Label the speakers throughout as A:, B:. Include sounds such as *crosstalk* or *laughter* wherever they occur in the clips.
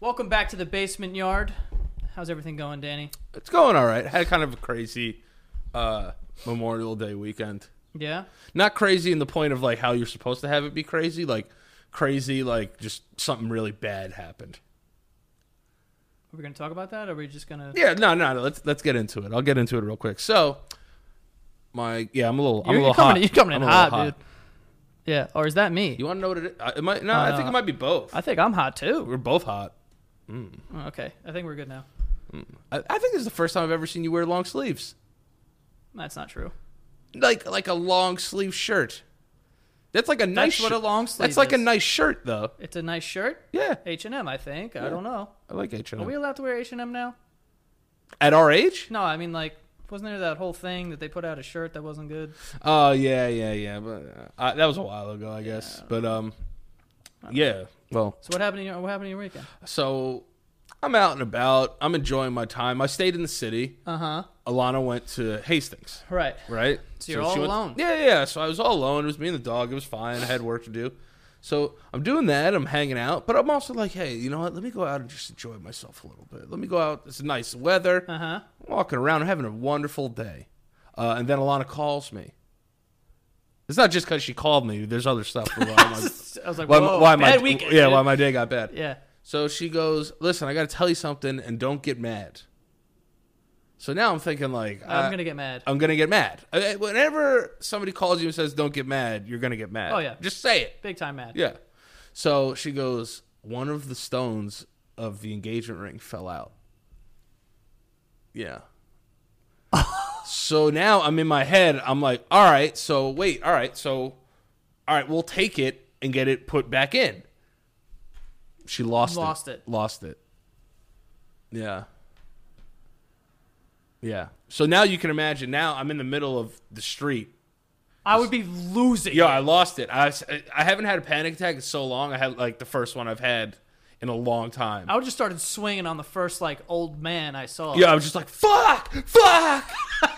A: Welcome back to the basement yard. How's everything going, Danny?
B: It's going all right. Had kind of a crazy uh, Memorial Day weekend.
A: Yeah.
B: Not crazy in the point of like how you're supposed to have it be crazy, like crazy, like just something really bad happened.
A: Are we gonna talk about that? Or are we just gonna?
B: Yeah, no, no, no. Let's let's get into it. I'll get into it real quick. So, my yeah, I'm a little, I'm
A: You're-
B: a
A: you're
B: little
A: coming-
B: hot.
A: you're coming in
B: I'm a little
A: hot, dude. Yeah. Or is that me?
B: You want to know what it? Is? It might no. I think
A: no.
B: it might be both.
A: Uh, I think I'm hot too.
B: We're both hot.
A: Oh, Okay. I think we're good now.
B: I, I think this is the first time I've ever seen you wear long sleeves,
A: That's not true.
B: like like a long sleeve shirt. That's like a nice.
A: what
B: shi-
A: a long sleeve
B: That's like a
A: is.
B: nice shirt, though.
A: It's a nice shirt.
B: Yeah,
A: H and M, I think. I don't know.
B: I like H and
A: Are we
B: M.
A: allowed to wear H and M now?
B: At our age?
A: No, I mean like, wasn't there that whole thing that they put out a shirt that wasn't good?
B: Oh yeah, yeah, yeah. But uh, I, that was a while ago, I guess. But um, yeah. Well,
A: So what happened? To your, what happened to your weekend?
B: so I'm out and about. I'm enjoying my time. I stayed in the city.
A: Uh huh.
B: Alana went to Hastings,
A: Right.
B: right?
A: So you're all
B: she went-
A: alone.
B: Yeah, yeah, yeah. So I was all alone. It was me and the dog. It was fine. I had work to do. So I'm doing that. I'm hanging out, but I'm also like, hey, you know what? Let me go out and just enjoy myself a little bit. Let me go out. It's nice weather.
A: Uh huh.
B: walking around having a wonderful day. Uh, and then Alana calls me. It's not just because she called me. There's other stuff. For why
A: *laughs*
B: my,
A: *laughs* I was like,
B: why, my-
A: whoa,
B: why my,
A: bad weekend.
B: yeah,
A: dude.
B: why my day got bad.
A: yeah.
B: So she goes, listen, I got to tell you something and don't get mad. So now I'm thinking like,
A: I'm
B: I-
A: gonna get mad.
B: I'm going to get mad. I- I- Whenever somebody calls you and says, don't get mad, you're going to get mad.
A: Oh, yeah.
B: Just say it.
A: Big time mad.
B: Yeah. So she goes, one of the stones of the engagement ring fell out.
A: *laughs*
B: Yeah. so now I'm in my head. I'm like, all right, so wait, all right, so, all right, we'll take it and get it put back in. She lost,
A: Lost it.
B: Lost it. Yeah. Yeah. So now you can imagine. Now I'm in the middle of the street
A: I would be losing.
B: Yo, I lost it. I, I haven't had a panic attack in so long. I had like the first one I've had in a long time.
A: I would just started swinging on the first like old man I saw.
B: Yeah, I was just like fuck, fuck,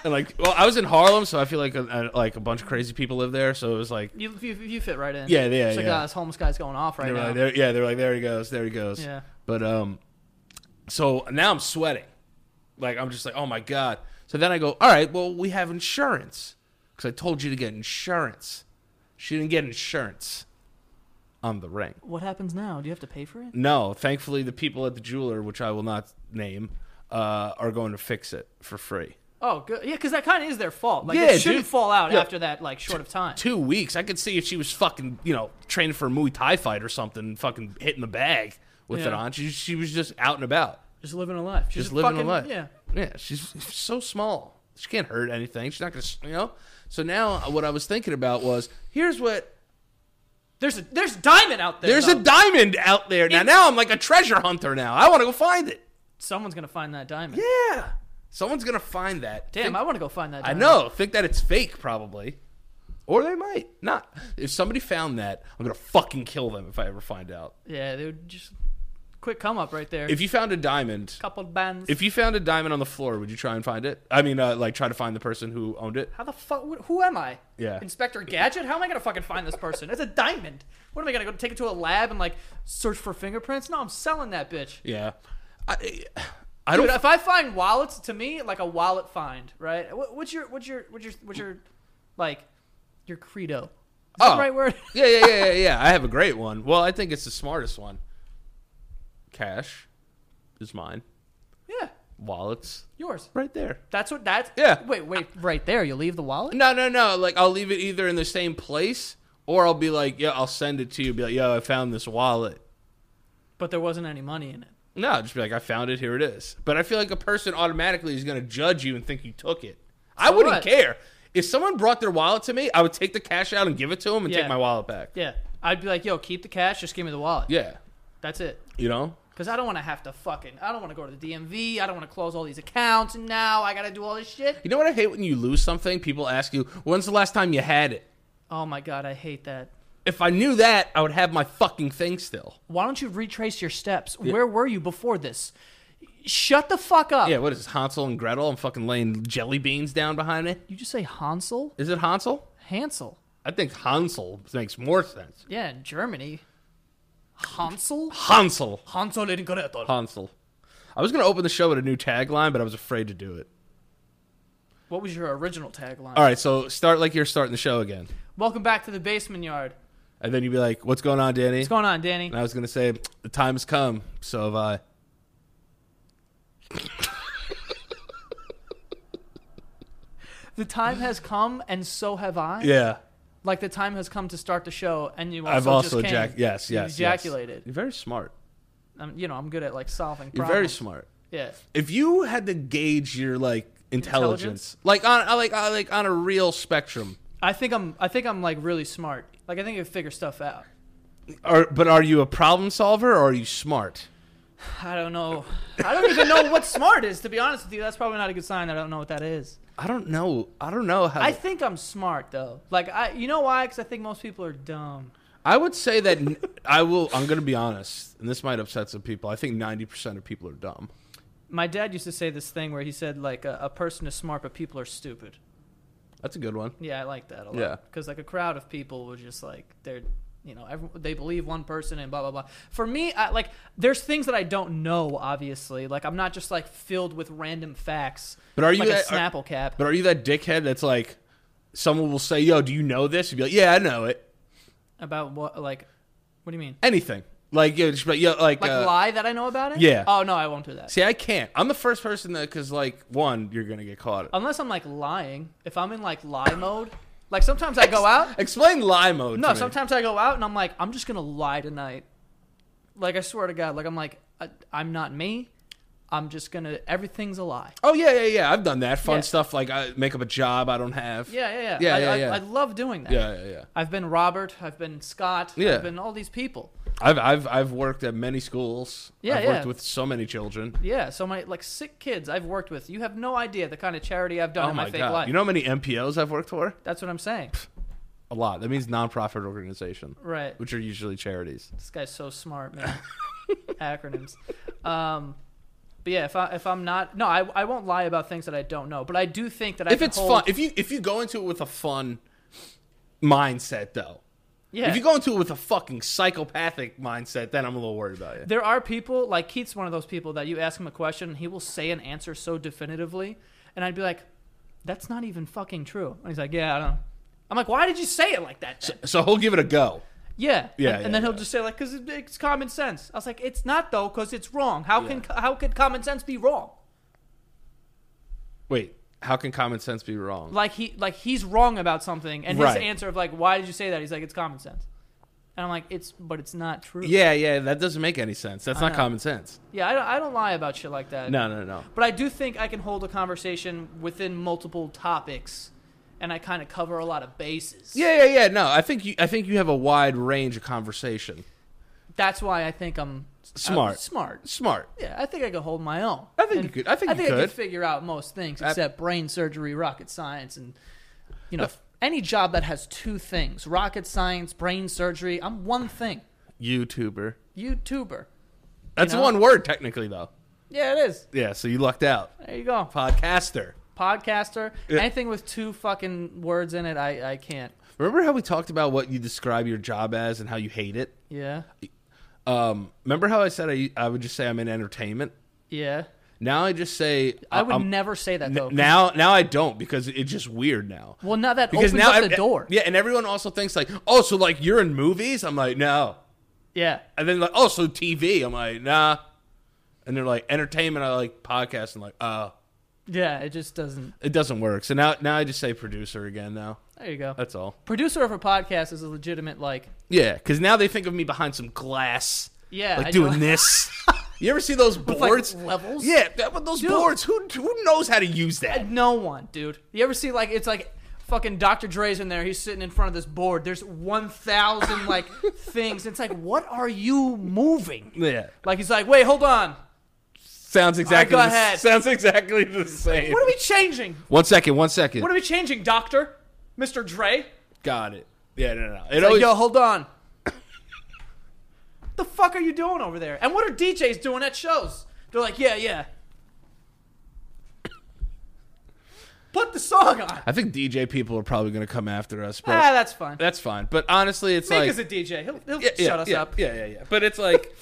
B: and like well, I was in Harlem, so I feel like a, a, like a bunch of crazy people live there. So it was like,
A: You, you, you fit right in.
B: Yeah, yeah,
A: It's like,
B: yeah.
A: "Ah, this homeless guy's going off right
B: they were
A: now.
B: like there, yeah, they were like there he goes, there he goes.
A: Yeah.
B: But um, so now I'm sweating, like I'm just like oh my god. So then I go, all right, well we have insurance because I told you to get insurance. She didn't get insurance on the ring.
A: What happens now? Do you have to pay for it?
B: No, thankfully the people at the jeweler, which I will not name, uh, are going to fix it for free.
A: Oh, good. Yeah, because that kind of is their fault. Like,
B: Yeah,
A: it shouldn't
B: dude.
A: fall out
B: Yeah.
A: after that like short of time.
B: Two weeks. I could see if she was fucking, you know, training for a Muay Thai fight or something, fucking hitting the bag with it
A: Yeah.
B: on. She, she was just out and about.
A: Just living a life.
B: Just living
A: fucking,
B: a life.
A: Yeah.
B: Yeah, she's so small. She can't hurt anything. She's not going to, you know? So now uh, what I was thinking about was here's what.
A: There's a there's diamond out there.
B: There's
A: though.
B: a diamond out there now.
A: It-
B: Now I'm like a treasure hunter now. I want to go find it.
A: someone's gonna find that diamond.
B: Yeah. Someone's going to find that.
A: Damn,
B: Think-
A: I want to go find that.
B: I
A: diamond.
B: know. Think that it's fake, probably. Uh, Or they might not. If somebody found that, I'm gonna fucking kill them if I ever find out.
A: Yeah, they would just quick come up right there.
B: If you found a diamond,
A: Couple bands.
B: if you found a diamond on the floor, would you try and find it? I mean, uh, like try to find the person who owned it.
A: How the fuck? Who, who am I?
B: Yeah.
A: Inspector Gadget? How am I gonna fucking find this person? It's a diamond. What am I gonna go take it to a lab and like search for fingerprints? No, I'm selling that bitch.
B: Yeah, I, I don't.
A: Dude, if I find wallets, to me, like a wallet find, right? What, what's your, what's your, what's your, what's your, like, your credo? Is that
B: Oh.
A: the right word?
B: *laughs*
A: *laughs*
B: yeah, yeah, yeah, yeah, yeah. I have a great one. Well, I think it's the smartest one. Cash is mine.
A: yeah,
B: Wallets
A: yours.
B: right there.
A: That's what. That's
B: Yeah.
A: Wait, wait, right there. You leave the wallet.
B: No, no, no. Like I'll leave it either in the same place, or I'll be like, yeah, I'll send it to you. Be like, yo, I found this wallet.
A: But there wasn't any money in it.
B: No, I'd just be like, I found it. Here it is. But I feel like a person automatically is going to judge you and think you took it. I
A: So
B: wouldn't
A: what?
B: care. If someone brought their wallet to me, I would take the cash out and give it to them and
A: Yeah.
B: take my wallet back.
A: Yeah, I'd be like, yo, keep the cash. Just give me the wallet.
B: Yeah.
A: That's it.
B: You know?
A: Because I don't want to have to fucking. I don't want to go to the DMV. I don't want to close all these accounts. And now I got to do all this shit.
B: You know what I hate when you lose something? People ask you, when's the last time you had it?
A: Oh my God, I hate that.
B: If I knew that, I would have my fucking thing still.
A: Why don't you retrace your steps? Where were you before this? Shut the fuck up.
B: Yeah, what is this, Hansel and Gretel? I'm fucking laying jelly beans down behind me.
A: You just say Hansel?
B: Is it Hansel?
A: Hansel.
B: I think Hansel makes more sense.
A: Yeah, in Germany. Hansel?
B: Hansel.
A: Hansel Incorrecto.
B: Hansel. I was going to open the show with a new tagline, but I was afraid to do it.
A: What was your original tagline?
B: All right, so start like you're starting the show again.
A: Welcome back to the basement yard.
B: And then you'd be like, what's going on, Danny?
A: What's going on, Danny?
B: and I was going to say, the time has come, so have I.
A: The time has come, and so have I.
B: Yeah.
A: Like the time has come to start the show, and you also
B: I've also
A: just came.
B: ejac- yes, yes,
A: You
B: yes.
A: ejaculated.
B: You're very smart.
A: I'm, you know, I'm good at like solving.
B: You're
A: Problems.
B: very smart.
A: Yeah.
B: If you had to gauge your like intelligence, like on uh, like uh, like on a real spectrum,
A: I think I'm. I think I'm like really smart. Like I think I can figure stuff out.
B: are but are you a problem solver or are you smart?
A: I don't know. I don't even know what smart is. To be honest with you, that's probably not a good sign. that I don't know what that is.
B: I don't know. I don't know how.
A: I
B: I,
A: think I'm smart though. Like I, you know why? Because I think most people are dumb.
B: would say that n- I will. I'm going to be honest, and this might upset some people. I think 90 percent of people are dumb.
A: My dad used to say this thing where he said like a, a person is smart, but people are stupid.
B: That's a good one.
A: Yeah, I like that a lot.
B: Yeah.
A: Because like a crowd of people were just like they're, you know, every, they believe one person and blah blah blah. For me, I, like there's things that I don't know. Obviously, like I'm not just like filled with random facts.
B: But are you
A: like a
B: that- are-
A: Snapple cap?
B: But are you that dickhead that's like, someone will say, "Yo, do you know this?" You'd be like, "Yeah, I know it."
A: About what? Like, what do you mean?
B: Anything. Like yo, just be like yo, like,
A: Like
B: uh,
A: lie that I know about it?
B: yeah.
A: Oh no, I won't do that.
B: See, I can't. I'm the first person that, because like one, you're gonna get caught.
A: Unless I'm like lying. If I'm in like lie mode, like sometimes I go out.
B: Explain lie mode.
A: No,
B: to me.
A: sometimes I go out and I'm like, I'm just gonna lie tonight. Like I swear to God, like I'm like, I, I'm not me. I'm just gonna. Everything's a lie.
B: Oh yeah, yeah, yeah. I've done that fun
A: Yeah.
B: stuff like I make up a job I don't have.
A: Yeah, yeah, yeah.
B: Yeah,
A: I,
B: yeah,
A: I,
B: yeah.
A: I love doing that.
B: yeah, yeah, yeah.
A: I've been Robert. I've been Scott.
B: Yeah.
A: I've been all these people.
B: I've I've I've worked at many schools.
A: Yeah,
B: I've worked
A: yeah.
B: with so many children.
A: Yeah. So my like sick kids I've worked with. You have no idea the kind of charity I've done
B: Oh
A: in
B: my,
A: my, fake
B: god!
A: life.
B: You know how many MPOs I've worked for?
A: That's what I'm saying.
B: A lot. That means nonprofit organization,
A: Right.
B: which are usually charities.
A: This guy's so smart,
B: *laughs*
A: man. Acronyms. Um, but yeah, if I if I'm not no, I, I won't lie about things that I don't know. But I do think that I
B: If
A: can
B: it's
A: hold-
B: fun, if you if you go into it with a fun mindset though,
A: yeah.
B: if you go into it with a fucking psychopathic mindset, then I'm a little worried about you.
A: there are people like Keith's one of those people that you ask him a question and he will say an answer so definitively, and I'd be like, "That's not even fucking true." And he's like, "Yeah, I don't." know." I'm like, "Why did you say it like that?" then?"
B: So he'll give it a go.
A: yeah,
B: Yeah,
A: And, and
B: yeah,
A: then he'll
B: yeah.
A: just say like, "Cause it, it's common sense." I was like, "It's not though, cause it's wrong. How can how could common sense be wrong?"
B: Wait, how can common sense be wrong?
A: like he like he's wrong about something and his
B: Right.
A: answer of like why did you say that he's like it's common sense and i'm like it's but it's not true
B: Yeah, yeah, that doesn't make any sense. That's not
A: know.
B: common sense.
A: yeah I, don't, I don't lie about shit like that
B: No, no, no.
A: but i do think i can hold a conversation within multiple topics and i kind of cover a lot of bases
B: Yeah, yeah, yeah. No, I think you. I think you have a wide range of conversation.
A: that's why i think i'm I'm
B: Smart.
A: smart
B: Smart.
A: yeah i think i could hold my own
B: I think you could- I think
A: i
B: you
A: think i could
B: could.
A: figure out most things except brain surgery rocket science and you know any job that has two things rocket science brain surgery i'm one thing
B: YouTuber.
A: YouTuber.
B: That's
A: You know?
B: one word technically, though.
A: Yeah, it is.
B: Yeah. So you lucked out.
A: There you go.
B: Podcaster.
A: Podcaster.
B: Yeah.
A: Anything with two fucking words in it, I, I can't.
B: Remember how we talked about what you describe your job as and how you hate it?
A: Yeah.
B: Um, remember how I said I, I would just say I'm in entertainment.
A: Yeah.
B: Now I just say
A: I would
B: I'm-
A: never say that
B: n-
A: though. 'cause-
B: now now I don't because it's just weird now.
A: well, now that
B: because
A: opens
B: now
A: up
B: ev-
A: the door.
B: Yeah, and everyone also thinks like, oh, so like you're in movies? I'm like, no.
A: Yeah.
B: And then like, oh, so TV? I'm like, nah. And they're like, entertainment. I like podcasts. And like, oh,
A: Yeah. It just doesn't.
B: it doesn't work. So now now I just say producer again. Now
A: There you go.
B: that's all.
A: Producer of a podcast is a legitimate like.
B: Yeah, because now they think of me behind some glass,
A: Yeah.
B: like
A: I
B: doing
A: know.
B: this. You ever see those
A: like,
B: boards?
A: levels?
B: Yeah, that, with those
A: Dude.
B: boards. Who who knows how to use
A: *laughs*
B: that?
A: No one, dude. You ever see like it's like fucking Dr. Dre's in there. He's sitting in front of this board. There's one thousand
B: *laughs*
A: like things. It's like, what are you moving?
B: Yeah,
A: Like he's like, wait, hold on.
B: sounds exactly.
A: go
B: the,
A: ahead.
B: Sounds exactly the same.
A: What are we changing?
B: One second. One second.
A: What are we changing, Doctor? Mr. Dre?
B: Got it. Yeah, no, no. no. It
A: Like,
B: always.
A: yo, hold on. *coughs* the fuck are you doing over there? And what are DJs doing at shows? They're like, yeah, yeah. *coughs* Put the song on.
B: I think DJ people are probably going to come after us, but
A: Ah, that's fine.
B: that's fine. But honestly, it's
A: Mink
B: like
A: is a DJ. He'll, he'll
B: yeah, yeah,
A: shut us
B: yeah,
A: up.
B: Yeah, yeah, yeah. But
A: *laughs*
B: it's like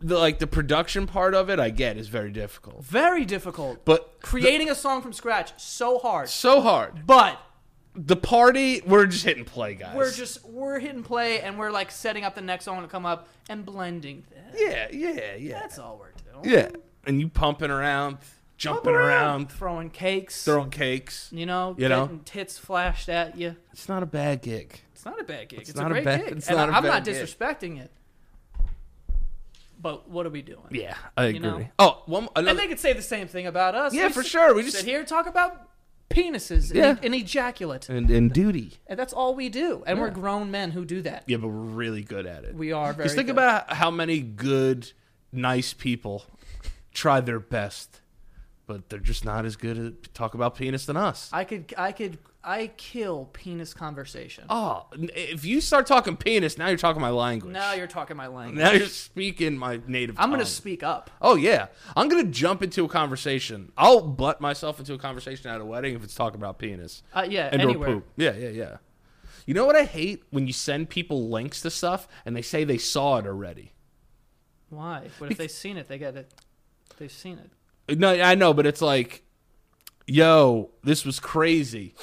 B: the like the production part of it, I get, is very difficult.
A: Very difficult.
B: But
A: Creating a song from scratch so hard.
B: so hard.
A: But
B: The party, we're just hitting play, guys.
A: we're just we're hitting play and we're like setting up the next song to come up and blending that.
B: yeah, yeah, yeah,
A: That's all we're doing.
B: yeah. And you pumping around, jumping around,
A: throwing cakes.
B: throwing cakes.
A: you know,
B: You know?
A: getting tits flashed at you.
B: It's not a bad gig.
A: It's not a bad gig. It's, a
B: not a
A: great
B: bad-
A: gig.
B: it's
A: and
B: not a
A: I'm
B: bad
A: not
B: gig.
A: disrespecting it. But what are we doing?
B: Yeah, I agree.
A: know?
B: Oh, one
A: And
B: another.
A: they could say the same thing about us.
B: Yeah,
A: We
B: for
A: sit-
B: sure. We just-
A: sit here and talk about penises
B: Yeah.
A: and, and ejaculate,
B: And, and duty.
A: and that's all we do. And we're
B: Yeah.
A: grown men who do that.
B: Yeah, but we're really good at it.
A: We are very.
B: Just think
A: good.
B: about how many good, nice people try their best, but they're just not as good at talk about penis than us.
A: I could, I could, I kill penis conversation.
B: Oh, n- if you start talking penis, now you're talking my language.
A: now you're talking my language.
B: now you're speaking my native.
A: I'm gonna
B: tongue.
A: speak up.
B: Oh yeah, I'm gonna jump into a conversation. I'll butt myself into a conversation at a wedding if it's talking about penis
A: Uh, yeah,
B: and or
A: anywhere.
B: poop. Yeah, yeah, yeah. You know what I hate when you send people links to stuff and they say they saw it already.
A: Why? But if they've seen it, they get it. They've seen it.
B: No, I know, but it's like, yo, this was crazy.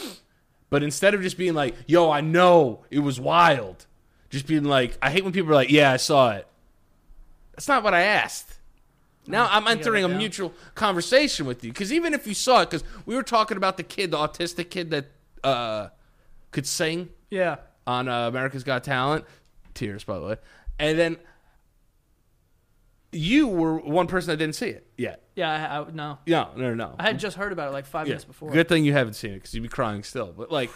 B: But instead of just being like, yo, I know it was wild, just being like, I hate when people are like, yeah, I saw it. That's not what I asked. Now I'm
A: gotta
B: entering a
A: go.
B: mutual conversation with you because even if you saw it, because we were talking about the kid, the autistic kid that uh, could sing
A: Yeah.
B: on uh, America's Got Talent. Tears, by the way. And then you were one person that didn't see it yet.
A: Yeah. I, I, no.
B: No, no, no.
A: I had just heard about it like five
B: Yeah.
A: minutes before.
B: Good thing you haven't seen it because you'd be crying still. But like,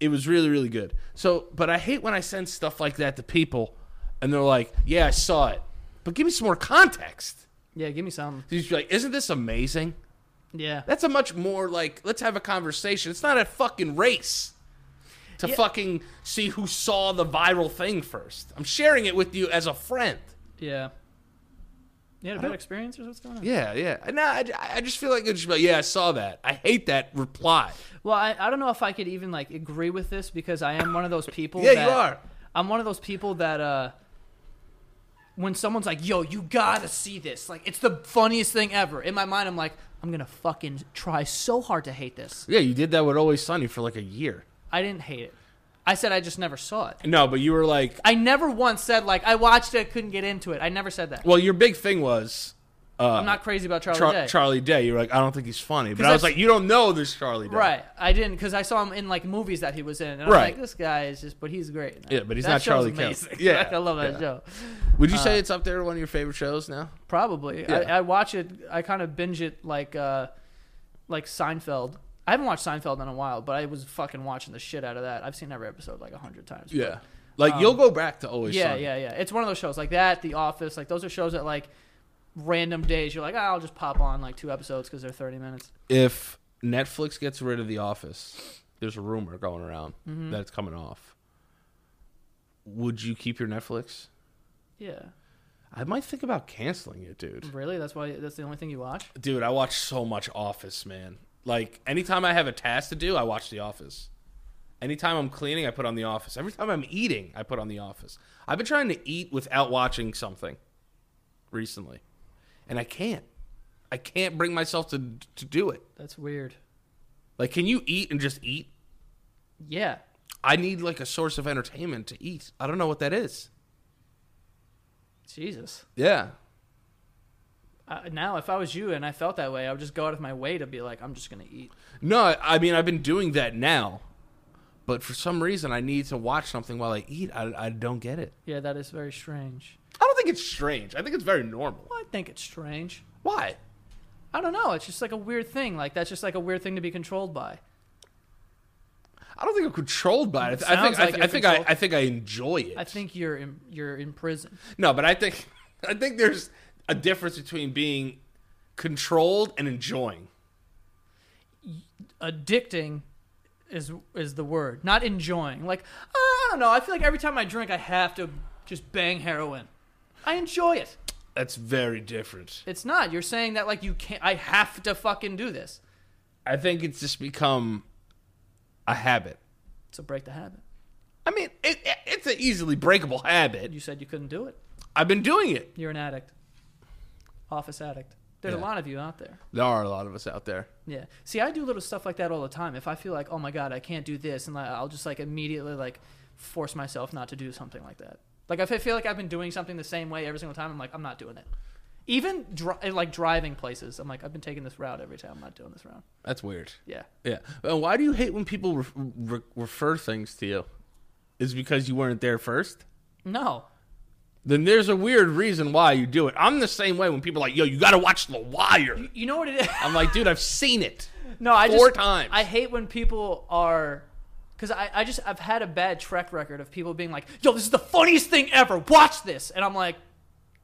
B: it was really, really good. So, but I hate when I send stuff like that to people, and they're like, "Yeah, I saw it," but give me some more context.
A: Yeah. Give me some.
B: So you'd be like, "Isn't this amazing?"
A: Yeah.
B: That's a much more like, let's have a conversation. It's not a fucking race to
A: Yeah.
B: fucking see who saw the viral thing first. I'm sharing it with you as a friend.
A: Yeah. You had a bad experience or what's going on?
B: Yeah, yeah. And I, I just feel like it's like, yeah, I saw that. I hate that reply.
A: Well, I, I don't know if I could even like agree with this because I am one of those people.
B: Yeah, you
A: that,
B: are.
A: I'm one of those people that uh, when someone's like, "Yo, you gotta see this," like it's the funniest thing ever. In my mind, I'm like, I'm gonna fucking try so hard to hate this.
B: Yeah, you did that with Always Sunny for like a year.
A: I didn't hate it. I said I just never saw it.
B: No, but you were like,
A: I never once said like I watched it, couldn't get into it. I never said that.
B: well, your big thing was
A: I'm not crazy about Charlie
B: Char-
A: Day.
B: Charlie Day. You were like, I don't think he's funny. But I was
A: that's-
B: like, you don't know there's Charlie Day.
A: Right, I didn't because I saw him in like movies that he was in, and I'm
B: Right.
A: like, this guy is just, but he's great.
B: Yeah, but he's
A: That
B: not
A: show's
B: Charlie Kelly.
A: amazing. *laughs*
B: Yeah,
A: Like, I love that
B: yeah.
A: show.
B: Would you
A: Uh,
B: say it's up there with one of your favorite shows now?
A: Probably.
B: Yeah.
A: I, I watch it. I kind of binge it like uh, like Seinfeld. I haven't watched Seinfeld in a while, but I was fucking watching the shit out of that. I've seen every episode like a hundred times.
B: Yeah. Like, you'll go back to Always
A: Um, yeah,
B: Sunny.
A: yeah, yeah. It's one of those shows like that, The Office. Like those are shows that like random days you're like, "Ah, I'll just pop on like two episodes because they're thirty minutes.
B: if Netflix gets rid of The Office, there's a rumor going around
A: Mm-hmm.
B: that it's coming off. Would you keep your Netflix?
A: Yeah,
B: I might think about canceling it, dude.
A: really. That's why. That's the only thing you watch.
B: Dude, I watch so much Office, man. Like anytime I have a task to do, I watch The Office. Anytime I'm cleaning, I put on The Office. Every time I'm eating, I put on The Office. I've been trying to eat without watching something recently, and I can't. I can't bring myself to to do it.
A: That's weird.
B: Like, can you eat and just eat?
A: Yeah.
B: I need like a source of entertainment to eat. I don't know what that is.
A: Jesus.
B: Yeah.
A: Uh, now, if I was you and I felt that way, I would just go out of my way to be like, I'm just gonna eat.
B: No, I I mean I've been doing that now, but for some reason I need to watch something while I eat. I, I don't get it.
A: Yeah, that is very strange.
B: I don't think it's strange. I think it's very normal.
A: Well, I think it's strange.
B: Why?
A: I don't know. It's just like a weird thing. Like that's just like a weird thing to be controlled by.
B: I don't think I'm controlled by it. I,
A: Sounds
B: think I,
A: like
B: th-
A: you're
B: I think I,
A: controlled.
B: I think I enjoy it.
A: I think you're in, you're in prison.
B: no, but I think *laughs* I think there's a difference between being controlled and enjoying.
A: Addicting is is the word. Not enjoying. Like I don't know. I feel like every time I drink, I have to just bang heroin. I enjoy it.
B: That's very different.
A: It's not. You're saying that like you can't. I have to fucking do this.
B: I think it's just become a habit.
A: So break the habit.
B: I mean, it, it, it's an easily breakable habit.
A: You said you couldn't do it.
B: I've been doing it.
A: You're an addict. Office addict. There's a
B: Yeah.
A: lot of you out there.
B: There are a lot of us out there.
A: Yeah. See, I do little stuff like that all the time. If I feel like, oh my god, I can't do this, and like, I'll just like immediately like force myself not to do something like that. Like if I feel like I've been doing something the same way every single time, I'm like, I'm not doing it. Even dri- eh, like driving places, I'm like, I've been taking this route every time. I'm not doing this route.
B: That's weird.
A: Yeah.
B: Yeah. Uh, why do you hate when people re- re- refer things to you? Is it because you weren't there first?
A: No.
B: Then there's a weird reason why you do it. I'm the same way when people are like, yo, you got to watch The Wire.
A: You know what it is? *laughs*
B: I'm like, dude, I've seen it.
A: No, I
B: Four
A: just,
B: times.
A: I hate when people are, because I, I just I've had a bad track record of people being like, "Yo, this is the funniest thing ever. Watch this," and I'm like,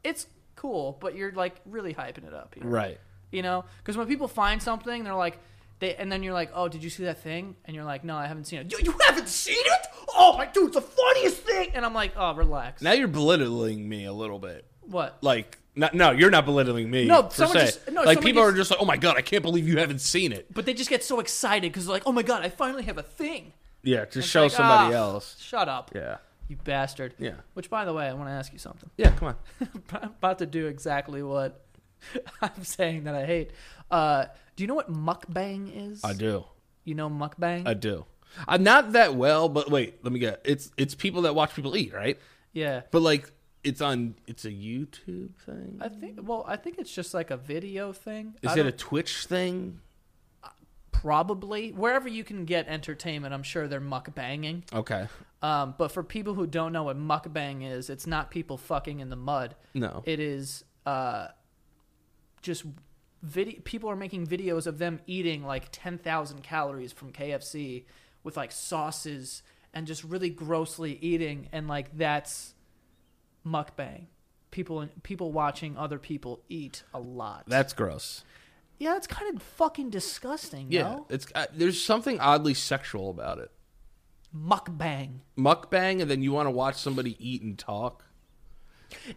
A: "It's cool," but you're like really hyping it up, here.
B: Right.
A: You know, because when people find something, they're like, they, and then you're like, "Oh, did you see that thing?" And you're like, "No, I haven't seen it." You, you haven't seen it? Oh my dude, it's the funniest thing. And I'm like, "Oh, relax."
B: Now you're belittling me a little bit.
A: what?
B: Like, not, no, you're not belittling me.
A: No,
B: per
A: someone
B: se.
A: just- no,
B: like
A: someone
B: people
A: just-
B: are just like, oh my god, I can't believe you haven't seen it.
A: But they just get so excited because they're like, "Oh my god, I finally have a thing."
B: Yeah, to
A: It's
B: show
A: like,
B: somebody
A: "Ah,
B: else.
A: Shut up.
B: Yeah.
A: You bastard.
B: Yeah.
A: Which, by the way, I want to ask you something.
B: Yeah, come on.
A: *laughs* I'm about to do exactly what *laughs* I'm saying that I hate. Uh, do you know what mukbang is?
B: I do.
A: You know mukbang?
B: I do. I'm not that well, but wait, let me get it's it's people that watch people eat, right?
A: yeah.
B: But like it's on it's a YouTube thing.
A: I think. Well, I think it's just like a video thing. I
B: Is it a
A: don't-
B: Twitch thing?
A: probably wherever you can get entertainment? I'm sure they're mukbanging.
B: Okay.
A: Um, but for people who don't know what mukbang is, it's not people fucking in the mud.
B: No.
A: It is uh, just video. People are making videos of them eating like ten thousand calories from KFC with like sauces and just really grossly eating, and like that's mukbang. People people watching other people eat a lot.
B: That's gross.
A: yeah, that's kind of fucking disgusting.
B: Yeah.
A: no?
B: It's uh, there's something oddly sexual about it.
A: mukbang.
B: Mukbang and then you want to watch somebody eat and talk.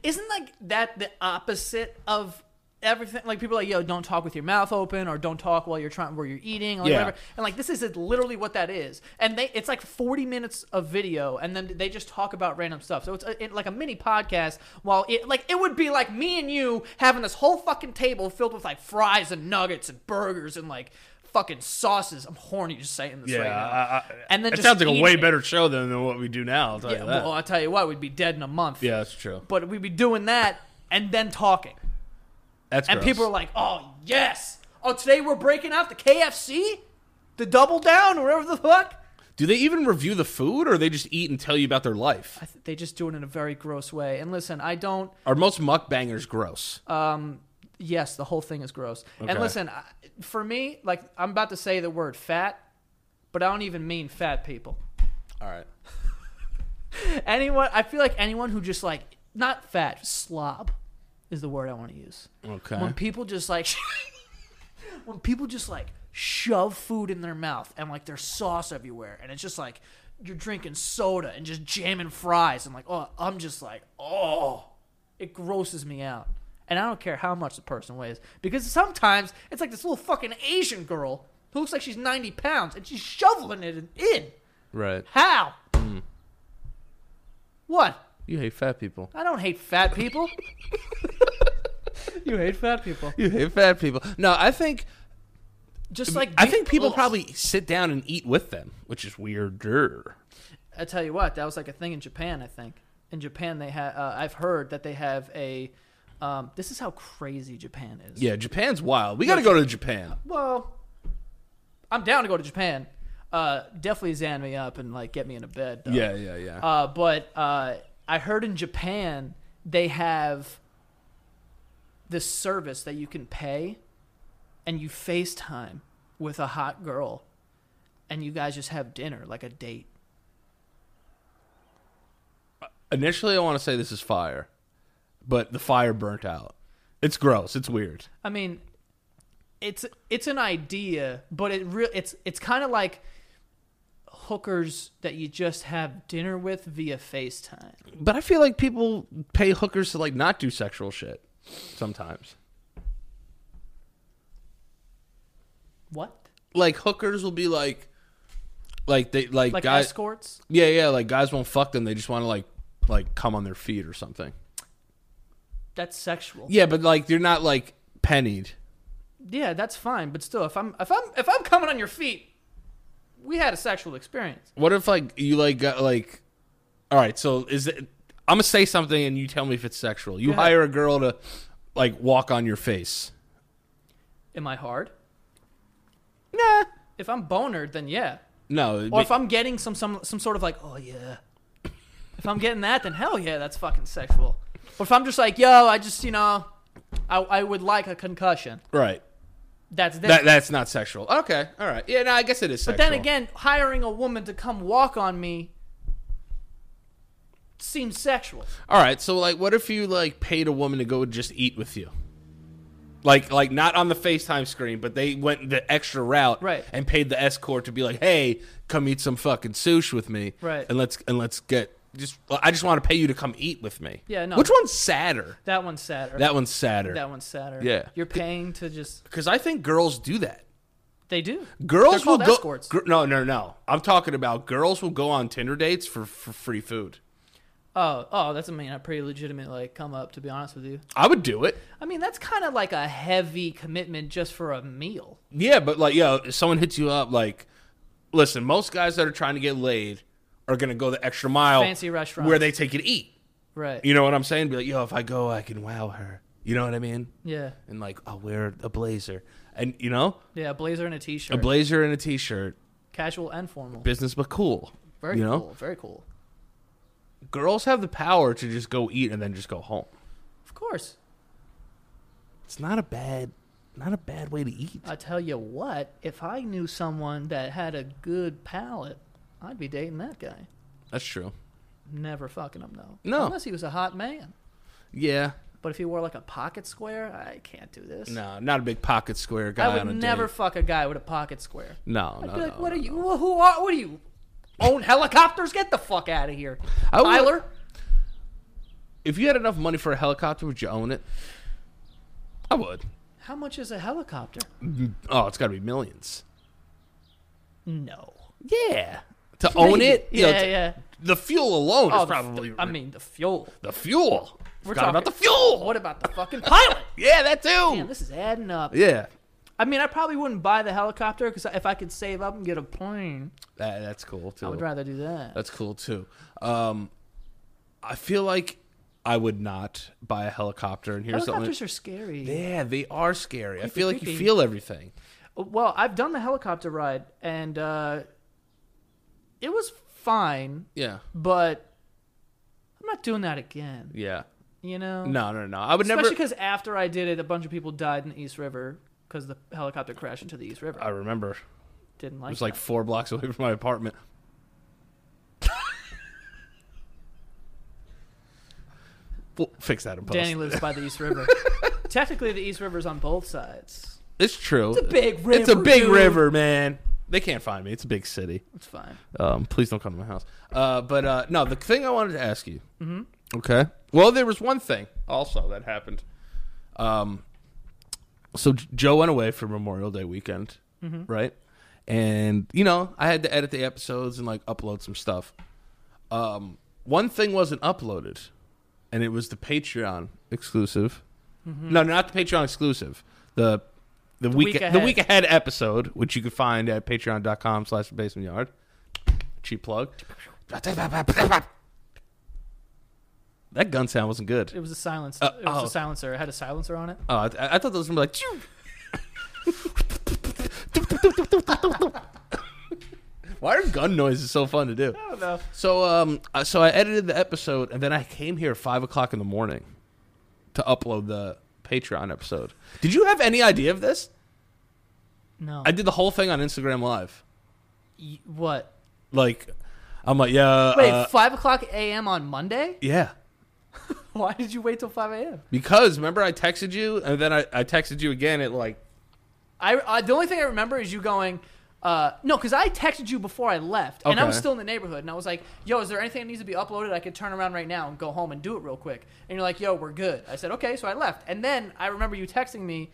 A: Isn't like that the opposite of everything? Like people are like, yo, don't talk with your mouth open, or don't talk while you're trying where you're eating, or like,
B: Yeah.
A: whatever. And like this is literally what that is. And they, it's like 40 minutes of video, and then they just talk about random stuff. So it's a, it, like a mini podcast. While it, like it would be like me and you having this whole fucking table filled with like fries and nuggets and burgers and like fucking sauces. I'm horny just saying this right now. and then
B: it
A: just
B: sounds like a
A: eating
B: way
A: it.
B: better show than, than what we do now. I'll tell
A: Yeah,
B: you that.
A: well, I tell you what, we'd be dead in a month.
B: yeah, that's true.
A: But we'd be doing that and then talking.
B: That's
A: And
B: gross.
A: people are like, oh, yes. Oh, today we're breaking out the KFC? The double down or whatever the fuck?
B: do they even review the food, or they just eat and tell you about their life?
A: I th- they just do it in a very gross way. And listen, I don't.
B: Are most mukbangers gross?
A: Uh, Yes, the whole thing is gross. And
B: Okay.
A: listen, I, for me, like, I'm about to say the word fat, but I don't even mean fat people. *laughs*
B: All right.
A: Anyone, I feel like anyone who just, like, not fat, slob is the word I want to use.
B: Okay.
A: when people just like *laughs* when people just like shove food in their mouth and like there's sauce everywhere and it's just like you're drinking soda and just jamming fries and like oh i'm just like oh it grosses me out and i don't care how much the person weighs because sometimes it's like this little fucking asian girl who looks like she's 90 pounds and she's shoveling it in
B: right.
A: how what
B: You hate fat people.
A: i don't hate fat people *laughs* you hate fat people
B: You hate fat people. No, I think
A: just like
B: I
A: be-
B: think people
A: Ugh.
B: probably sit down and eat with them, which is weirder.
A: I tell you what, that was like a thing in Japan. I think in Japan they have. Uh, I've heard that they have a. Um, this is how crazy Japan is.
B: Yeah, Japan's wild. We got to go to Japan.
A: Well, I'm down to go to Japan. Uh, definitely zan me up and like get me into bed. Though.
B: Yeah, yeah, yeah.
A: Uh, but uh, I heard in Japan they have this service that you can pay, and you FaceTime with a hot girl, and you guys just have dinner like a date.
B: Initially, I want to say this is fire, but the fire burnt out. It's gross. It's weird.
A: I mean, it's it's an idea, but it real it's it's kind of like hookers that you just have dinner with via FaceTime.
B: But I feel like people pay hookers to like not do sexual shit sometimes.
A: What?
B: like hookers will be like, like they like,
A: like
B: guys.
A: escorts.
B: Yeah, yeah. Like guys won't fuck them. They just want to like like come on their feet or something.
A: That's sexual. Yeah.
B: Yeah, but like you're not like pennied.
A: that's fine. But still, if I'm if I'm if I'm coming on your feet, we had a sexual experience.
B: What if like you like got like, all right? So is it? I'm gonna say something and you tell me if it's sexual. You
A: Yeah.
B: hire a girl to like walk on your face.
A: Am I hard?
B: Nah.
A: If I'm bonered, then yeah.
B: No. it'd
A: Or
B: be-
A: if I'm getting some some some sort of like, oh yeah. If I'm getting that, then hell yeah, that's fucking sexual. Or if I'm just like, yo, I just you know, I I would like a concussion.
B: right.
A: That's then.
B: That that's not sexual. Okay. All right. Yeah. No, I guess it is.
A: but
B: Sexual.
A: then again, hiring a woman to come walk on me seems sexual.
B: All right, so like, what if you like paid a woman to go just eat with you? Like, like not on the FaceTime screen, but they went the extra route,
A: Right.
B: And paid the escort to be like, "Hey, come eat some fucking sushi with me,
A: Right.
B: And let's and let's get just. I just want to pay you to come eat with me.
A: Yeah, no.
B: Which one's sadder?
A: That one's sadder.
B: That one's sadder.
A: That one's sadder.
B: Yeah.
A: You're paying to just
B: Because I think girls do that.
A: they do.
B: Girls
A: They're
B: will
A: called
B: go.
A: escorts.
B: gr- no, no, no. I'm talking about girls will go on Tinder dates for, for free food.
A: Oh, oh, that's I mean a pretty legitimate like come up to be honest with you.
B: I would do it.
A: I mean, that's kind of like a heavy commitment just for a meal.
B: Yeah, but like, yo, if someone hits you up, like, listen, most guys that are trying to get laid are gonna go the extra mile,
A: Fancy restaurants.
B: where they take it eat.
A: Right.
B: You know what I'm saying? Be like, yo, if I go, I can wow her. You know what I mean?
A: yeah.
B: And like, I'll wear a blazer, and you know,
A: Yeah, a blazer and a t-shirt.
B: a blazer and a t-shirt,
A: Casual and formal.
B: business but cool.
A: Very
B: you know,
A: cool. Very cool.
B: girls have the power to just go eat and then just go home.
A: Of course.
B: It's not a bad, not a bad way to eat.
A: I tell you what, if I knew someone that had a good palate, I'd be dating that guy.
B: That's true.
A: Never fucking him though.
B: No.
A: Unless he was a hot man.
B: Yeah,
A: But if he wore like a pocket square, I can't do this.
B: no, not a big pocket square guy.
A: I
B: on a
A: would never
B: Date.
A: fuck a guy with a pocket square.
B: No, no,
A: Be like,
B: no,
A: what
B: Uh, no.
A: are you? wh- Who are? What are you? Own helicopters? Get the fuck out of here,
B: I would-
A: Tyler.
B: If you had enough money for a helicopter, would you own it? I would.
A: How much is a helicopter?
B: Oh, it's got to be millions.
A: No.
B: Yeah. To own it?
A: Yeah,
B: You know, to-
A: yeah.
B: The fuel alone
A: Oh,
B: is
A: the-
B: probably.
A: I mean, the fuel.
B: the fuel.
A: We're
B: We're talking about the
A: talking-
B: fuel.
A: What about the fucking pilot?
B: Yeah, that too.
A: Man, this is adding up.
B: yeah.
A: I mean, I probably wouldn't buy the helicopter because if I could save up and get a plane,
B: That, that's cool too.
A: I would rather do that.
B: that's cool too. Um, I feel like I would not buy a helicopter, and here's the only.
A: Helicopters are scary.
B: Yeah, they are scary. I feel like you
A: creepy.
B: feel everything.
A: Uh, Well, I've done the helicopter ride and uh, it was fine,
B: Yeah.
A: but I'm not doing that again.
B: Yeah.
A: You know?
B: No, no, no. I would
A: Especially
B: never.
A: because after I did it, a bunch of people died in the East River because the helicopter crashed into the East River.
B: I remember.
A: Didn't
B: It
A: like.
B: was like
A: that.
B: four blocks away from my apartment. we'll fix that in post.
A: Danny lives by the East
B: *laughs*
A: River. Technically, the East River's on both sides.
B: it's true. It's
A: a big
B: It's a
A: river,
B: big
A: dude.
B: river, man. They can't find me. It's a big city.
A: It's fine.
B: Um, please don't come to my house. Uh, but uh, no, the thing I wanted to ask you. Mm-hmm. Okay. Well, there was one thing also that happened. Um, so J- Joe went away for Memorial Day weekend, right? And you know, I had to edit the episodes and like upload some stuff. Um, one thing wasn't uploaded, and it was the Patreon exclusive. No, not the Patreon exclusive. The the, week,
A: week
B: the
A: ahead.
B: week ahead episode, which you can find at patreon.com slash the basement yard.
A: *laughs*
B: Cheap plug. That gun sound wasn't good.
A: It was a silence.
B: Uh,
A: it was
B: oh.
A: a silencer. It had a silencer on it.
B: Oh, I, I thought those were like. "Choo." Why are gun noises so fun to do?
A: I don't know.
B: So, um, uh, so I edited the episode, and then I came here five o'clock in the morning to upload the Patreon episode. Did you have any idea of this?
A: No.
B: I did the whole thing on Instagram Live.
A: Y- what?
B: Like, I'm like, yeah,
A: Wait,
B: uh,
A: five o'clock a.m. on Monday?
B: yeah.
A: Why did you wait till five a.m.?
B: Because remember, I texted you, and then I, I texted you again at like
A: I, I the only thing I remember is you going. Uh, no, because I texted you before I left, and I was
B: Okay.
A: still in the neighborhood, and I was like, "Yo, is there anything that needs to be uploaded? I could turn around right now and go home and do it real quick." And you're like, "Yo, we're good." I said, "Okay," so I left, and then I remember you texting me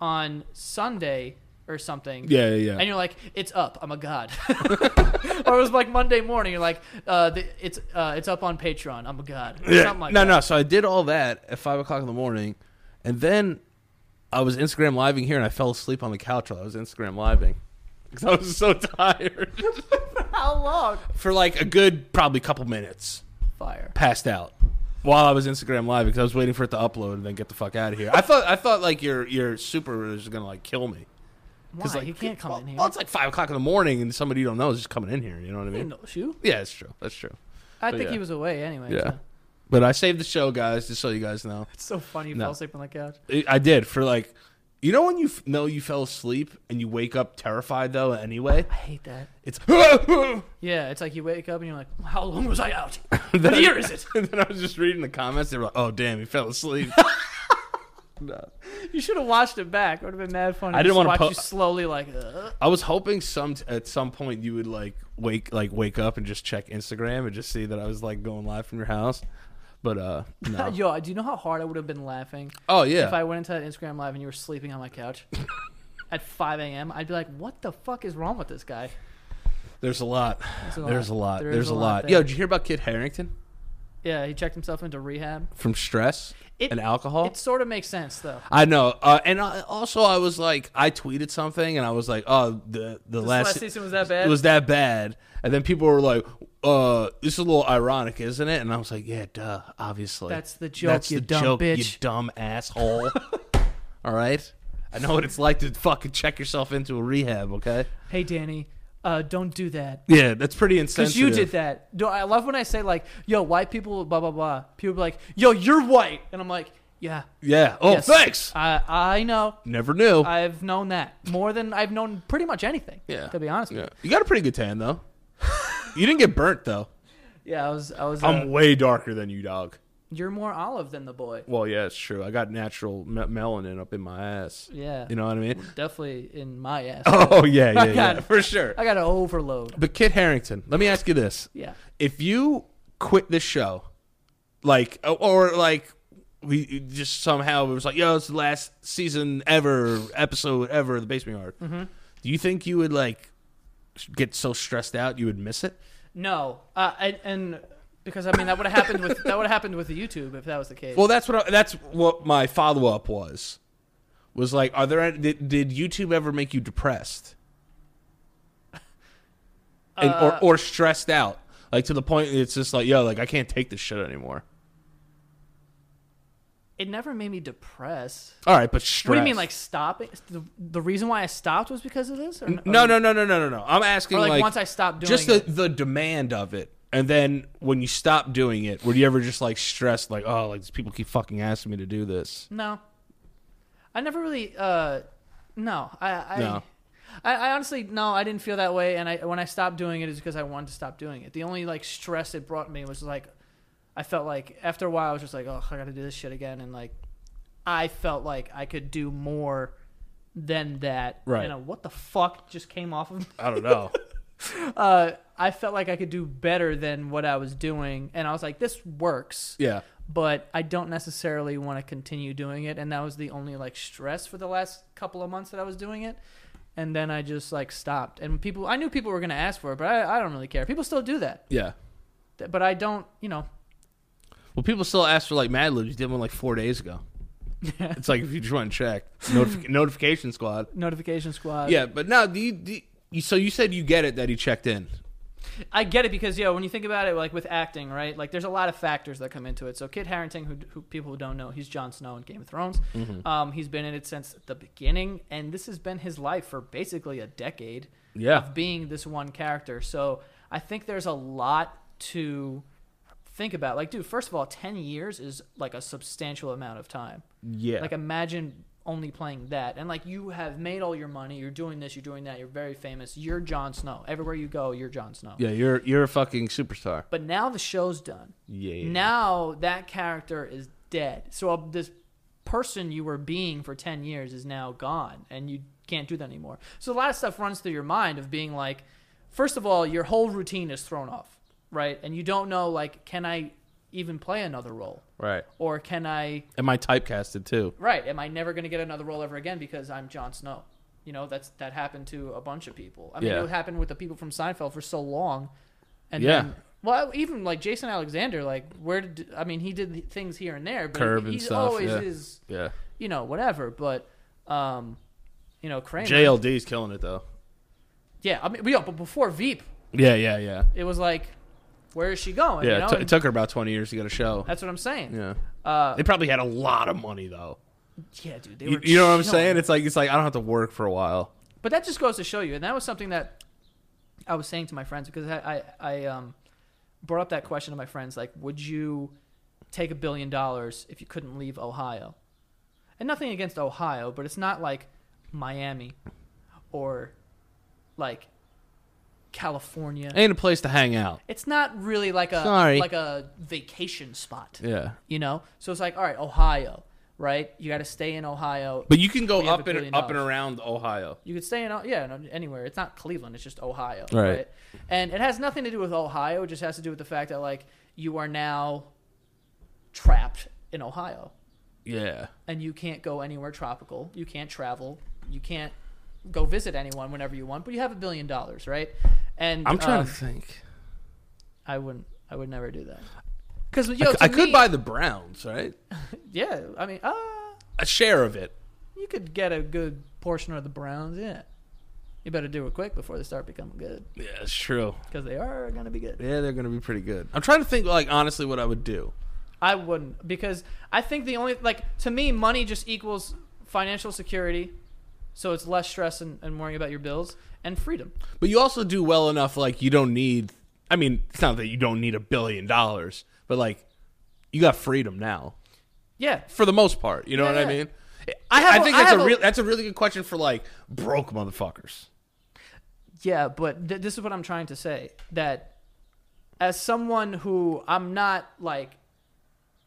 A: on Sunday or something.
B: Yeah, yeah, yeah.
A: And you're like, it's up. I'm a god. *laughs* or it was like Monday morning. You're like, uh, the, it's uh, it's up on Patreon. I'm a god. Or
B: Yeah.
A: Something like
B: no,
A: that.
B: no. So I did all that at five o'clock in the morning, and then I was Instagram living here, and I fell asleep on the couch while I was Instagram living *laughs* because I was so tired *laughs*
A: How long?
B: for like a good probably couple minutes.
A: Fire.
B: Passed out while I was Instagram live because I was waiting for it to upload and then get the fuck out of here. I thought I thought like your your super was gonna like kill me.
A: Why?
B: 'Cause, like,
A: you can't come
B: well,
A: in here.
B: Well, it's like five o'clock in the morning, and somebody you don't know is just coming in here. You know what I
A: You
B: mean?
A: know, shoe.
B: Yeah, that's true. That's true.
A: I
B: But
A: think
B: yeah.
A: he was away anyway.
B: Yeah.
A: so.
B: But I saved the show, guys, just so you guys know.
A: It's so funny you
B: No.
A: fell asleep on the couch.
B: I I did for like, you know when you f- know you fell asleep and you wake up terrified though. Anyway,
A: I hate that.
B: it's *laughs* and
A: Yeah, it's like you wake up and you're like, how long was I
B: *laughs*
A: out? what year is it?
B: then I was just reading the comments. They were like, "Oh damn, he fell *laughs* asleep." No.
A: You should have watched it back. It would have been mad funny.
B: I didn't
A: Just
B: wanna
A: watch
B: po-
A: you slowly like. Uh,
B: I was hoping some at some point you would like wake like wake up and just check Instagram and just see that I was like going live from your house, but uh no.
A: Yo, do you know how hard I would have been laughing
B: *laughs* oh yeah,
A: if I went into that Instagram live and you were sleeping on my
B: *laughs*
A: couch at 5 a.m.? I'd be like, what the fuck is wrong with this guy?
B: there's a lot.
A: There's a lot.
B: There's a lot.
A: There
B: There's,
A: is
B: a lot.
A: there.
B: Yo, did you hear about Kid Harrington
A: Yeah, he checked himself into rehab.
B: from stress
A: It-
B: and alcohol?
A: It sort of makes sense though.
B: I know, uh, and I, also I was like, I tweeted something, and I was like, "Oh, the the
A: This
B: last,
A: last season was that bad?
B: was that bad?" And then people were like, "Uh, this is a little ironic, isn't it?" And I was like, "Yeah, duh, obviously."
A: That's the joke, you dumb
B: you
A: bitch.
B: dumb asshole.
A: *laughs*
B: All right, I know what it's like to fucking check yourself into a rehab. Okay,
A: Hey, Danny, uh, don't do that.
B: yeah,
A: *laughs*
B: that's pretty insensitive.
A: Because you did that. Do I love when I say like, "Yo, white people," blah blah blah. People be like, "Yo, you're white," and I'm like, "Yeah,
B: yeah. Oh,
A: yes.
B: thanks.
A: I I know.
B: Never knew.
A: I've known that more than I've known pretty much anything.
B: yeah,
A: to be honest. With
B: yeah. you got a pretty good tan *laughs* though. you didn't get burnt though.
A: you. yeah. I was I was. uh,
B: I'm way darker than you, dog.
A: you're more olive than the boy.
B: Well, yeah, it's true. I got natural me- melanin up in my ass.
A: Yeah,
B: You know what I mean? *laughs*
A: definitely in my ass.
B: Oh
A: *laughs*
B: yeah, yeah, yeah,
A: got it.
B: for sure.
A: I got an overload.
B: But Kit Harrington, let me ask you this:
A: Yeah.
B: If you quit this show, like, or like, we just somehow it was like, yo, it's the last season ever, episode ever, of the Basement Yard.
A: Mm-hmm.
B: Do you think you would like get so stressed out you would miss it?
A: No, uh, and, and because I mean that would have happened with that would have happened with YouTube if that was the case.
B: Well, that's what I, that's what my follow up was. Was like, are there any, did, did YouTube ever make you depressed, *laughs* and,
A: Uh,
B: or or stressed out, like to the point it's just like, yo, like I can't take this shit anymore.
A: it never made me depressed.
B: All right, but stress.
A: What do you mean, like stopping? The, the reason why I stopped was because of this? Or
B: No, no, no, no, no, no, no. I'm asking
A: Or like,
B: like,
A: once I stopped doing
B: just the
A: it.
B: the demand of it, and then when you stop doing it, were you ever just like stressed, like oh, like these people keep fucking asking me to do this?
A: No. I never really. Uh, no, I. I
B: No.
A: I, I honestly no, I didn't feel that way, and I when I stopped doing it is because I wanted to stop doing it. The only like stress it brought me was like, I felt like after a while I was just like, oh, I got to do this shit again, and like, I felt like I could do more than that.
B: Right.
A: And uh, what the fuck just came off of me? *laughs*
B: I don't know.
A: Uh, I felt like I could do better than what I was doing, and I was like, this works
B: yeah,
A: but I don't necessarily want to continue doing it. And that was the only like stress for the last couple of months that I was doing it. And then I just like stopped. And people, I knew people were going to ask for it, but I, I don't really care. People still do that.
B: yeah.
A: Th- But I don't, you know,
B: Well, people still ask for like Mad Libs. You did one like four
A: *laughs*
B: days ago. it's like if you just want to check Notifi- notification squad.
A: notification squad.
B: Yeah, but no, do you, do you, so you said you get it that he checked in.
A: I get it because, yo, when you think about it, like with acting, right? Like there's a lot of factors that come into it. So Kit Harrington, who, who people who don't know, he's Jon Snow in Game of Thrones. Um, he's been in it since the beginning. And this has been his life for basically a decade.
B: Yeah,
A: of being this one character. So I think there's a lot to think about. Like, dude, first of all, ten years is like a substantial amount of time.
B: yeah,
A: Like, uh, imagine only playing that, and like you have made all your money. You're doing this. You're doing that. You're very famous. You're Jon Snow. Everywhere you go, you're Jon Snow.
B: yeah. You're you're a fucking superstar.
A: But now the show's done.
B: Yeah, yeah,
A: Now that character is dead. So uh, this person you were being for 10 years is now gone and you can't do that anymore. So a lot of stuff runs through your mind of being like first of all your whole routine is thrown off, right? And you don't know like can I even play another role
B: Right.
A: or can I
B: And my typecasted too.
A: right, am I never going to get another role ever again because I'm Jon Snow? You know, that's that happened to a bunch of people. I mean,
B: Yeah.
A: it happened with the people from Seinfeld for so long, and
B: Yeah.
A: then well, even like Jason Alexander, like where did I mean, he did things here and there, but
B: Curb
A: he,
B: and
A: he
B: stuff,
A: always
B: yeah.
A: is,
B: Yeah.
A: you know, whatever. But, um, you know, Kramer,
B: JLD's killing it though.
A: yeah. I mean, yeah, but before Veep,
B: Yeah, yeah, yeah.
A: it was like, where is she going?
B: Yeah,
A: you know?
B: it, took-
A: And
B: it took her about 20 years to get a show.
A: that's what I'm saying.
B: Yeah.
A: Uh,
B: They probably had a lot of money though.
A: yeah, dude. They
B: You,
A: were
B: you know what I'm
A: chilling.
B: saying? It's like it's like I don't have to work for a while.
A: But that just goes to show you, and that was something that I was saying to my friends because I I, I um, brought up that question to my friends, like, would you take a billion dollars if you couldn't leave Ohio? And nothing against Ohio, but it's not like Miami or like California.
B: Ain't a place to hang out.
A: It's not really like a
B: Sorry.
A: like a vacation spot,
B: Yeah.
A: you know. So it's like, all right, Ohio, right? You got to stay in Ohio.
B: But you can go
A: We have a
B: up and
A: billion
B: up and
A: dollars.
B: around Ohio.
A: You could stay in yeah no, anywhere. It's not Cleveland. It's just Ohio,
B: Right.
A: right. And it has nothing to do with Ohio. It just has to do with the fact that like you are now trapped in Ohio,
B: Yeah.
A: and you can't go anywhere tropical. You can't travel. You can't go visit anyone whenever you want. But you have a billion dollars, right? And
B: I'm trying
A: um,
B: to think.
A: I wouldn't. I would never do that. Because
B: I,
A: yo,
B: c-
A: to
B: I could
A: me-
B: buy the Browns, right?
A: Yeah, I mean, uh,
B: A share of it.
A: you could get a good portion of the Browns. Yeah, you better do it quick before they start becoming good,
B: Yeah, it's true.
A: because they are gonna be good.
B: Yeah, they're gonna be pretty good. I'm trying to think like honestly what I would do.
A: I wouldn't because I think the only like to me money just equals financial security, so it's less stress and, and worrying about your bills and freedom.
B: But you also do well enough like you don't need I mean, it's not that you don't need a billion dollars, but like you got freedom now.
A: Yeah,
B: for the most part. You know what I
A: Yeah.
B: mean?
A: I
B: I,
A: have a-
B: think
A: I
B: that's
A: have
B: a
A: a-
B: real that's a really good question for like broke motherfuckers.
A: yeah, but th- this is what I'm trying to say that as someone who I'm not like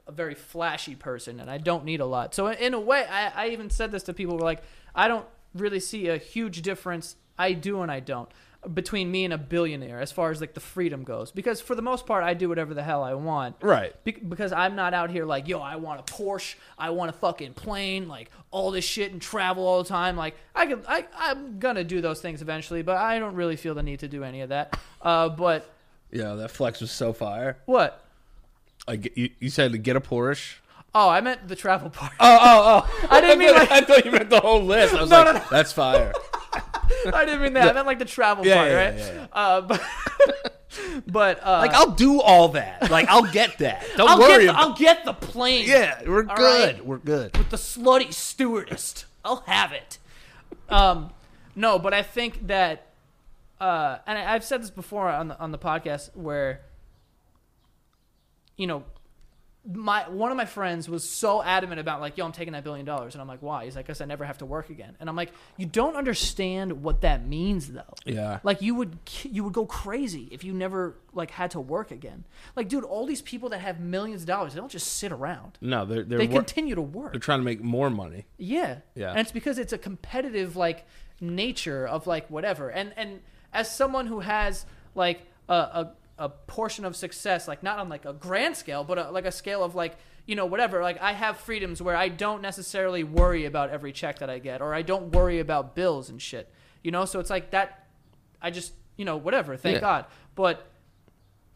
A: a very flashy person and I don't need a lot. So in- in a way, I, I even said this to people were like, I don't really see a huge difference. I do and I don't between me and a billionaire as far as like the freedom goes because for the most part I do whatever the hell I want.
B: Right.
A: Be- because I'm not out here like, yo, I want a Porsche, I want a fucking plane, like all this shit and travel all the time. Like I could, I, I'm gonna do those things eventually, but I don't really feel the need to do any of that. Uh, but
B: Yeah, that flex was so fire.
A: what?
B: I get, you, you said to get a Porsche.
A: Oh, I meant the travel part.
B: Oh, oh, oh!
A: I didn't mean like
B: *laughs* I thought you meant the whole list. I was
A: No,
B: like,
A: no,
B: that's fire.
A: *laughs* I didn't mean that. I meant like the travel
B: Yeah,
A: part,
B: yeah,
A: right?
B: yeah, yeah.
A: Uh, *laughs* but but uh,
B: *laughs* Like I'll do all that. Like I'll get *laughs* that. Don't
A: I'll
B: worry.
A: get the,
B: about
A: I'll get the plane.
B: yeah, we're
A: All
B: good.
A: right.
B: We're good.
A: the slutty stewardess. I'll have it. Um, no, but I think that, uh, and I, I've said this before on the on the podcast where, you know, my one of my friends was so adamant about like, yo, I'm taking that billion dollars, and I'm like, why? He's like, 'Cause I never have to work again, and I'm like, you don't understand what that means though.
B: Yeah.
A: Like you would ki- you would go crazy if you never like had to work again. Like dude, all these people that have millions of dollars, they don't just sit around.
B: No, they're they're,
A: They
B: wor-
A: continue to work.
B: they're trying to make more money.
A: Yeah.
B: Yeah.
A: And it's because it's a competitive like nature of like whatever. And and as someone who has like a a, a portion of success, like not on like a grand scale, but a, like a scale of like you know whatever. Like I have freedoms where I don't necessarily worry about every check that I get, or I don't worry about bills and shit. You know, so it's like that. I just you know whatever. Thank
B: Yeah.
A: God. But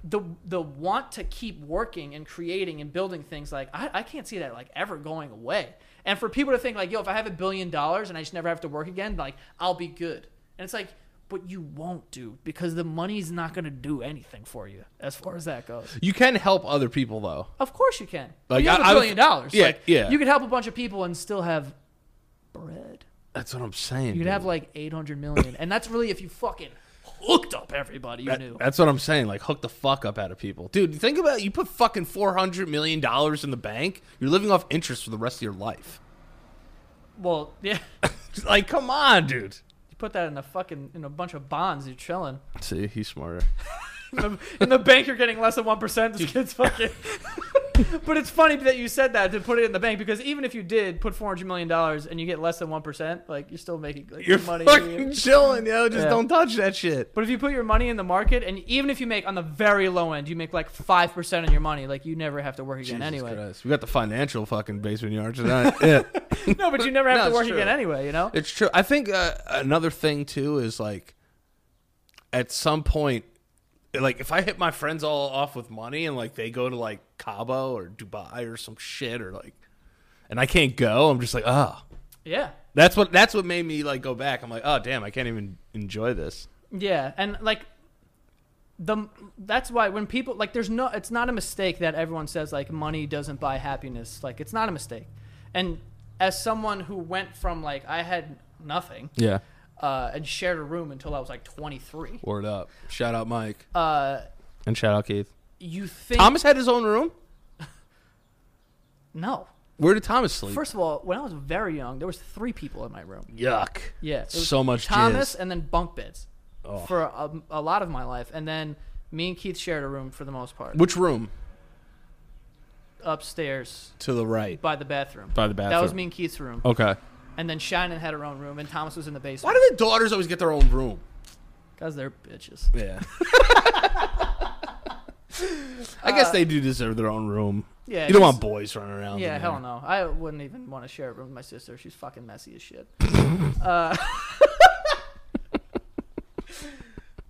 A: the the want to keep working and creating and building things like I, I can't see that like ever going away. And for people to think like, yo, if I have a billion dollars and I just never have to work again, like I'll be good. And it's like, but you won't do because the money's not gonna do anything for you as far as that goes.
B: You can help other people though.
A: Of course you can. Like
B: Like,
A: you have
B: I- I
A: a
B: was-
A: billion dollars.
B: yeah,
A: Like,
B: yeah.
A: You could help a bunch of people and still have bread.
B: That's what I'm saying.
A: You could
B: dude.
A: have like eight hundred million, and that's really if you fucking hooked up everybody you
B: That-
A: knew.
B: That's what I'm saying. Like hook the fuck up out of people, dude. Think about it. you put fucking four hundred million dollars in the bank. You're living off interest for the rest of your life. *laughs*
A: Well, *laughs* yeah.
B: Just like, come on, dude.
A: You put that in a fucking in a bunch of bonds, you're chilling.
B: See, he's smarter.
A: and the bank you're getting less than one percent. This kid's fucking. *laughs* but it's funny that you said that to put it in the bank because even if you did put four hundred million dollars and you get less than one percent, like you're still making like,
B: You're
A: money.
B: fucking chilling, yo. Just
A: Yeah.
B: don't touch that shit.
A: But if you put your money in the market, and even if you make on the very low end, you make like five percent on your money, like you never have to work again
B: Jesus
A: anyway.
B: Christ. we got the financial fucking basement yard tonight. yeah.
A: *laughs*
B: *laughs*
A: No, but you never have
B: No,
A: to
B: it's
A: work
B: true.
A: again anyway. You know,
B: It's true. I think uh, another thing too is like, at some point, like if I hit my friends all off with money and like they go to like Cabo or Dubai or some shit or like, and I can't go, I'm just like, ah,
A: yeah,
B: that's what that's what made me like go back. I'm like, oh damn, I can't even enjoy this.
A: yeah, and like the that's why when people like there's no it's not a mistake that everyone says like money doesn't buy happiness like it's not a mistake and as someone who went from like i had nothing
B: Yeah,
A: uh, and shared a room until i was like 23
B: word up. Shout out Mike
A: uh,
B: and shout out Keith.
A: you think
B: Thomas had his own room.
A: no
B: Where did Thomas sleep?
A: First of all, when I was very young, there was three people in my room.
B: Yuck.
A: Yeah, it was
B: So much
A: Thomas
B: jizz.
A: and then bunk beds
B: Oh.
A: for a, a lot of my life, and then me and Keith shared a room for the most part
B: Which room?
A: upstairs
B: To the right.
A: by the bathroom.
B: By the
A: That was
B: bathroom. Oh.
A: me and Keith's room,
B: Okay.
A: and then Shannon had her own room, and Thomas was in the
B: Why
A: basement
B: do the daughters always get their own room?
A: because they're bitches.
B: Yeah. *laughs* I guess they do deserve their own room.
A: Yeah,
B: You don't
A: just-
B: want boys running around.
A: Yeah,
B: in
A: hell
B: there.
A: no. I wouldn't even want to share a room with my sister. She's fucking messy as
B: *laughs*
A: shit. uh, *laughs*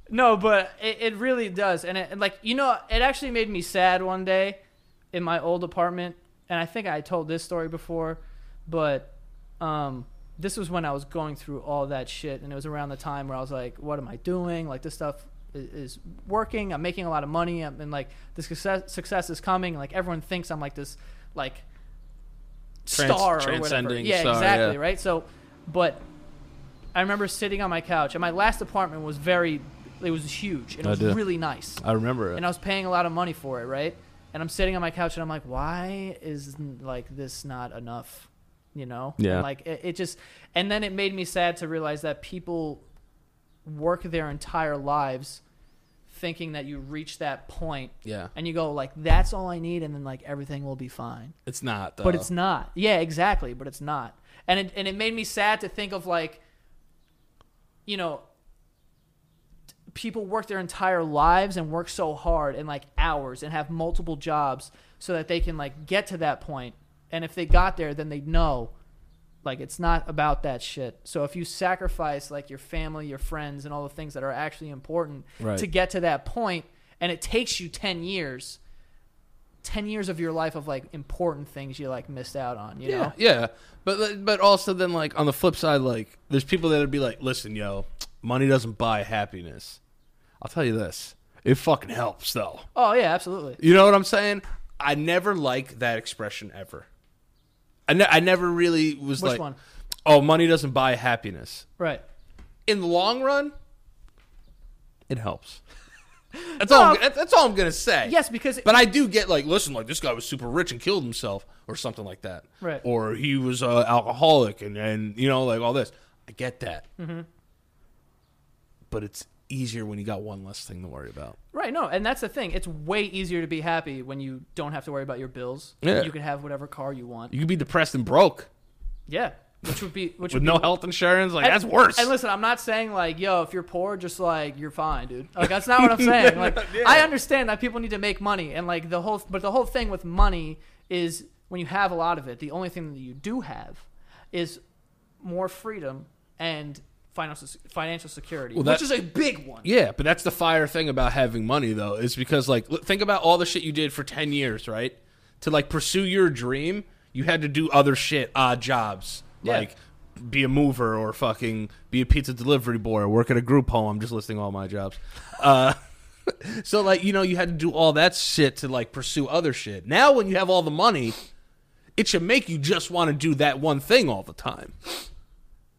A: no, but it, it really does. And, it, and, like, you know, it actually made me sad one day in my old apartment. And I think I told this story before, but um, this was when I was going through all that shit. And it was around the time where I was like, what am I doing? Like, this stuff i- is working. I'm making a lot of money. I'm, and like, the success, success is coming. Like, everyone thinks I'm like this, like,
B: Trans-
A: star or whatever.
B: transcending
A: Yeah,
B: star,
A: exactly.
B: yeah.
A: Right. So, but I remember sitting on my couch, and my last apartment was very, it was huge, and it
B: I
A: was
B: do.
A: really nice,
B: I remember it.
A: and I was paying a lot of money for it, right? And I'm sitting on my couch, and I'm like, why is like this not enough? You know?
B: Yeah.
A: And, like it, it just, and then it made me sad to realize that people work their entire lives thinking that you reach that point
B: yeah.
A: and you go like that's all i need and then like everything will be fine
B: It's not. Though.
A: but it's not. Yeah, exactly. But it's not. And it, and it made me sad to think of like, you know, t- people work their entire lives and work so hard and like hours and have multiple jobs so that they can like get to that point. And if they got there, then they know, like it's not about that shit. So if you sacrifice like your family, your friends, and all the things that are actually important
B: Right.
A: to get to that point, and it takes you ten years. 10 years of your life of like important things you like missed out on, you
B: Yeah.
A: know?
B: Yeah. But but also then like on the flip side like there's people that would be like, listen, yo, money doesn't buy happiness. I'll tell you this, it fucking helps though.
A: Oh, yeah, absolutely.
B: You know what I'm saying? I never like that expression ever. I ne- I never really was
A: Which
B: like,
A: one?
B: oh, money doesn't buy happiness.
A: Right.
B: in the long run,
A: *laughs*
B: it helps. That's
A: No.
B: all. I'm, that's all I'm gonna say.
A: Yes, because
B: But I do get like, listen, like this guy was super rich and killed himself, or something like that,
A: Right.
B: Or he was uh, alcoholic, and and you know, like all this. I get that.
A: Mm-hmm.
B: But it's easier when you got one less thing to worry about.
A: right, no, and that's the thing. It's way easier to be happy when you don't have to worry about your bills.
B: Yeah.
A: You can have whatever car you want.
B: You could be depressed and broke
A: Yeah. Which would be which
B: with
A: would
B: no
A: be,
B: health insurance. Like
A: And-
B: that's worse.
A: And listen, I'm not saying like, yo, if you're poor, just like you're fine, dude. Like that's not what I'm saying.
B: *laughs*
A: Like I understand that people need to make money and like the whole but the whole thing with money is when you have a lot of it, the only thing that you do have is more freedom and financial financial security,
B: that-
A: which is a big one.
B: Yeah, but that's the fire thing about having money, though, is because like look- think about all the shit you did for ten years, right? To like pursue your dream, you had to do other shit, odd jobs,
A: Yeah.
B: like be a mover or fucking be a pizza delivery boy or work at a group home. I'm just listing all my jobs. Uh, *laughs* so like you know you had to do all that shit to like pursue other shit. Now when you have all the money, it should make you just want to do that one thing all the time.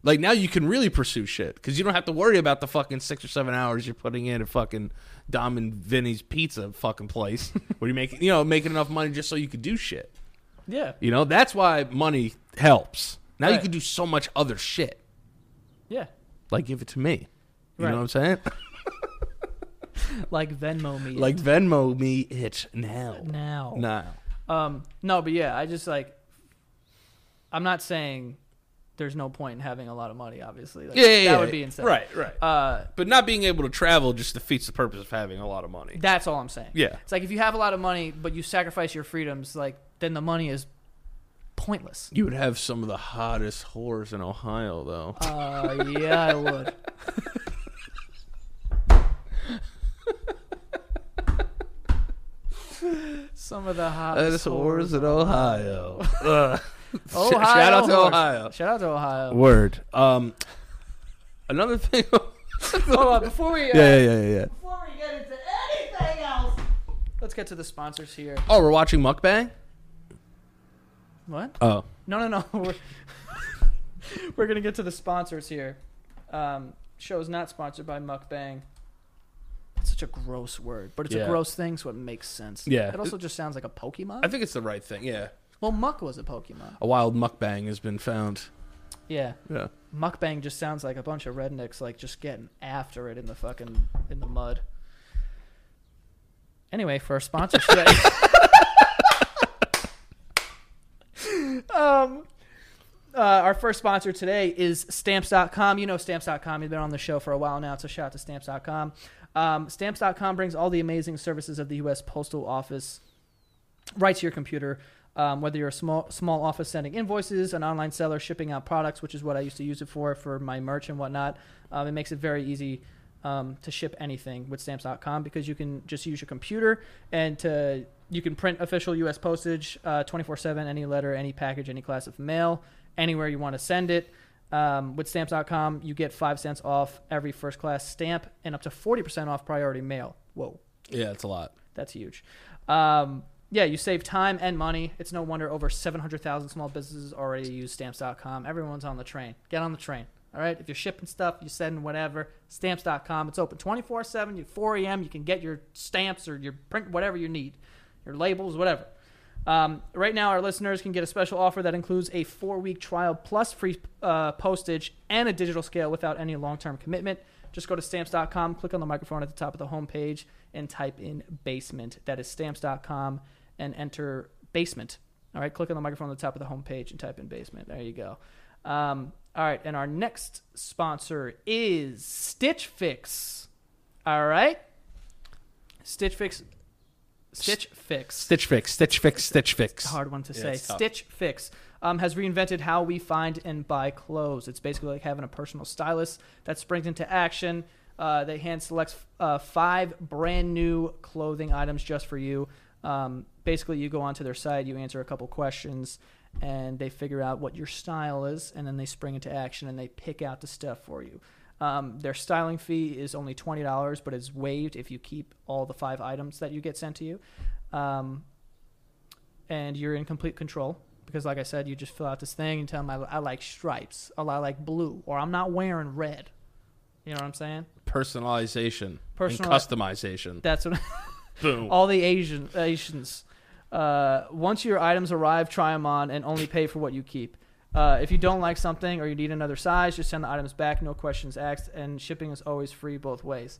B: Like now you can really pursue shit because you don't have to worry about the fucking six or seven hours you're putting in at fucking Dom and Vinny's pizza
A: *laughs*
B: fucking place where you're making you know making enough money just so you could do shit.
A: Yeah.
B: You know that's why money helps. Now you
A: Right.
B: can do so much other shit.
A: Yeah.
B: Like give it to me. You
A: Right.
B: know what I'm saying? *laughs*
A: Like Venmo me.
B: Like Venmo me it now.
A: now.
B: Now.
A: Um, no, but yeah, I just like. I'm not saying there's no point in having a lot of money. Obviously, like,
B: Yeah, yeah,
A: that
B: yeah,
A: would
B: yeah.
A: be insane.
B: Right, right.
A: Uh,
B: but not being able to travel just defeats the purpose of having a lot of money.
A: that's all I'm saying.
B: Yeah.
A: it's like if you have a lot of money but you sacrifice your freedoms, like then the money is
B: *laughs*
A: pointless.
B: You would have some of the hottest whores in Ohio, though.
A: Uh, yeah, I would. *laughs* Some of the hottest
B: hottest whores in Ohio. *laughs* Ugh.
A: Ohio
B: *laughs* Shout out to
A: whores.
B: Ohio.
A: Shout out to
B: *laughs*
A: Ohio.
B: Word. Um, another thing. *laughs*
A: Hold on, before we uh,
B: yeah, yeah, yeah, yeah.
C: Before we get into anything else,
A: let's get to the sponsors here.
B: Oh, we're watching mukbang.
A: What?
B: Oh,
A: No, no, *laughs* no. We're, we're gonna get to the sponsors here. Um, show is not sponsored by Mukbang. It's such a gross word, but it's
B: Yeah.
A: a gross thing, so it makes sense.
B: Yeah.
A: It also just sounds like a Pokemon.
B: I think it's the right thing. Yeah,
A: well, Muck was a Pokemon.
B: a wild mukbang has been found.
A: Yeah.
B: Yeah.
A: Mukbang just sounds like a bunch of rednecks like just getting after it in the fucking in the mud. Anyway, for our sponsor today. um uh, our first sponsor today is stamps.com. You know stamps.com. You've been on the show for a while now, so shout out to stamps.com. Um, stamps.com brings all the amazing services of the U.S. Postal Office right to your computer. Um, whether you're a small small office sending invoices, an online seller shipping out products, which is what I used to use it for for my merch and whatnot, um, it makes it very easy um, to ship anything with Stamps.com because you can just use your computer and to you can print official U.S. postage, twenty four seven, any letter, any package, any class of mail, anywhere you want to send it. Um, with Stamps.com, you get five cents off every first class stamp and up to forty percent off priority mail. Whoa.
B: Yeah, it's a lot.
A: That's huge. Um, yeah, you save time and money. It's no wonder over 700,000 small businesses already use stamps.com. Everyone's on the train. Get on the train. All right. If you're shipping stuff, you send whatever, stamps.com. It's open 24 7, 4 a.m. You can get your stamps or your print, whatever you need, your labels, whatever. Um, right now, our listeners can get a special offer that includes a four week trial plus free uh, postage and a digital scale without any long term commitment. Just go to stamps.com, click on the microphone at the top of the homepage, and type in basement. That is stamps.com and enter basement. All right, click on the microphone at the top of the homepage and type in basement. There you go. Um, all right, and our next sponsor is Stitch Fix. All right, Stitch Fix. Stitch Fix
B: Stitch fix, stitch fix, stitch fix.
A: a hard one to
B: Yeah,
A: say.
B: it's tough.
A: Stitch Fix um, has reinvented how we find and buy clothes. It's basically like having a personal stylist that springs into action. Uh, they hand selects uh, five brand new clothing items just for you. Um, basically, you go onto their site, you answer a couple questions, and they figure out what your style is, and then they spring into action and they pick out the stuff for you. Um, their styling fee is only twenty dollars, but it's waived if you keep all the five items that you get sent to you. Um, and you're in complete control because like i said you just fill out this thing and tell them i, I like stripes or i like blue or i'm not wearing red you know what i'm saying
B: Personalization
A: Personali-
B: and customization.
A: that's what *laughs*
B: Boom.
A: all the asian asians uh, once your items arrive try them on and only pay for what you keep uh, if you don't like something or you need another size just send the items back no questions asked and shipping is always free both ways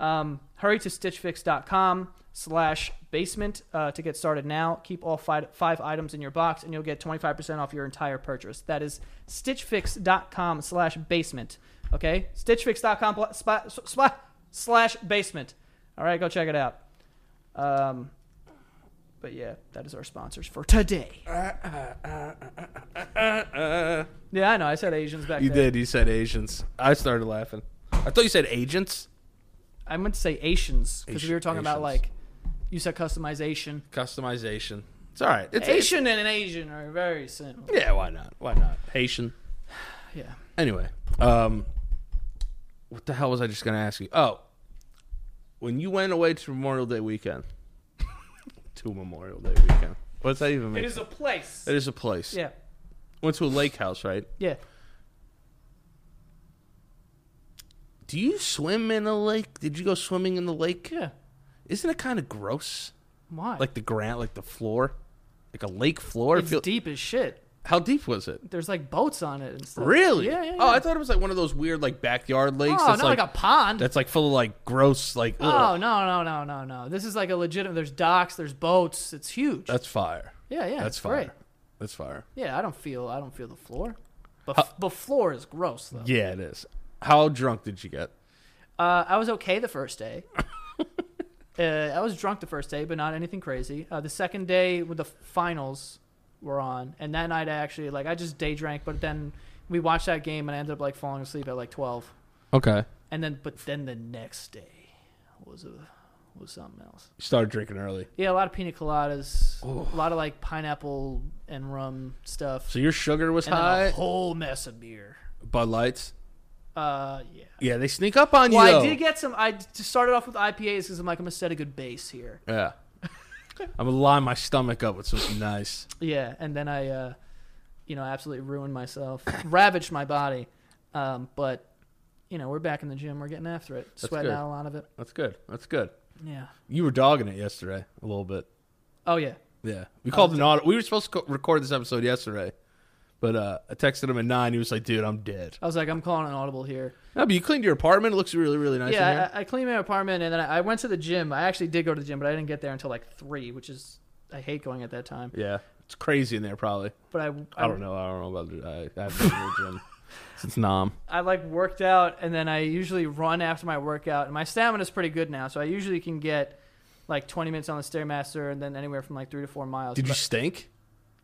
A: um, hurry to stitchfix.com slash basement uh, to get started now. Keep all five, five items in your box and you'll get 25% off your entire purchase. That is stitchfix.com slash basement. Okay? Stitchfix.com pl- spa- s- spa- slash basement. All right, go check it out. Um, but yeah, that is our sponsors for today. Yeah, I know. I said Asians back
B: you
A: there.
B: did. You said Asians. I started laughing. I thought you said agents.
A: I meant to say Asians because we
B: Asian-
A: were talking about
B: Asians.
A: like, you said customization.
B: Customization. It's all right. It's
A: Asian and an Asian are very similar.
B: Yeah, why not? Why not? Haitian.
A: Yeah.
B: Anyway, um, what the hell was I just going to ask you? Oh, when you went away to Memorial Day weekend, *laughs* to Memorial Day weekend, what's that even mean?
A: It is a place.
B: It is a place.
A: Yeah.
B: Went to a lake house, right?
A: Yeah.
B: Do you swim in a lake? Did you go swimming in the lake?
A: Yeah.
B: Isn't it kind of gross?
A: Why?
B: Like the ground, like the floor, like a lake floor.
A: it's
B: Feel-
A: deep as shit.
B: How deep was it?
A: There's like boats on it and stuff.
B: Really?
A: Yeah, yeah. yeah.
B: Oh, I thought it was like one of those weird like backyard lakes.
A: Oh,
B: that's
A: not like, a pond.
B: that's like full of like gross like.
A: Oh
B: ugh.
A: no no no no no! This is like a legitimate. There's docks. There's boats. It's huge.
B: That's fire.
A: yeah yeah.
B: That's
A: it's
B: fire.
A: great.
B: That's fire.
A: Yeah, I don't feel I don't feel the floor. But but floor is gross though.
B: Yeah, it is. How drunk did you get?
A: Uh, I was okay the first day. uh, I was drunk the first day, but not anything crazy. Uh, the second day with the finals were on, and that night I actually like I just day drank, but then we watched that game and I ended up like falling asleep at like twelve.
B: Okay,
A: And then but then the next day was a was something else.
B: you started drinking early,
A: Yeah, a lot of pina coladas, a lot of like pineapple and rum stuff,
B: so your sugar was
A: and then
B: high.
A: a whole mess of beer.
B: Bud Lights.
A: Uh, yeah.
B: Yeah, they sneak up on you.
A: Well, I
B: though.
A: did get some. I d- started off with IPAs because I'm like, I'm gonna set a good base here.
B: Yeah. I'm gonna line my stomach up with something nice.
A: Yeah, and then I, uh, you know, absolutely ruined myself, *coughs* ravaged my body. Um, but you know, we're back in the gym. We're getting after it, sweating
B: good.
A: out a lot of it.
B: That's good. That's good.
A: Yeah.
B: You were dogging it yesterday a little bit.
A: Oh yeah.
B: Yeah. We called an auto. We were supposed to co- record this episode yesterday, but uh, I texted him at nine. He was like, "Dude, I'm dead."
A: I was like, I'm calling an audible here.
B: No, but you cleaned your apartment. It looks really, really nice. in
A: yeah,
B: here.
A: I, I cleaned my apartment and then I, I went to the gym. I actually did go to the gym, but I didn't get there until like three, which is I hate going at that time.
B: yeah. It's crazy in there, probably.
A: But I,
B: I don't know. I don't know about. it. I, I haven't been to the *laughs* gym since Nom.
A: I like worked out and then I usually run after my workout and my stamina's pretty good now, so I usually can get like 20 minutes on the stairmaster and then anywhere from like three to four miles.
B: Did you
A: But-
B: stink?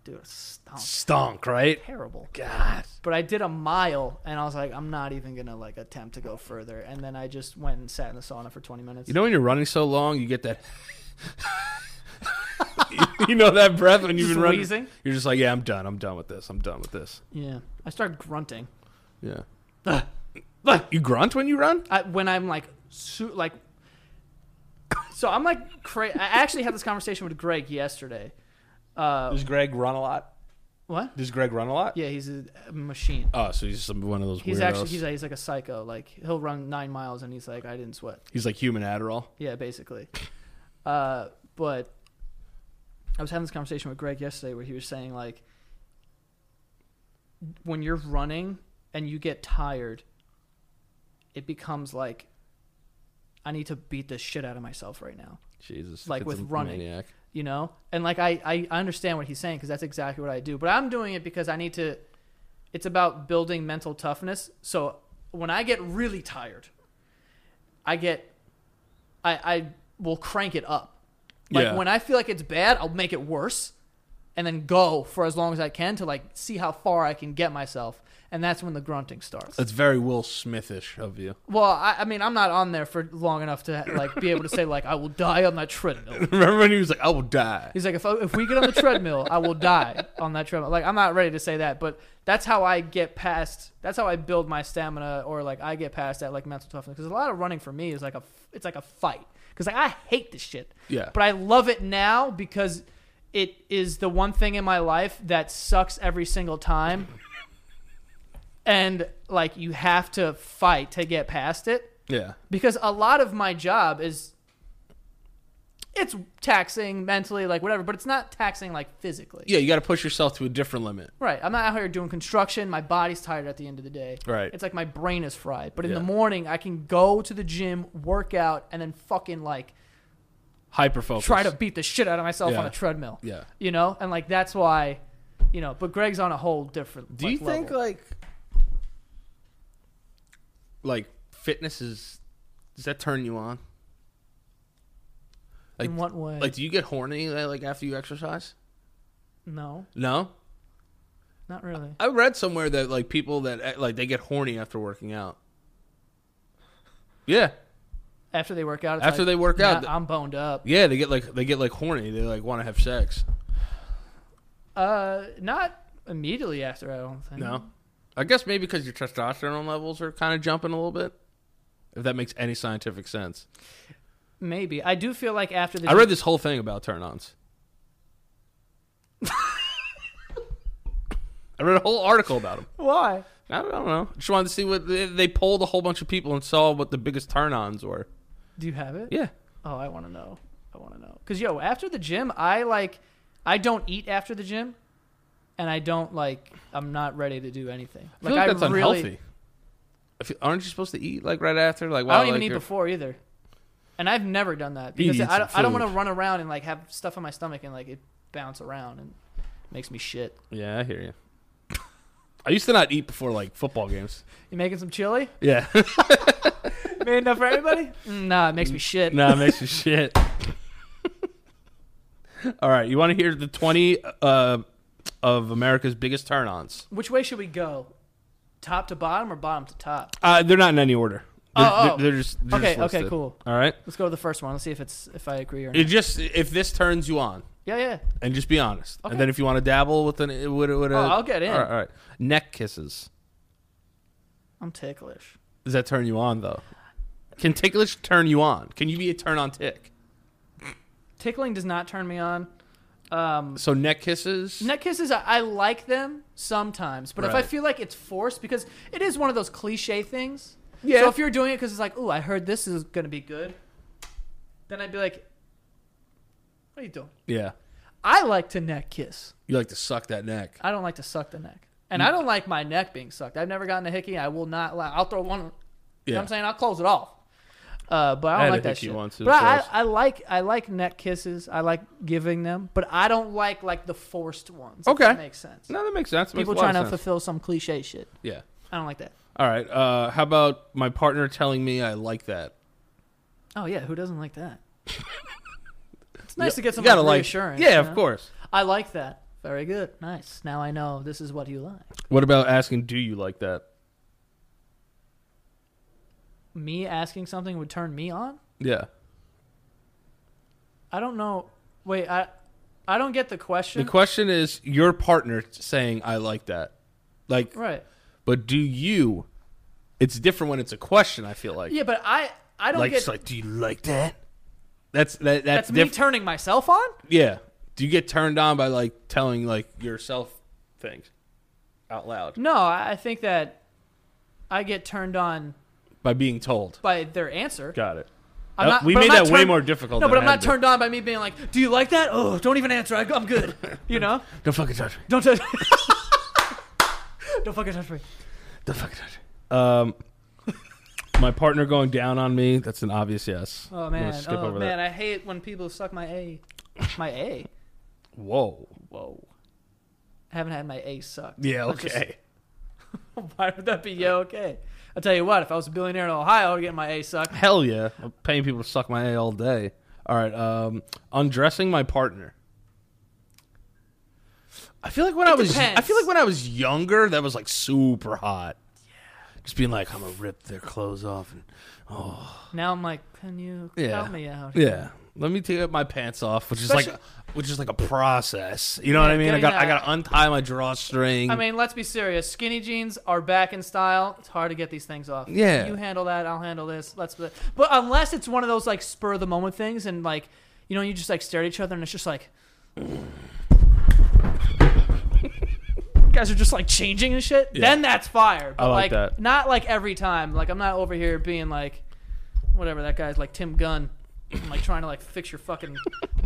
A: dude? It stunk
B: Stunk, right?
A: terrible.
B: God.
A: But I did a mile and I was like, I'm not even gonna like attempt to go further. And then I just went and sat in the sauna for 20 minutes.
B: You know when you're running so long, you get *laughs* that. you know that breath when you've
A: Just
B: been running.
A: wheezing?
B: You're just like, yeah, I'm done. I'm done with this. I'm done with this.
A: yeah, I started grunting.
B: Yeah. Look, *laughs* you grunt when you run.
A: I, when I'm like, su- like, *coughs* so I'm like, cra- I actually had this conversation with Greg yesterday. Uh,
B: Does Greg run a lot?
A: what?
B: Does Greg run a lot?
A: Yeah, he's a a machine.
B: Oh, so he's some one of those.
A: He's
B: weirdos.
A: actually he's, a, he's like a psycho. Like he'll run nine miles and he's like, I didn't sweat.
B: He's like human Adderall.
A: Yeah, basically. *laughs* Uh, but I was having this conversation with Greg yesterday where he was saying like when you're running and you get tired, it becomes like I need to beat the shit out of myself right now.
B: Jesus,
A: Like
B: it's
A: with
B: a
A: running.
B: maniac.
A: you know and like i i I understand what he's saying because that's exactly what i do but i'm doing it because i need to it's about building mental toughness so when i get really tired i get i i will crank it up like
B: Yeah.
A: when i feel like it's bad i'll make it worse and then go for as long as i can to like see how far i can get myself and that's when the grunting starts
B: That's very Will Smithish of *laughs* you.
A: well i, I mean i'm not on there for long enough to like be able to say like i will die on that treadmill
B: Remember when he was like, "I will die."
A: He's like, if, if we get on the treadmill, I will die on that treadmill. Like, I'm not ready to say that, but that's how I get past. That's how I build my stamina, or like I get past that like mental toughness. Because a lot of running for me is like a, it's like a fight. Because like I hate this shit.
B: Yeah.
A: But I love it now because it is the one thing in my life that sucks every single time. and like you have to fight to get past it
B: Yeah,
A: because a lot of my job is it's taxing mentally like whatever but it's not taxing like physically
B: yeah. You got to push yourself to a different limit.
A: right i'm not out here doing construction my body's tired at the end of the day
B: Right.
A: it's like my brain is fried but in the
B: Yeah.
A: morning i can go to the gym work out and then fucking like
B: Hyper focus.
A: try to beat the shit out of myself on
B: Yeah.
A: a treadmill
B: Yeah.
A: you know and like that's why you know but greg's on a whole different
B: Do you think
A: level.
B: like like fitness is does that turn you on? Like
A: in what way
B: like do you get horny uh, like after you exercise?
A: no
B: No?
A: not really
B: I read somewhere that like people that uh, like they get horny after working out. Yeah.
A: after they work out it's
B: After
A: like,
B: they work out,
A: "Nah, i'm boned up
B: Yeah, they get like they get like horny. They like want to have sex.
A: uh not immediately after i don't think
B: No. Mm-hmm. I guess maybe because your testosterone levels are kind of jumping a little bit. If that makes any scientific sense.
A: Maybe I do feel like after the
B: I read this whole thing about turn-ons. *laughs* I read a whole article about them.
A: why
B: I don't, I don't know. Just wanted to see what they, they polled a whole bunch of people and saw what the biggest turn-ons were.
A: do you have it?
B: Yeah,
A: Oh, I want to know. I want to know because yo, after the gym, I like I don't eat after the gym. and I don't like. I'm not ready to do anything.
B: I feel like, that's
A: really,
B: unhealthy. I feel, aren't you supposed to eat like right after? Like
A: I
B: while,
A: don't even
B: like,
A: eat
B: you're-
A: before either, and I've never done that
B: You need
A: because I
B: some
A: don't, I don't
B: food.
A: want to run around and like have stuff in my stomach and like it bounce around and makes me shit.
B: Yeah, I hear you. *laughs* I used to not eat before like football games.
A: You making some
B: *laughs*
A: chili?
B: Yeah,
A: Made enough for everybody? Mm, Nah, it makes me shit.
B: nah, it makes you shit. *laughs* All right, you want to hear the twenty uh, of America's biggest turn-ons?
A: Which way should we go? Top to bottom or bottom to top?
B: Uh, they're not in any order. They're,
A: Oh, oh.
B: they're, they're just they're
A: Okay,
B: just
A: okay,
B: listed.
A: cool.
B: All right,
A: Let's go to the first one. Let's see if it's if I agree or not.
B: it just if this turns you on,
A: yeah, yeah.
B: and just be honest,
A: Okay.
B: and then if you want to dabble with an with, a- with a,
A: Oh, I'll get in.
B: All right, all right, neck kisses.
A: I'm ticklish.
B: Does that turn you on though? Can ticklish turn you on? Can you be a turn on tick?
A: Tickling does not turn me on. Um,
B: So neck kisses.
A: neck kisses, I, I like them sometimes, but if I
B: Right.
A: feel like it's forced, because it is one of those cliche things.
B: Yeah.
A: So if you're doing it because it's like, ooh, I heard this is gonna be good, then I'd be like, what are you doing?
B: yeah.
A: I like to neck kiss.
B: You like to suck that neck.
A: I don't like to suck the neck, and I don't like my neck being sucked. I've never gotten a hickey. I will not. Allow, I'll throw one. You know
B: Yeah.
A: what I'm saying? I'll close it off. Uh, but I
B: I
A: don't
B: had a
A: like that
B: hickey
A: shit.
B: once, it
A: but I,
B: was gross.
A: I like I like neck kisses. I like giving them, but I don't like like the forced ones. if
B: Okay.
A: that makes sense.
B: No, that makes sense. That
A: People
B: makes a lot
A: trying to
B: of sense.
A: fulfill some cliche shit.
B: Yeah.
A: I don't like that.
B: All right. Uh, how about my partner telling me I like that?
A: Oh yeah, who doesn't like
B: *laughs*
A: that? it's nice to get
B: You
A: some
B: gotta
A: like,
B: like
A: reassurance.
B: Yeah,
A: you
B: of
A: know?
B: course.
A: I like that. Very good. Nice. Now I know this is what you like.
B: What about asking? Do you like that?
A: Me asking something would turn me on.
B: Yeah.
A: I don't know. Wait, I I don't get the
B: The
A: question.
B: question is your partner saying I like that, like,
A: right.
B: but do you? It's different when it's a question. I feel like.
A: Yeah, but I I don't
B: Like,
A: get
B: it's like, do you like that? That's that. That's,
A: that's me
B: different.
A: turning myself on?
B: yeah. Do you get turned on by like telling like yourself things out loud
A: No, I I think that I get turned on
B: by being told?
A: by their answer.
B: Got it.
A: I'm
B: Uh,
A: not-
B: we
A: but I'm
B: made
A: not
B: that way
A: turned-
B: more difficult.
A: No,
B: than
A: but I'm
B: it
A: not
B: had to be.
A: turned on by me being like, "Do you like that?" Oh, don't even answer. I, I'm
B: *laughs*
A: good. You know,
B: Don't fucking touch me.
A: don't touch. *laughs* don't fucking touch me.
B: Don't fucking touch me. Um, *laughs* my partner going down on me. That's an obvious yes.
A: Oh
B: I'm gonna
A: man,
B: skip
A: oh
B: over
A: man,
B: that.
A: I hate when people suck my a, my a.
B: Whoa.
A: Whoa, I haven't had my a sucked.
B: Yeah.
A: Let's just-
B: Okay.
A: *laughs* Why would that be yeah okay? I'll tell you what, if I was a billionaire in Ohio, I would get my A sucked.
B: Hell yeah. I'm paying people to suck my a all day. All right. Um, undressing my partner. I feel like when I was I
A: depends.
B: feel like when I was younger, that was like super hot. Just being like, I'm gonna rip their clothes off and
A: Now I'm like, can you
B: Yeah.
A: help me out?
B: Yeah. Let me take my pants off, which is like
A: Especially-
B: which is like a process. You know what I mean? I
A: getting
B: got I
A: that-
B: got to untie my drawstring.
A: I mean, let's be serious. Skinny jeans are back in style. It's hard to get these things off.
B: Yeah.
A: You handle that, I'll handle this. Let's but unless it's one of those like spur of the moment things and like you know, you just like stare at each other and it's just like *laughs* You guys are just like changing and shit.
B: Yeah.
A: Then that's fire. But
B: I like that.
A: not like every time. Like I'm not over here being like whatever that guy's like Tim Gunn. I'm like trying to like fix your fucking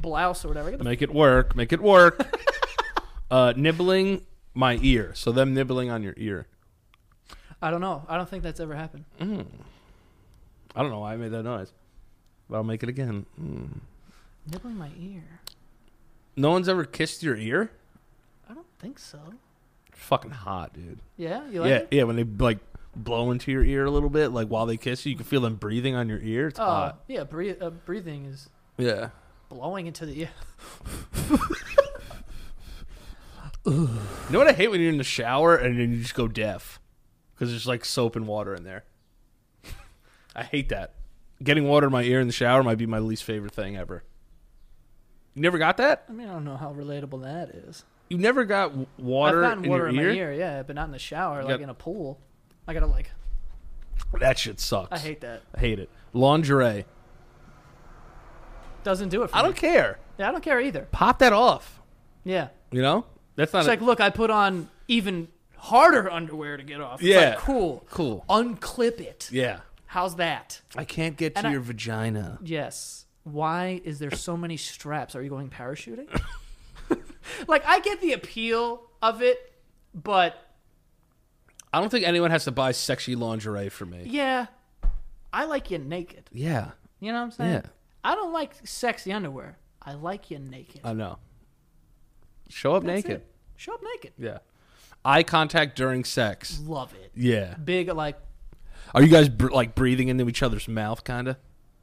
A: blouse or whatever. Get the
B: make it work, make it work. *laughs* uh nibbling my ear. So them nibbling on your ear.
A: I don't know. I don't think that's ever happened.
B: I don't know why I made that noise. But I'll make it again. Mm.
A: Nibbling my ear.
B: No one's ever kissed your ear?
A: I don't think so.
B: Fucking hot, dude.
A: Yeah, you like
B: yeah,
A: it?
B: yeah, when they like blow into your ear a little bit, like while they kiss you, you can feel them breathing on your ear. It's
A: Oh,
B: hot.
A: yeah. Breathe, uh, breathing is
B: Yeah.
A: blowing into the *laughs* ear.
B: You know what I hate when you're in the shower and then you just go deaf because there's like soap and water in there. *laughs* I hate that. Getting water in my ear in the shower might be my least favorite thing ever. You never got that?
A: I mean, I don't know how relatable that is.
B: You never got w- water,
A: I've gotten
B: in,
A: water
B: your
A: in
B: ear?
A: my ear, yeah, but not in the shower,
B: You
A: like
B: got-
A: in a pool. I gotta like.
B: That shit sucks.
A: I hate that.
B: I hate it. Lingerie.
A: Doesn't do it for
B: I
A: me.
B: don't care.
A: Yeah, I don't care either.
B: Pop that off.
A: Yeah,
B: You know? That's not
A: it's
B: a-
A: like look, I put on even harder underwear to get off. It's
B: Yeah.
A: like, cool.
B: cool.
A: Unclip it.
B: Yeah.
A: How's that?
B: I can't get
A: And
B: to
A: I-
B: your vagina.
A: Yes. Why is there so many straps? Are you going parachuting? *laughs* like I get the appeal of it, but
B: I don't think anyone has to buy sexy lingerie for me.
A: yeah, I like you naked.
B: Yeah,
A: You know what I'm saying?
B: Yeah.
A: I don't like sexy underwear. I like you naked.
B: I know. Show up
A: That's
B: naked.
A: it. Show up naked.
B: Yeah. Eye contact during sex.
A: Love it.
B: Yeah.
A: Big like
B: Are you guys br- like breathing into each other's mouth, kind of,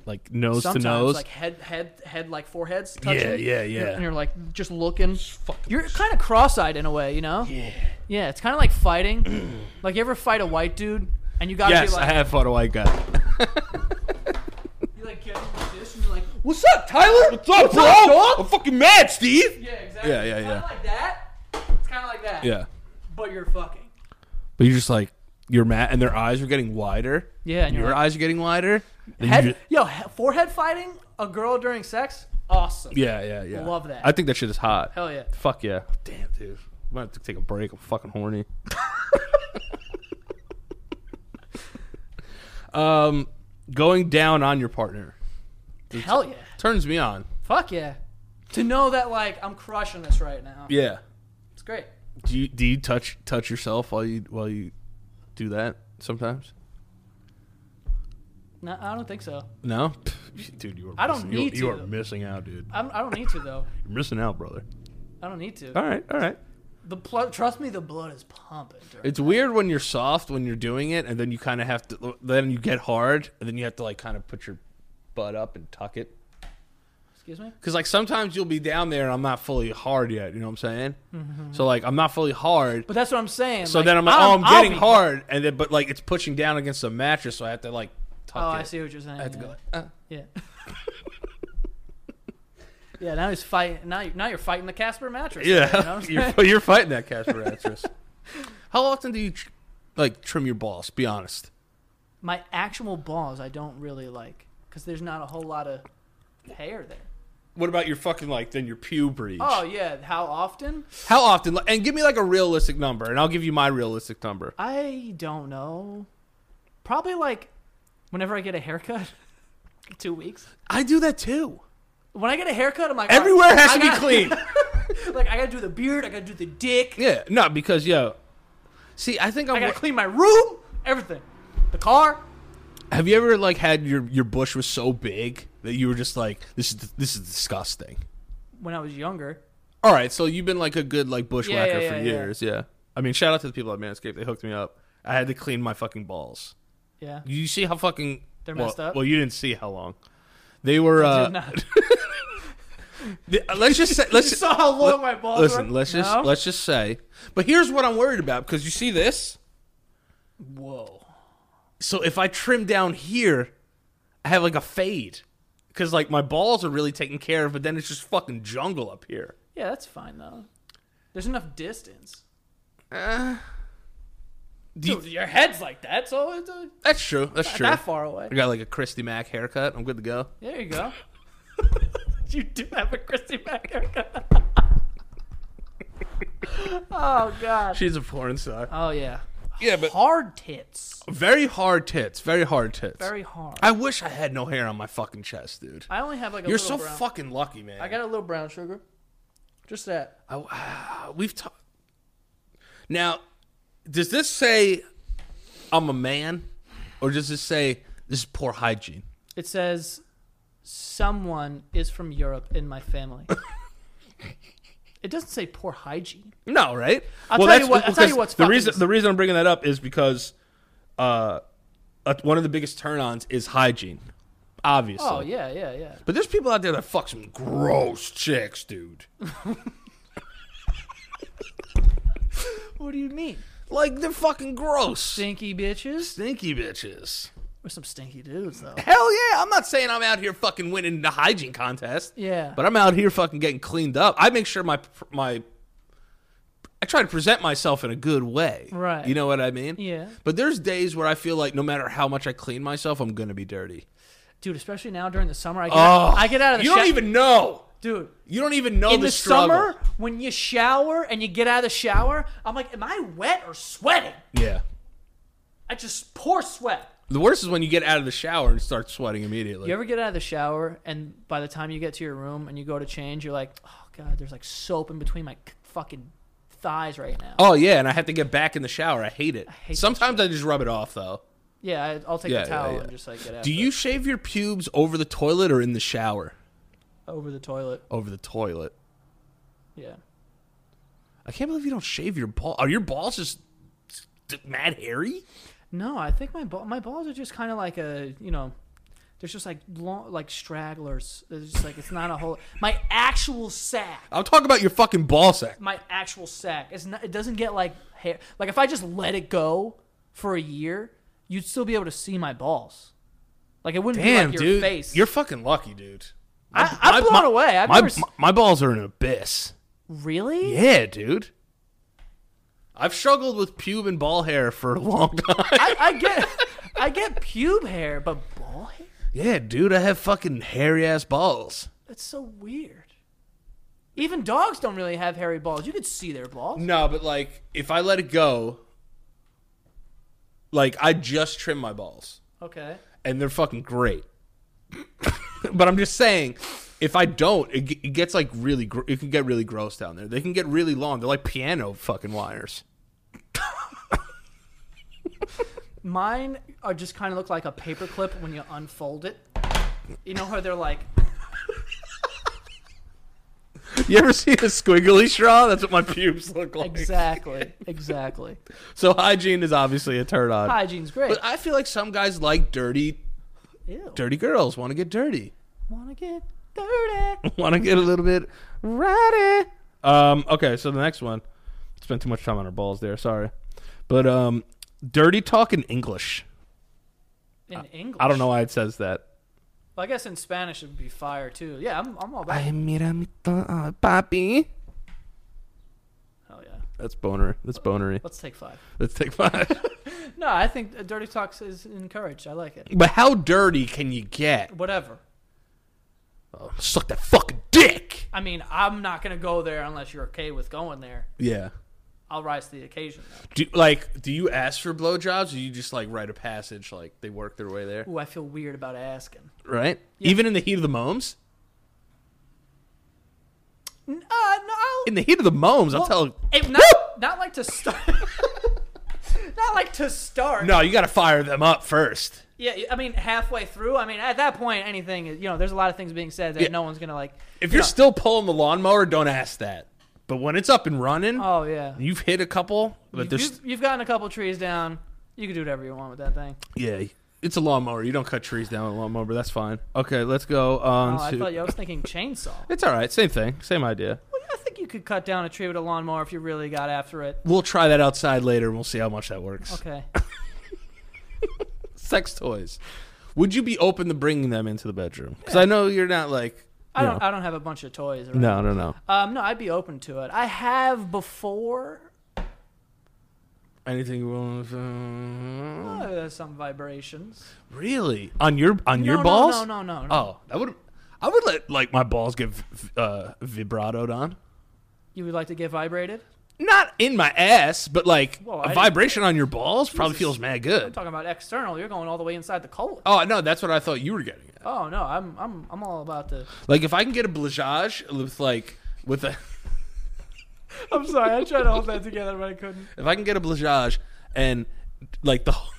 B: like nose
A: sometimes
B: to nose?
A: like head head head like foreheads touching.
B: yeah, yeah.
A: And you're like just looking.
B: fucking-
A: You're kind of cross-eyed in a way, you know? Yeah. Yeah, it's kind of like fighting. *clears throat* like you ever fight a white dude and you got
B: yes,
A: like
B: I have fought a white guy.
A: you like get like this and you're like
B: What's up, Tyler? What's up, bro? I'm fucking mad, Steve.
A: yeah, exactly.
B: Yeah, yeah,
A: It's kinda
B: yeah.
A: like that. It's kind of like that.
B: Yeah.
A: But you're fucking.
B: But you're just like you're mad, and their eyes are getting wider.
A: Yeah, and
B: your
A: you're like,
B: eyes are getting wider. and you
A: head,
B: ju-
A: yo, he- forehead fighting a girl during sex? Awesome.
B: yeah, yeah, yeah.
A: Love that.
B: I think that shit is hot.
A: Hell yeah.
B: Fuck yeah. Damn, dude. I'm gonna have to take a break. I'm
A: *laughs*
B: fucking horny. um, going down on your partner
A: Hell yeah.
B: turns me on.
A: Fuck yeah. To know that like I'm crushing this right now.
B: Yeah.
A: It's great.
B: Do you do you touch touch yourself while you while you do that sometimes?
A: No, I don't think so.
B: No, *laughs* dude, you are.
A: I don't
B: missing-
A: need
B: you,
A: to.
B: You are missing out, dude.
A: I'm, I don't need to though.
B: You're missing out, brother.
A: I don't need to.
B: All right, all right.
A: The pl- trust me, the blood is pumping. During
B: It's weird when you're soft when you're doing it, and then you kind of have to. Then you get hard, and then you have to like kind of put your butt up and tuck it.
A: Excuse me.
B: Because like sometimes you'll be down there and I'm not fully hard yet. You know what I'm saying? So like I'm not fully hard.
A: Mm-hmm. But that's what I'm saying.
B: So then I'm like, oh, I'm
A: I'll
B: getting
A: be-
B: hard, and then but like it's pushing down against the mattress, so I have to like tuck
A: Oh,
B: it.
A: I see what you're saying.
B: I have to go. Like, uh.
A: Yeah. *laughs* yeah. Now he's fighting. Now, you, now you're fighting the Casper mattress. You know what
B: *laughs* *laughs* Yeah,
A: I'm
B: you
A: saying?
B: are you're fighting that Casper mattress. *laughs* How often do you tr- like trim your balls? Be honest.
A: My actual balls, I don't really like because there's not a whole lot of hair there.
B: What about your fucking like then your pube breach?
A: Oh yeah. How often?
B: How often? Like, And give me like a realistic number, and I'll give you my realistic number.
A: I don't know. Probably like whenever I get a
B: *laughs*
A: haircut, two weeks.
B: I do that too.
A: When I get a haircut, I'm like all right,
B: Everywhere has
A: I
B: to be
A: gotta-
B: clean.
A: *laughs* Like I gotta do the beard, I gotta do the dick,
B: yeah, no, because yo, see, I think I'm.
A: I gotta clean my room, everything, the car.
B: Have you ever like had your your bush was so big that you were just like this is this is disgusting.
A: When I was younger,
B: All right, so you've been like a good like bushwhacker
A: yeah,
B: for
A: yeah, yeah.
B: years, yeah. I mean, shout out to the people at Manscaped. They hooked me up. I had to clean my fucking balls.
A: yeah,
B: You see how fucking
A: They're
B: well,
A: messed up?
B: Well, you didn't see how long they were. Uh,
A: Did not-
B: th- let's just say,
A: *laughs*
B: let's
A: you
B: just,
A: saw how long my balls
B: listen.
A: were.
B: Let's just
A: No?
B: let's just say. But here's what I'm worried about because you see this.
A: Whoa,
B: So if I trim down here, I have like a fade because like my balls are really taken care of, but then it's just fucking jungle up here.
A: yeah, that's fine though. There's enough distance. Uh,
B: Do you-
A: Dude, your head's like that, so it's uh,
B: that's true. That's
A: not
B: true.
A: that far away.
B: I got like a Christy Mack haircut. I'm good to go.
A: There you *laughs* go. you do have a Christy Mack haircut. *laughs* oh god.
B: She's a porn star.
A: Oh yeah.
B: yeah, but
A: Hard tits.
B: very hard tits. Very hard tits.
A: Very hard.
B: I wish I had no hair on my fucking chest, dude.
A: I only have like a
B: You're so
A: little brown.
B: fucking lucky, man.
A: I got a little brown sugar. Just that.
B: I- we've talked. Now, does this say I'm a man, or does this say this is poor hygiene?
A: It says someone is from Europe in my family. *laughs* it doesn't say poor hygiene.
B: No, right?
A: I'll tell you what- I'll tell you
B: because
A: what's
B: the
A: fucking
B: reason.
A: dis-
B: The reason I'm bringing that up is because, uh, uh, one of the biggest turn-ons is hygiene, obviously.
A: Oh yeah, yeah, yeah.
B: But there's people out there that fuck some gross chicks, dude.
A: What do you mean?
B: like they're fucking gross,
A: Stinky bitches?
B: stinky bitches.
A: Or some stinky dudes though.
B: Hell yeah! I'm not saying I'm out here fucking winning the hygiene contest.
A: Yeah.
B: But I'm out here fucking getting cleaned up. I make sure my my I try to present myself in a good way.
A: Right.
B: You know what I mean?
A: Yeah.
B: But there's days where I feel like no matter how much I clean myself, I'm gonna be dirty.
A: Dude, especially now during the summer, I get, out, I get out of the
B: Oh, You
A: shower.
B: don't even know.
A: dude.
B: You don't even know
A: in
B: the,
A: the
B: struggle.
A: summer when you shower and you get out of the shower, I'm like, am I wet or sweating?
B: Yeah.
A: I just pour sweat.
B: The worst is when you get out of the shower and start sweating immediately.
A: You ever get out of the shower and by the time you get to your room and you go to change, you're like, oh God, there's like soap in between my c- fucking thighs right now.
B: Oh yeah, and I have to get back in the shower. I hate it.
A: hate that
B: Sometimes I just rub it off though.
A: Yeah, I, I'll take
B: Yeah,
A: the
B: yeah,
A: towel
B: yeah.
A: and just like get out.
B: Do you shave your pubes over the toilet or in the shower?
A: over the toilet?
B: Over the toilet.
A: Yeah.
B: I can't believe you don't shave your ball. Are your balls just d- mad hairy?
A: No, I think my ball, my balls are just kind of like a you know, there's just like long like stragglers. There's just like it's not a whole my actual sack.
B: I'm talking about your fucking ball sack.
A: my actual sack. It's not, it doesn't get like hair. Like if I just let it go for a year, you'd still be able to see my balls. Like it wouldn't
B: Damn,
A: be like your
B: dude,
A: face.
B: you're fucking lucky, dude.
A: I, I'm blown away. I've
B: my,
A: never s-
B: my- my balls are an abyss.
A: really.
B: Yeah, dude. I've struggled with pube and ball hair for a long *laughs* time.
A: I, I get, *laughs* I get pube hair, but ball hair.
B: yeah, dude, I have fucking hairy ass balls.
A: That's so weird. Even dogs don't really have hairy balls. You could see their balls.
B: No, but like if I let it go, like I just trim my balls
A: Okay.
B: and they're fucking great. but I'm just saying, if I don't, it, ge- it gets like really, gr- it can get really gross down there. They can get really long. They're like piano fucking wires. *laughs*
A: Mine are just kind of look like a paperclip when you unfold it. You know how they're
B: *laughs*
A: like,
B: You ever see a squiggly straw? That's what my pubes look like.
A: exactly, exactly.
B: So hygiene is obviously a turn on.
A: Hygiene's great.
B: But I feel like some guys like dirty,
A: Ew.
B: dirty girls. Want to get dirty. *laughs*
A: Wanna get dirty?
B: Want to get a little bit ratty. Um. Okay. So the next one. Spent too much time on our balls there. Sorry, but um, dirty talk in English.
A: In English.
B: I don't know why it says that.
A: Well, I guess in Spanish it would be fire too. Yeah, I'm, I'm all about. it.
B: mira mi to- uh, papi.
A: Hell yeah.
B: That's boner. That's bonery.
A: Let's take
B: *laughs*
A: five.
B: Let's take five.
A: No, I think uh, dirty talks is encouraged. I like it.
B: but how dirty can you get?
A: Whatever.
B: Oh, Suck that fucking dick.
A: I mean, I'm not gonna go there unless you're okay with going there.
B: Yeah.
A: I'll rise to the occasion. Though.
B: Do like do you ask for blowjobs or you just like write a passage like they work their way there?
A: Ooh, I feel weird about asking.
B: Right? Even in the heat of the moms?
A: N- Uh, no, I'll,
B: In the heat of the moms, I'll
A: well,
B: tell
A: it- not, not like to start. *laughs* not like to start.
B: No, you gotta fire them up first.
A: Yeah, I mean halfway through. I mean at that point, anything. is- You know, there's a lot of things being said that
B: Yeah.
A: no one's gonna like.
B: If
A: you
B: you're
A: know-
B: still pulling the lawnmower, don't ask that. But when it's up and running,
A: Oh yeah.
B: you've hit a couple, but
A: You've,
B: there's
A: you've- you've gotten a couple trees down. You can do whatever you want with that thing.
B: Yeah, it's a lawnmower. You don't cut trees down with a lawnmower. That's fine. Okay, let's go on
A: Oh, I
B: to.
A: thought you I was thinking
B: *laughs*
A: chainsaw.
B: It's all right. Same thing. Same idea.
A: Well, I think you could cut down a tree with a lawnmower if you really got after it.
B: We'll try that outside later. and We'll see how much that works.
A: Okay.
B: Sex toys. Would you be open to bringing them into the bedroom? Because I know you're not like.
A: I
B: you
A: don't.
B: know.
A: I don't have a bunch of toys. Around.
B: no, no, no.
A: Um. No, I'd be open to it. I have before.
B: Anything you want? to-
A: Oh, there's some vibrations.
B: Really? On your on your
A: No, no,
B: balls?
A: No, no, no. no,
B: Oh, that would. I would let like my balls get v- uh, vibratoed on.
A: You would like to get vibrated?
B: Not in my ass, but like
A: Well, I
B: a
A: didn't-
B: vibration on your balls probably
A: Jesus.
B: feels mad
A: I'm
B: good.
A: talking about external. You're going all the way inside the colon.
B: Oh no, that's what I thought you were getting at.
A: Oh no, I'm I'm I'm all about the.
B: Like if I can get a blazage with like with a
A: *laughs*
B: *laughs*
A: I'm sorry. I tried to hold that together, but I couldn't.
B: if I can get a blazage and like the whole-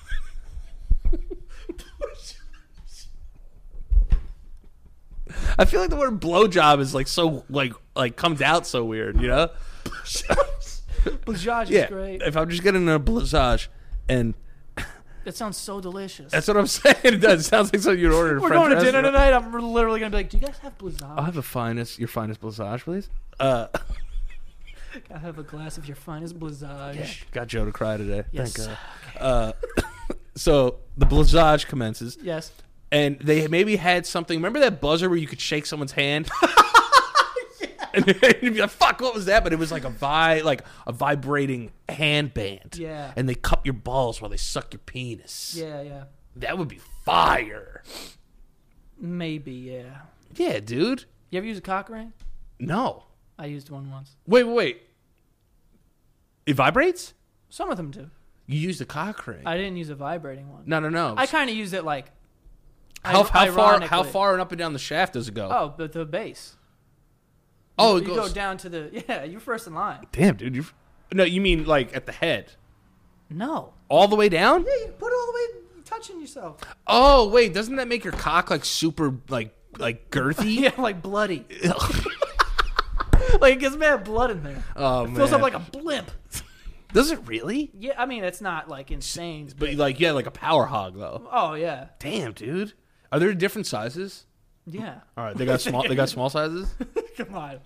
B: *laughs* I feel like the word blowjob is like so like like comes out so weird, you know?
A: Blajaj is
B: Yeah.
A: great.
B: If I'm just getting a blazage and
A: That sounds so delicious.
B: that's what I'm *laughs* saying. It does. sounds like something you'd order. at a Uh-huh.
A: We're
B: French
A: going to dinner
B: restaurant.
A: tonight. I'm literally gonna be like, "Do you guys have
B: I'll
A: blazage?
B: have a finest your finest blazage, please. Uh
A: I have a glass of your finest blazage."
B: got Joe to cry today.
A: Yes.
B: Thank God. Uh, *coughs* so the blazage commences.
A: Yes.
B: and they maybe had something. Remember that buzzer where you could shake
A: *laughs*
B: someone's hand? And *laughs* you'd be like, "Fuck, what was that?" But it was like a vi- like a vibrating handband.
A: Yeah.
B: And they cup your balls while they suck your penis.
A: Yeah. Yeah.
B: That would be fire.
A: Maybe. Yeah.
B: Yeah, dude.
A: You ever use a cock ring?
B: No.
A: I used one once.
B: Wait, wait, wait. It vibrates.
A: Some of them do.
B: You use the cock ring.
A: I didn't use a vibrating one.
B: no, no, no.
A: I kind of used it like.
B: how
A: ir-
B: how far how
A: ironically.
B: far and up and down the shaft does it go?
A: Oh, but the base.
B: Oh, it
A: you
B: goes.
A: go down to the *laughs* yeah. You're first in line.
B: Damn, dude. You. No, you mean like at the head,
A: No.
B: all the way down?
A: Yeah, you put it all the way you're touching
B: *laughs*
A: yourself.
B: Oh wait, doesn't that make your cock like super like like girthy? *laughs*
A: Yeah, like bloody. like it gets mad blood in there.
B: Oh man,
A: Fills up like a blimp.
B: does it really?
A: Yeah, I mean it's not like insane.
B: But like yeah, like a power hog though.
A: Oh yeah,
B: Damn, dude. Are there different sizes?
A: yeah. *laughs*
B: All right, they got small. they got small *laughs* sizes.
A: Come on.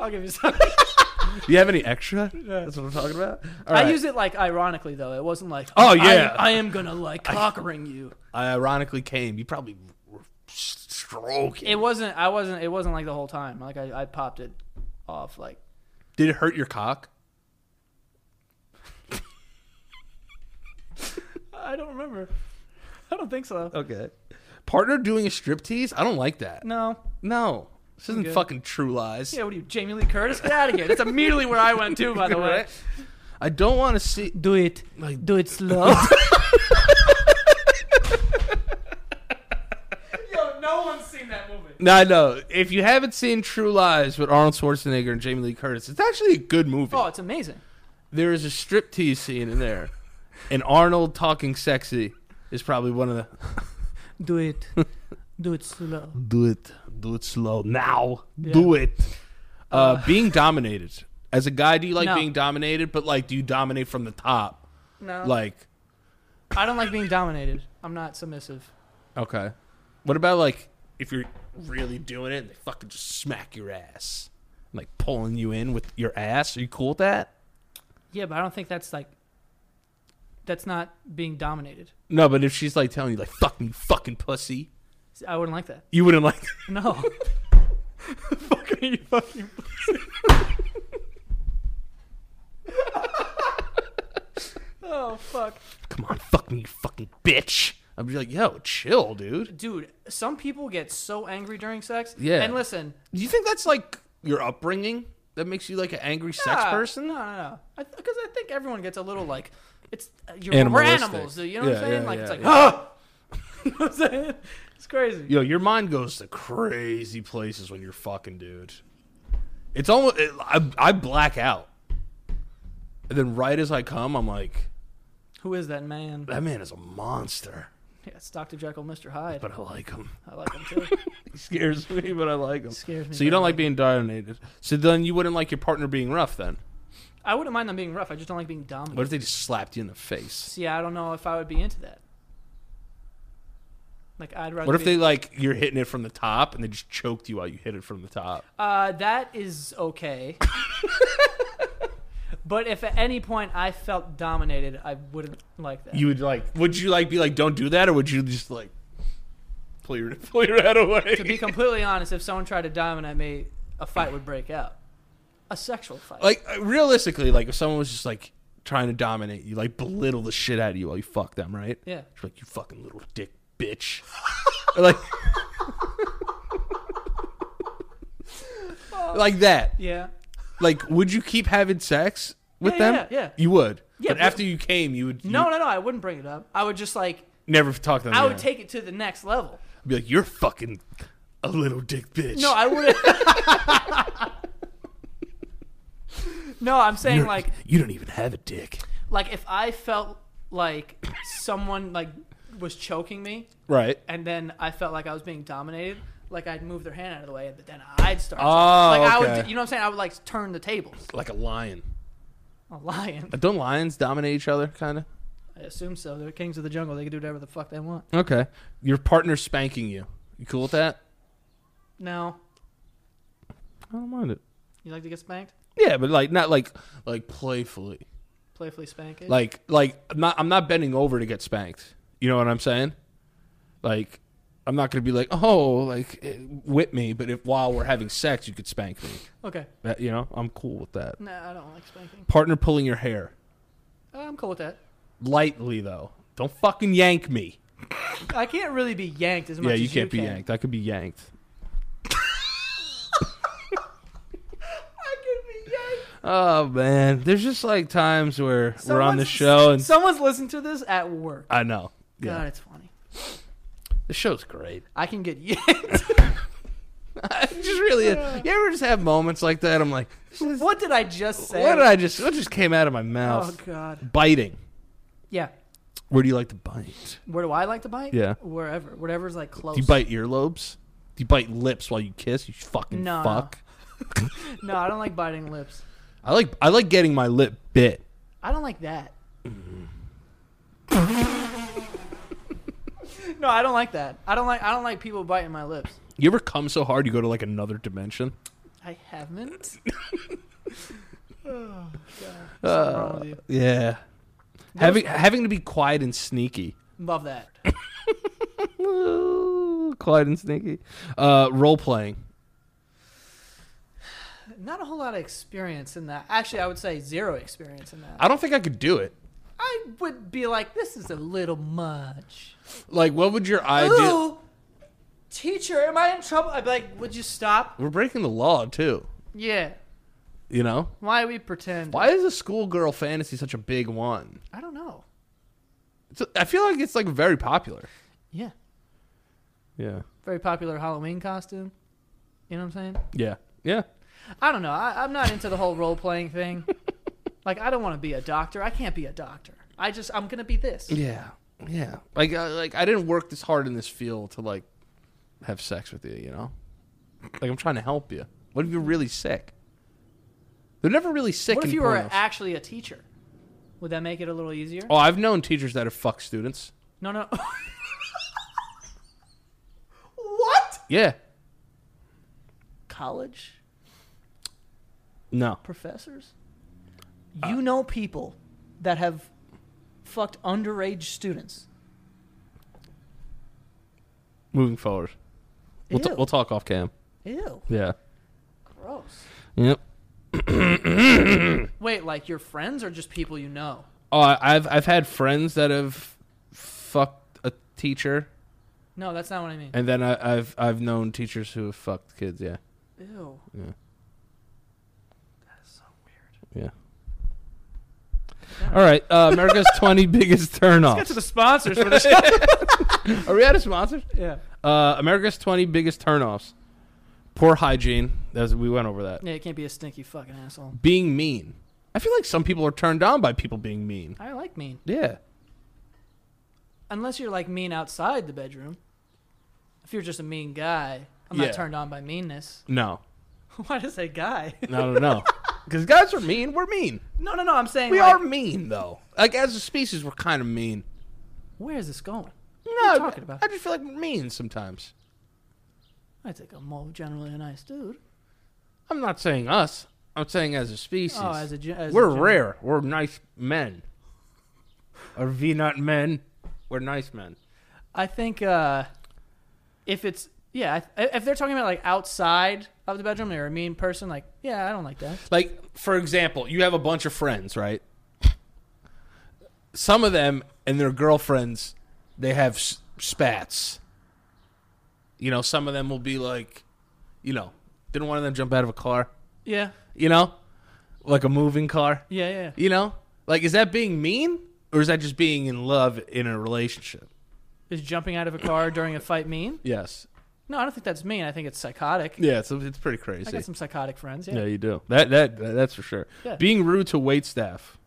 A: I'll give you
B: *laughs*
A: some.
B: Do you have any *laughs* extra? That's what I'm talking about. All right.
A: I use it like ironically though. It wasn't like
B: Oh,
A: I-
B: yeah.
A: I, am gonna like cockering you.
B: I ironically came. You probably were s- stroking.
A: It wasn't. I wasn't. It wasn't like the whole time. Like I, I popped it off. Like
B: Did it hurt your cock?
A: I don't remember. I don't think so.
B: Okay. Partner doing a striptease? I don't like that.
A: No.
B: No. This isn't
A: Okay.
B: fucking true lies.
A: Yeah. What are you, Jamie Lee Curtis? Get out of here. That's immediately where I went to. By
B: *laughs*
A: the way.
B: Right? I don't want to see.
A: Do it.
B: Like-
A: do it
B: *laughs*
A: slow. Yo, no one's seen that movie.
B: No, I know. If you haven't seen True Lies with Arnold Schwarzenegger and Jamie Lee Curtis, it's actually a good movie.
A: Oh, it's amazing.
B: There is a striptease scene in there, and Arnold talking sexy is probably one of the.
A: Do it. Do it
B: *laughs*
A: slow.
B: Do it. Do it slow. Now. Do it. Uh, being dominated. As a guy, do you like
A: No.
B: being dominated? But, like, do you dominate from the top?
A: No.
B: Like,
A: I don't like being dominated. I'm not submissive.
B: okay. What about, like, if you're really doing it and they fucking just smack your ass? Like, pulling you in with your ass? Are you cool with that?
A: Yeah, but I don't think that's like that's not being dominated.
B: No, but if she's like telling you like fuck me, fucking pussy,
A: I wouldn't like that.
B: you wouldn't like. *laughs*
A: No. Fuck are you fucking *laughs* Oh fuck.
B: Come on, fuck me, you fucking bitch. I'd be like, yo, chill, dude.
A: Dude, some people get so angry during sex.
B: Yeah.
A: And listen,
B: Do you think that's like your upbringing that makes you like an angry sex
A: ah,
B: person?
A: No, no, no. Because I, th- 'cause I think everyone gets a little like it's uh, you're, we're
B: Animalistic.
A: animals. dude, You know
B: Yeah,
A: what I'm saying?
B: yeah,
A: like
B: yeah,
A: it's like
B: yeah.
A: ah! *laughs* you know what I'm saying? It's crazy.
B: Yo, your mind goes to crazy places when you're fucking, dude. It's almost it, I, I black out, and then right as I come, I'm like,
A: Who is that man?
B: that man is a monster,
A: Yeah, it's Dr. Jekyll, Mr. Hyde.
B: but I like him. *laughs*
A: I like him too. *laughs*
B: He scares me, but I like him.
A: Scares me,
B: So you
A: but I
B: don't like being dominated. So then you wouldn't like your partner being rough, then.
A: I wouldn't mind them being rough. I just don't like being dominant.
B: What if they just slapped you in the face?
A: See, I don't know if I would be into that. Like, I'd rather.
B: What if
A: be-
B: they like you're hitting it from the top and they just choked you while you hit it from the top?
A: Uh, that is
B: *laughs*
A: okay. but if at any point I felt dominated, I wouldn't like that.
B: You would like would you like be like don't do that or would you just like pull your *laughs* pull your head away?
A: to be completely honest, if someone tried to dominate me, a fight would break out. A sexual fight.
B: like uh, realistically, like if someone was just like trying to dominate you, like belittle the shit out of you while you fuck them, right?
A: yeah.
B: She's like, you fucking little dick bitch. *laughs*
A: *laughs*
B: Or, like, like that.
A: Yeah.
B: Like, would you keep having sex with
A: Yeah,
B: them?
A: yeah, yeah.
B: You would.
A: Yeah,
B: but
A: but-
B: after you came, you would
A: No,
B: you'd
A: no, no. I wouldn't bring it up. I would just, like,
B: never talk to them.
A: I
B: again.
A: would take it to the next level.
B: be like, you're fucking a little dick bitch.
A: No, I wouldn't. *laughs* no, I'm saying
B: You're-
A: like
B: you don't even have a dick.
A: like if I felt like someone like was choking me
B: Right.
A: and then I felt like I was being dominated, like I'd move their hand out of the way, but then I'd start.
B: Oh,
A: like I
B: okay.
A: would, you know what I'm saying? I would like turn the tables.
B: Like a lion.
A: A lion.
B: Uh, Don't lions dominate each other, kind of?
A: I assume so. They're kings of the jungle. They can do whatever the fuck they want.
B: Okay. Your partner spanking you. You cool with that?
A: No,
B: I don't mind it.
A: you like to get spanked?
B: Yeah, but like not like like playfully.
A: Playfully spank it.
B: Like like I'm not I'm not bending over to get spanked. You know what I'm saying? Like I'm not gonna be like oh like eh, whip me, but if while we're having sex you could spank me.
A: okay.
B: That, you know I'm cool with that.
A: No, I don't like spanking.
B: Partner pulling your hair
A: I'm cool with that.
B: lightly though. Don't fucking yank me.
A: I can't really be yanked as much.
B: Yeah, you
A: as
B: can't be
A: you can.
B: yanked. I could be
A: I
B: yanked.
A: could be yanked.
B: Oh man, there's just like times where we're on the
A: Someone's-
B: show and
A: someone's listened to this at work.
B: I know.
A: God,
B: Yeah,
A: it's funny. *laughs*
B: the show's great. *laughs*
A: I can get yanked.
B: I just
A: *laughs*
B: really, you ever just have moments like that? I'm like,
A: What did I just say?
B: what did I just? What just came out of my
A: Oh
B: mouth?
A: God.
B: Biting.
A: Yeah.
B: Where do you like to bite?
A: Where do I like to bite?
B: Yeah.
A: Wherever, whatever's like close.
B: Do you bite earlobes? Do you bite lips while you kiss? You fucking
A: No, no.
B: fuck.
A: No, I don't like biting lips.
B: I like I like getting my lip bit.
A: I don't like
B: *laughs*
A: that. no, I don't like that. I don't like. I don't like people biting my lips.
B: You ever come so hard you go to like another dimension?
A: I
B: *laughs*
A: haven't. Oh,
B: Uh,
A: with you?
B: yeah. Having having to be quiet and sneaky.
A: Love that.
B: Ooh, quiet and sneaky. Uh, role playing.
A: Not a whole lot of experience in that. Actually, I would say zero experience in that.
B: I don't think I could do it.
A: I would be like, this is a little much.
B: Like, what would your idea?
A: Ooh, teacher, am I in trouble? I'd be like, would you stop?
B: We're breaking the law too.
A: Yeah.
B: You know
A: Why we pretend?
B: why is a schoolgirl fantasy such a big one?
A: I don't know.
B: It's, I feel like it's like very popular.
A: Yeah.
B: Yeah.
A: Very popular Halloween costume. You know what I'm saying?
B: Yeah. Yeah.
A: I don't know. I, I'm not into the whole role playing
B: *laughs*
A: thing. like, I don't want to be a doctor. I can't be a doctor. I just, I'm going to be this.
B: Yeah, yeah. Like, I, like I didn't work this hard in this field to like have sex with you. You know, like I'm trying to help you. What if you're really sick? They're never really sick.
A: What if
B: in
A: you were
B: pornos.
A: actually a teacher? Would that make it a little easier?
B: oh, I've known teachers that have fucked students.
A: No, no. *laughs* what?
B: Yeah.
A: College
B: No.
A: professors? You know people that have fucked underage students.
B: Moving forward, we'll, t-
A: Ew.
B: we'll talk off cam.
A: Ew.
B: Yeah.
A: Gross.
B: Yep.
A: Wait, like your friends or just people you know?
B: Oh, I- I've I've had friends that have fucked a teacher,
A: No, that's not what I mean.
B: and then I, I've I've known teachers who have fucked kids. Yeah.
A: Ew.
B: Yeah.
A: That is so weird.
B: Yeah. All right, uh,
A: *laughs*
B: America's 20 biggest
A: Get to
B: turnoffs.
A: the sponsors *laughs* for this.
B: Are we out of sponsors?
A: yeah.
B: Uh, America's 20 biggest turnoffs. Poor hygiene. That's, we went over that.
A: Yeah, it can't be a stinky fucking asshole.
B: Being mean. I feel like some people are turned on by people being mean.
A: I like mean.
B: Yeah.
A: Unless you're like mean outside the bedroom. If you're just a mean guy, I'm
B: Yeah.
A: not turned on by *laughs* meanness.
B: No.
A: Why did I say guy?
B: No, no,
A: *laughs*
B: no. Because guys are mean. We're mean.
A: No, no, no. I'm saying
B: We
A: like,
B: are mean, though. Like, as a species, we're kind of mean.
A: Where is this going?
B: No,
A: you talking about?
B: I just feel like we're mean sometimes.
A: I think I'm more generally a nice dude.
B: I'm not saying us. I'm saying as a species.
A: Oh, as a gen- as a
B: We're
A: gen-
B: rare. We're nice men. Are we not men? We're nice men.
A: I think uh, if it's yeah, I- if they're talking about like outside of the bedroom, they're a mean person. Like yeah, I don't like that.
B: Like, for example, you have a bunch of friends, right? Some of them and their girlfriends, they have s- spats. You know, some of them will be like, you know, didn't one of them jump out of a car?
A: Yeah,
B: You know, like a moving car?
A: yeah, yeah.
B: You know, like, is that being mean or is that just being in love in a relationship?
A: Is jumping out of a car during a fight mean?
B: Yes.
A: No, I don't think that's mean. I think it's psychotic.
B: Yeah, it's, it's pretty crazy.
A: I got some psychotic friends. Yeah,
B: Yeah,
A: yeah,
B: you do. That that that- that's for sure.
A: Yeah.
B: Being rude to wait staff.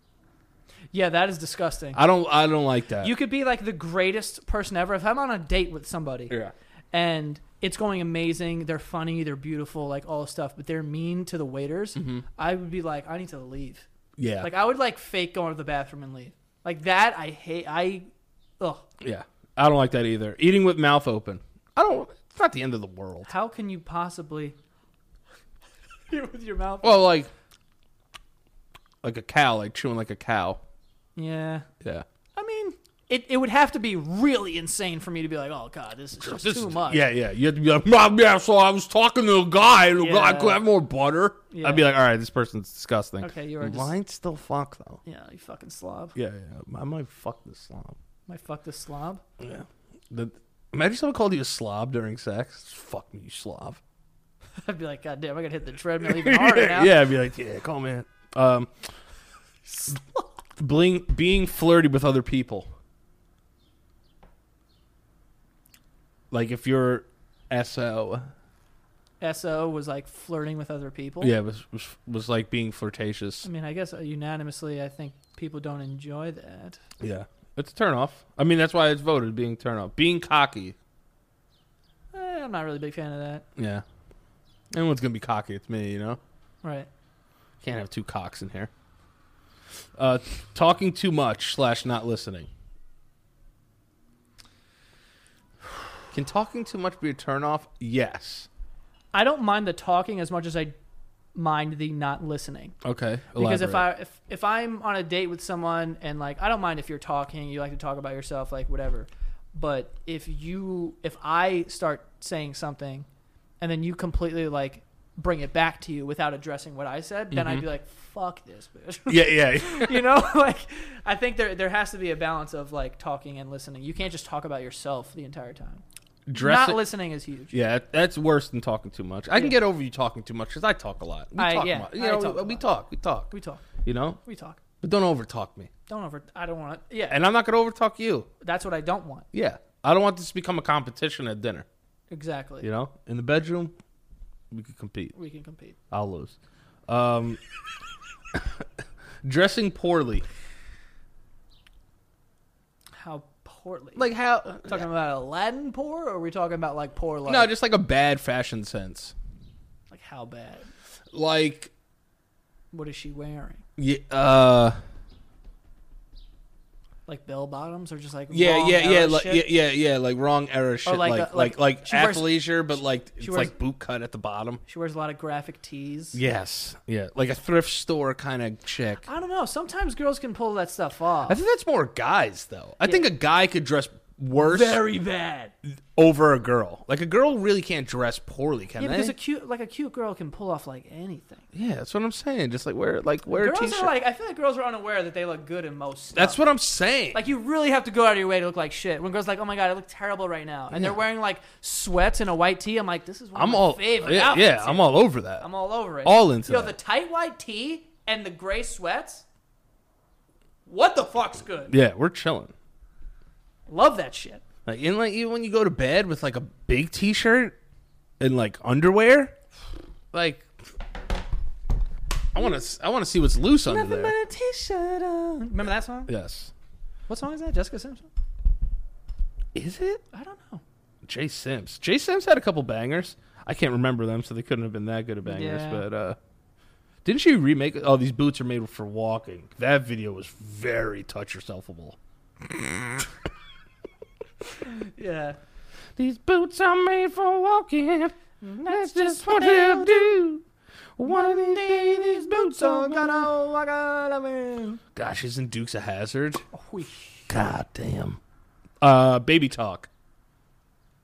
A: that is disgusting.
B: I don't I don't like that.
A: you could be like the greatest person ever. If I'm on a date with somebody,
B: yeah.
A: and it's going amazing. They're funny, they're beautiful, like all this stuff, but they're mean to the waiters.
B: Mm-hmm.
A: I would be like, I need to leave.
B: Yeah.
A: Like I would like fake going to the bathroom and leave. Like that, I hate. I, ugh.
B: yeah. I don't like that either. Eating with mouth open. I don't it's not the end of the world.
A: How can you possibly? *laughs* with your mouth.
B: Well, like like a cow, like chewing like a cow.
A: Yeah.
B: Yeah.
A: I mean, it, it would have to be really insane for me to be like, oh god, this is just
B: This
A: too
B: is-
A: much.
B: Yeah, yeah. You have to be like, "Mom, yeah, so I was talking to a guy and the guy
A: Yeah.
B: could have more butter.
A: Yeah.
B: I'd be like, all right, this person's disgusting.
A: Okay, you are just-
B: Mine still fuck though.
A: Yeah, you fucking slob.
B: Yeah, yeah. I might fuck this slob.
A: My fuck this slob. *laughs*
B: Yeah. The, imagine someone called you a slob during sex. Fuck me, you slob.
A: I'd be like, god damn, I gotta hit the
B: *laughs*
A: treadmill even harder now.
B: yeah, I'd be like, yeah, call man. Um, bling, being flirty with other people. Like if you're SO
A: SO was like flirting with other people.
B: Yeah, it was, was was like being flirtatious.
A: I mean, I guess uh, unanimously, I think people don't enjoy that.
B: Yeah, it's a turnoff. I mean, that's why it's voted being turnoff, being cocky.
A: Eh, I'm not really a big fan of that.
B: Yeah, anyone's gonna be cocky. It's me, you know.
A: Right.
B: Can't have two cocks in here. Uh, talking too much slash not listening. Can talking too much be a turnoff? Yes.
A: I don't mind the talking as much as I mind the not listening.
B: Okay.
A: Because if I
B: elaborate.
A: if, if I'm on a date with someone and like I don't mind if you're talking, you like to talk about yourself, like whatever. But if you if I start saying something and then you completely like bring it back to you without addressing what I said, then I'd be like, fuck this bitch. *laughs*
B: yeah, yeah,
A: you know, *laughs* like I think there there has to be a balance of like talking and listening. You can't just talk about yourself the entire time.
B: *laughs* dressing.
A: Not listening is huge.
B: yeah, that- that's worse than talking too much. I can get over you talking too much because I talk a lot. We
A: I-
B: talk
A: yeah,
B: much. You
A: I
B: know,
A: talk a
B: we
A: lot.
B: talk, we talk.
A: We talk.
B: You know,
A: We talk.
B: but don't over talk me,
A: Don't over. I don't want to. Yeah,
B: and I'm not gonna over talk you.
A: that's what I don't want.
B: Yeah, I don't want this to become a competition at dinner.
A: Exactly.
B: You know, in the bedroom, we could compete.
A: We can compete.
B: I'll lose. Um, dressing poorly,
A: How poorly?
B: like how?
A: talking about Aladdin poor, or are we talking about like poor? Like,
B: No, just like a bad fashion sense.
A: like how bad?
B: Like,
A: What is she wearing?
B: yeah, uh,
A: Like bell bottoms, or just like
B: yeah,
A: long
B: yeah,
A: era
B: yeah, like,
A: shit?
B: yeah, yeah, yeah, like wrong era shit,
A: like
B: like,
A: the-
B: like,
A: like-
B: like,
A: she wears-
B: athleisure, but like it's
A: wears-
B: like boot cut at the bottom.
A: She wears a lot of graphic tees.
B: Yes, yeah, like a thrift store kind of chick.
A: I don't know. Sometimes girls can pull that stuff off.
B: I think that's more guys though. I think a guy could dress worse
C: Very bad.
B: over a girl. Like a girl really can't dress poorly, can
A: yeah,
B: they?
A: because a cute, like a cute girl can pull off like anything.
B: yeah, that's what I'm saying. Just like wear, like wear a
A: girls
B: t-shirt.
A: are like, I feel like girls are unaware that they look good in most. Stuff.
B: That's what I'm saying.
A: Oh. Like you really have to go out of your way to look like shit. When girls are like, oh my god, I look terrible right now, and
B: Yeah.
A: they're wearing like sweats and a white tee. I'm like, this is one of
B: I'm
A: my
B: all
A: favorite
B: yeah,
A: outfits
B: yeah,
A: here.
B: I'm all over that.
A: I'm all over it.
B: All into
A: Yo,
B: that.
A: the tight white tee and the gray sweats. What the fuck's good?
B: yeah, we're chilling.
A: Love that shit.
B: Like in like even when you go to bed with like a big t-shirt and like underwear, like I want to I want to see what's loose under
A: Nothing but
B: there.
A: a t-shirt on. Remember that song?
B: Yes.
A: What song is that? Jessica Simpson?
B: Is it
A: I don't know.
B: Jay Sims? Jay Sims had a couple bangers. I can't remember them, so they couldn't have been that good of bangers.
A: Yeah.
B: But uh didn't she remake? Oh, these boots are made for walking. That video was very touch yourselfable.
A: Yeah.
B: These boots are made for walking. That's just what they'll do. One day these boots are gonna.
A: walk out of here.
B: Gosh, isn't Duke's a hazard? God damn. Uh, baby talk.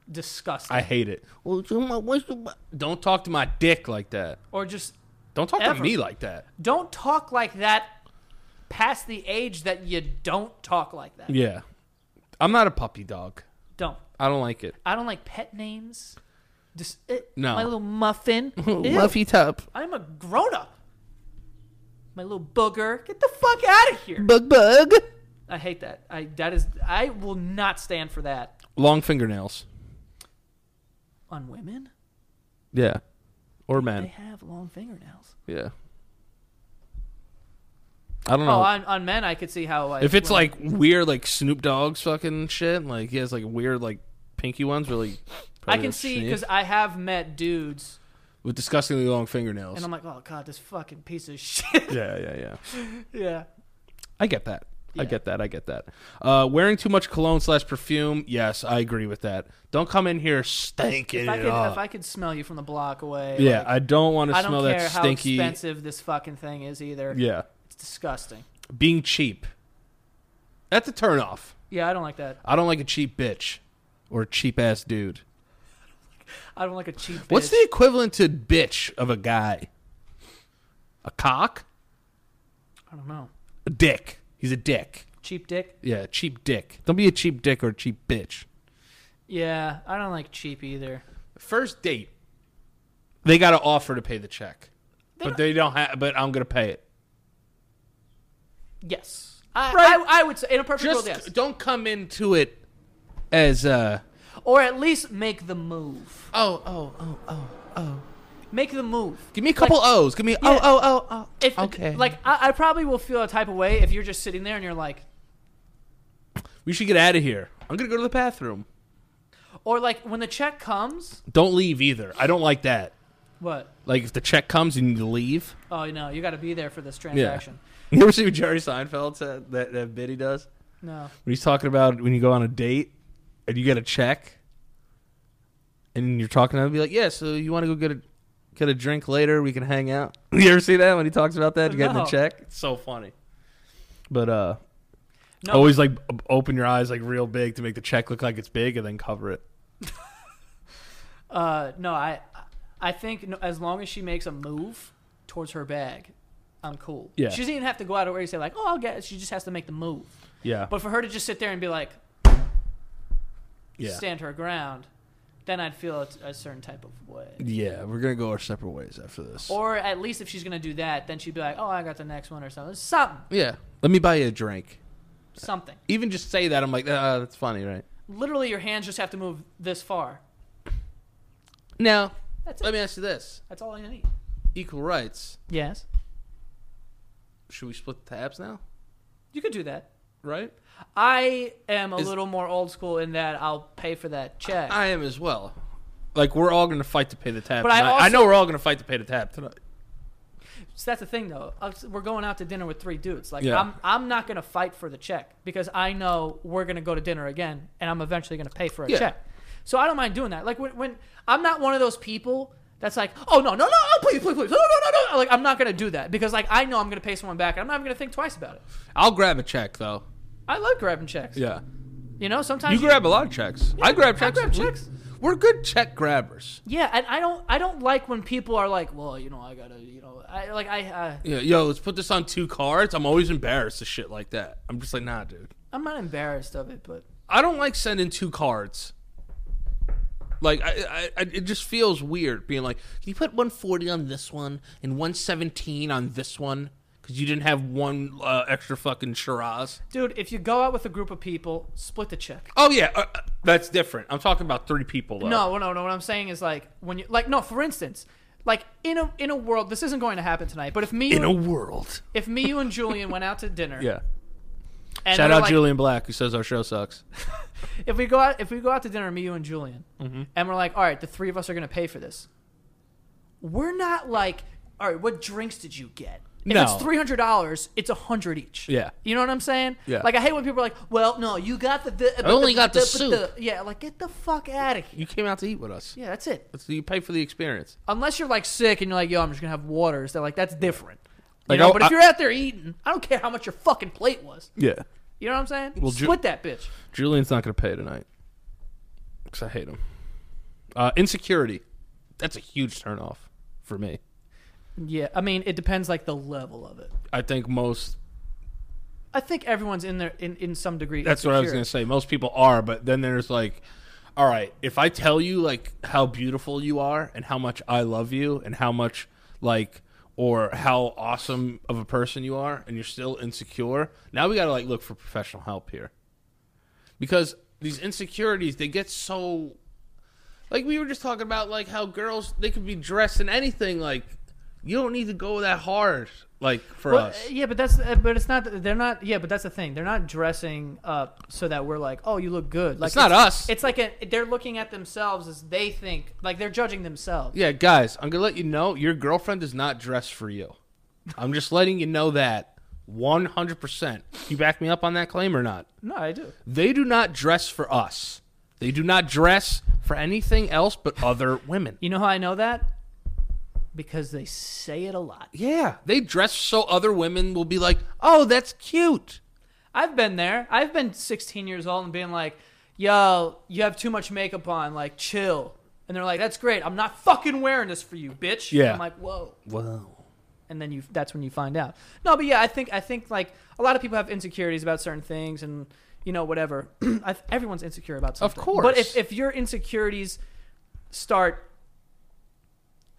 A: Disgusting.
B: I hate it. Well, so my- what's the bu- Don't talk to my dick like that.
A: or just
B: Don't talk to
A: Ever.
B: me like that.
A: don't talk like that past the age that you don't talk like that.
B: Yeah, I'm not a puppy dog.
A: Don't.
B: I don't like it.
A: I don't like pet names. Just, eh,
B: No.
A: My little
B: *laughs*
A: muffin. Ew.
B: Luffy top.
A: I'm a grown up. My little booger. Get the fuck out of here.
B: Bug bug.
A: I hate that. I that is I will not stand for that
B: Long fingernails.
A: on women.
B: Yeah, or
A: They
B: men.
A: have long fingernails.
B: Yeah. I don't know.
A: Oh, on, on men, I could see how like,
B: If it's
A: women-
B: like weird, like Snoop Dogg's fucking shit, like he has like weird, like pinky ones, really. *laughs*
A: I can see because I have met dudes,
B: with disgustingly long fingernails.
A: and I'm like, oh god, this fucking piece of *laughs* shit.
B: *laughs* yeah, yeah, yeah.
A: yeah.
B: I get that. I
A: Yeah.
B: get that. I get that. Uh, wearing too much cologne slash perfume. Yes, I agree with that. Don't come in here stinking
A: If I
B: it
A: could
B: up.
A: if I could smell you from the block away.
B: yeah,
A: like,
B: I don't want
A: I
B: to
A: don't
B: smell
A: care
B: that
A: how
B: stinky.
A: expensive this fucking thing is either.
B: Yeah,
A: It's disgusting.
B: being cheap. That's a turnoff.
A: Yeah, I don't like that.
B: I don't like a cheap bitch or a cheap ass dude.
A: I don't like a cheap.
B: What's
A: bitch.
B: the equivalent to bitch of a guy? A cock?
A: I don't know.
B: A dick. He's a dick.
A: Cheap dick.
B: Yeah, cheap dick. Don't be a cheap dick or a cheap bitch.
A: Yeah, I don't like cheap either.
B: First date. They got to offer to pay the check. but they don't have but I'm going to pay it.
A: Yes. I,
B: Right.
A: I, I would say in a perfect
B: Just
A: world, yes.
B: don't come into it as uh
A: Or at least make the move.
B: oh, oh, oh, oh. oh.
A: Make the move.
B: Give me a couple O's. Give me oh
A: Yeah.
B: oh oh oh.
A: If,
B: okay.
A: Like I, I probably will feel a type of way if you're just sitting there and you're like,
B: we should get out of here. I'm gonna go to the bathroom.
A: or like when the check comes,
B: Don't leave either. I don't like that.
A: what?
B: Like if the check comes and you need to leave.
A: Oh no, you got to be there for this transaction.
B: You ever see what Jerry Seinfeld said that that bit he does
A: No.
B: when he's talking about when you go on a date and you get a check and you're talking to him, be like, yeah, so you want to go get a get a drink later? We can hang out. *laughs* You ever see that when he talks about that? You getting
A: No.
B: a check? It's so funny. But uh,
A: No.
B: always like o- open your eyes like real big to make the check look like it's big and then cover it.
A: Uh, no, I, I think no, as long as she makes a move towards her bag, I'm cool.
B: Yeah.
A: She doesn't even have to go out of her way to say like, oh, I'll get. It. She just has to make the move.
B: Yeah.
A: But for her to just sit there and be like,
B: yeah.
A: stand her ground, then I'd feel a, a certain type of way.
B: Yeah, we're gonna go our separate ways after this.
A: Or at least if she's gonna do that, then she'd be like, oh, I got the next one or something. Something,
B: yeah, let me buy you a drink.
A: something.
B: Even just say that, I'm like, uh, that's funny, right?
A: Literally, your hands just have to move this far.
B: Now,
A: That's it.
B: let me ask you this:
A: That's all I need.
B: equal rights.
A: Yes,
B: Should we split the tabs now?
A: you could do that.
B: Right?
A: I am a
B: Is-
A: little more old school in that I'll pay for that check.
B: I am as well. Like we're all gonna fight to pay the tab.
A: But I
B: tonight. I
A: also-
B: know we're all gonna fight to pay the tab tonight.
A: So that's the thing, though. Us- We're going out to dinner with three dudes. Like,
B: Yeah.
A: I'm, I'm not going to fight for the check because I know we're going to go to dinner again, and I'm eventually going to pay for a
B: Yeah.
A: check. So I don't mind doing that. Like when, when I'm not one of those people that's like, oh no, no, no, oh, please, please, please, no, no, no, no. Like I'm not going to do that because like I know I'm going to pay someone back. I'm not even going to think twice about it.
B: I'll grab a check though.
A: I love grabbing checks.
B: Yeah.
A: You know, sometimes
B: You grab a lot of checks. I grab
A: I
B: checks.
A: grab
B: We-
A: checks.
B: We're good check grabbers.
A: Yeah, and I don't, I don't like when people are like, well, you know, I gotta, you know, I like I, uh,
B: Yeah, yo, let's put this on two cards. I'm always embarrassed of shit like that. I'm just like, nah, dude.
A: I'm not embarrassed of it, but
B: I don't like sending two cards. Like I, I, I it just feels weird being like, can you put one forty on this one and one seventeen on this one because you didn't have one uh, extra fucking Shiraz.
A: Dude, if you go out with a group of people, split the check.
B: Oh yeah, uh, uh, that's different. I'm talking about three people though.
A: No, no, no. What I'm saying is like when you like no. For instance, like in a in a world, this isn't going to happen tonight. But if me,
B: in
A: you,
B: a world.
A: if me, you and Julian went out to dinner, And
B: Shout
A: we're
B: out
A: like-
B: Julian Black who says our show sucks.
A: If we go out, if we go out to dinner, me, you, and Julian,
B: Mm-hmm.
A: and we're like, all right, the three of us are going to pay for this. We're not like, all right, what drinks did you get? If
B: No.
A: it's three hundred dollars, it's a hundred each.
B: Yeah.
A: you know what I'm saying?
B: Yeah.
A: Like I hate when people are like, "Well, no, you got the, the I
B: only got the soup.
A: yeah, like get the fuck out of here.
B: You came out to eat with us.
A: Yeah, that's it.
B: So you pay for the experience.
A: unless you're like sick and you're like, yo, I'm just gonna have waters. They're like, that's different. You
B: Like,
A: know,
B: I'll-
A: but if
B: I-
A: you're out there eating, I don't care how much your fucking plate was.
B: Yeah.
A: You know what I'm saying?
B: Well, Ju-
A: Split that bitch.
B: Julian's not going to pay tonight because I hate him. Uh, insecurity. That's a huge turnoff for me.
A: Yeah, I mean, it depends like the level of it.
B: I think most.
A: I think everyone's in there in, in some degree.
B: That's what I was
A: insecure.
B: going to say. Most people are, but then there's like, all right, if I tell you like how beautiful you are and how much I love you and how much like or how awesome of a person you are and you're still insecure, now we got to like look for professional help here. Because these insecurities, they get so like we were just talking about like how girls they could be dressed in anything like you don't need to go that hard like for
A: Well,
B: us.
A: yeah, but that's uh, but it's not. They're not. Yeah, but that's the thing. They're not dressing up so that we're like, oh, you look good. Like
B: It's not us.
A: It's like a, they're looking at themselves as they think. Like they're judging themselves.
B: Yeah, guys, I'm gonna let you know your girlfriend does not dress for you. I'm just letting you know that 100%. You back me up on that claim or not?
A: No, I do.
B: They do not dress for us. They do not dress for anything else but other women.
A: You know how I know that? Because they say it a lot.
B: Yeah, they dress so other women will be like, "Oh, that's cute."
A: I've been there. I've been 16 years old and being like, yo, you have too much makeup on. Like, chill. And they're like, that's great. I'm not fucking wearing this for you, bitch.
B: Yeah.
A: I'm like, whoa.
B: Whoa.
A: And then you that's when you find out. No, but yeah, I think I think like a lot of people have insecurities about certain things and you know whatever. *clears throat* I, everyone's insecure about something.
B: course.
A: But if if your insecurities start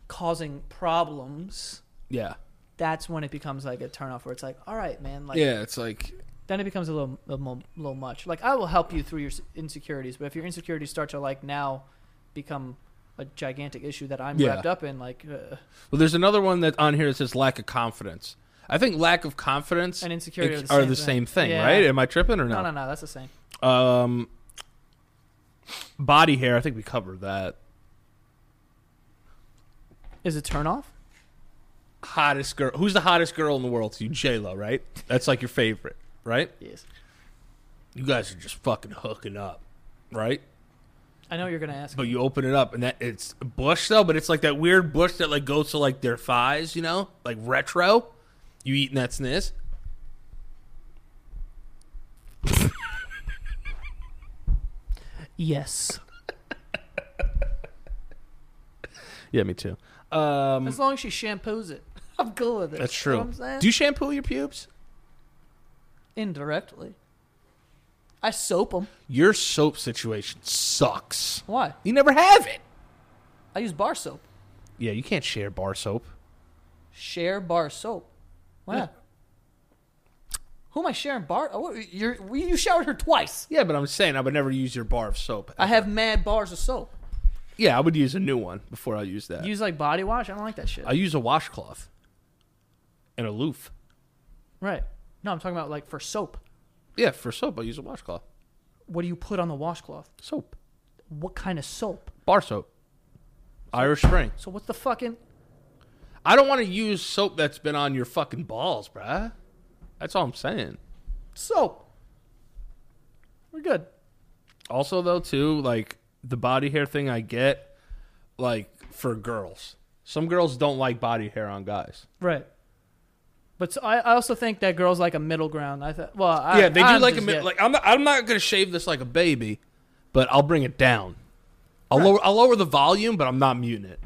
A: causing problems,
B: Yeah.
A: that's when it becomes like a turnoff where it's like, all right, man, like
B: Yeah, it's like
A: then it becomes a little, a mo- little much. Like I will help you through your s- insecurities, but if your insecurities start to like now become a gigantic issue that I'm
B: Yeah.
A: wrapped up in. Like uh,
B: Well, there's another one that on here that says lack of confidence. I think lack of confidence
A: And insecurity
B: ex-
A: are the
B: the
A: same
B: same
A: thing.
B: thing,
A: Yeah.
B: right? Am I tripping or
A: no,
B: not?
A: no, no, that's the same.
B: Um, body hair. I think we covered that.
A: Is it turn off?
B: Hottest girl. Who's the hottest girl in the world to you? J Lo, right? That's like your favorite, right?
A: Yes.
B: You guys are just fucking hooking up, right?
A: I know you're gonna ask.
B: But you open it up and that it's a bush though, but it's like that weird bush that like goes to like their thighs, you know, like retro. You eating that sniz?
A: yes.
B: Yeah, me too. Um,
A: As long as she shampoos it, *laughs* I'm cool with it.
B: that's
A: You know
B: true.
A: what I'm saying?
B: Do you shampoo your pubes?
A: Indirectly. I soap them.
B: Your soap situation sucks.
A: Why?
B: You never have it.
A: I use bar soap.
B: Yeah, you can't share bar soap.
A: Share bar soap. Why? not? Who am I sharing bar? Oh, what- you're, we- you showered her twice.
B: Yeah, but I'm saying I would never use your bar of soap.
A: I have mad bars of soap.
B: Yeah, I would use a new one before I use that.
A: Use like body wash. I don't like that shit.
B: I use a washcloth and a loof.
A: right. No, I'm talking about like for soap.
B: Yeah, for soap I use a washcloth.
A: What do you put on the washcloth?
B: Soap,
A: What kind of soap?
B: bar soap, Irish Spring.
A: So what's the fucking?
B: I don't want to use soap that's been on your fucking balls, bruh. That's all I'm saying.
A: soap. We're good.
B: Also, though, too, like the body hair thing I get, like for girls. Some girls don't like body hair on guys.
A: Right. But so I, I also think that girls like a middle ground. I thought, well, I,
B: yeah, they do
A: I'm
B: like a
A: just-
B: mi-
A: yeah.
B: like. I'm not, I'm not gonna shave this like a baby, but I'll bring it down. I'll lower I'll lower the volume, but I'm not muting it.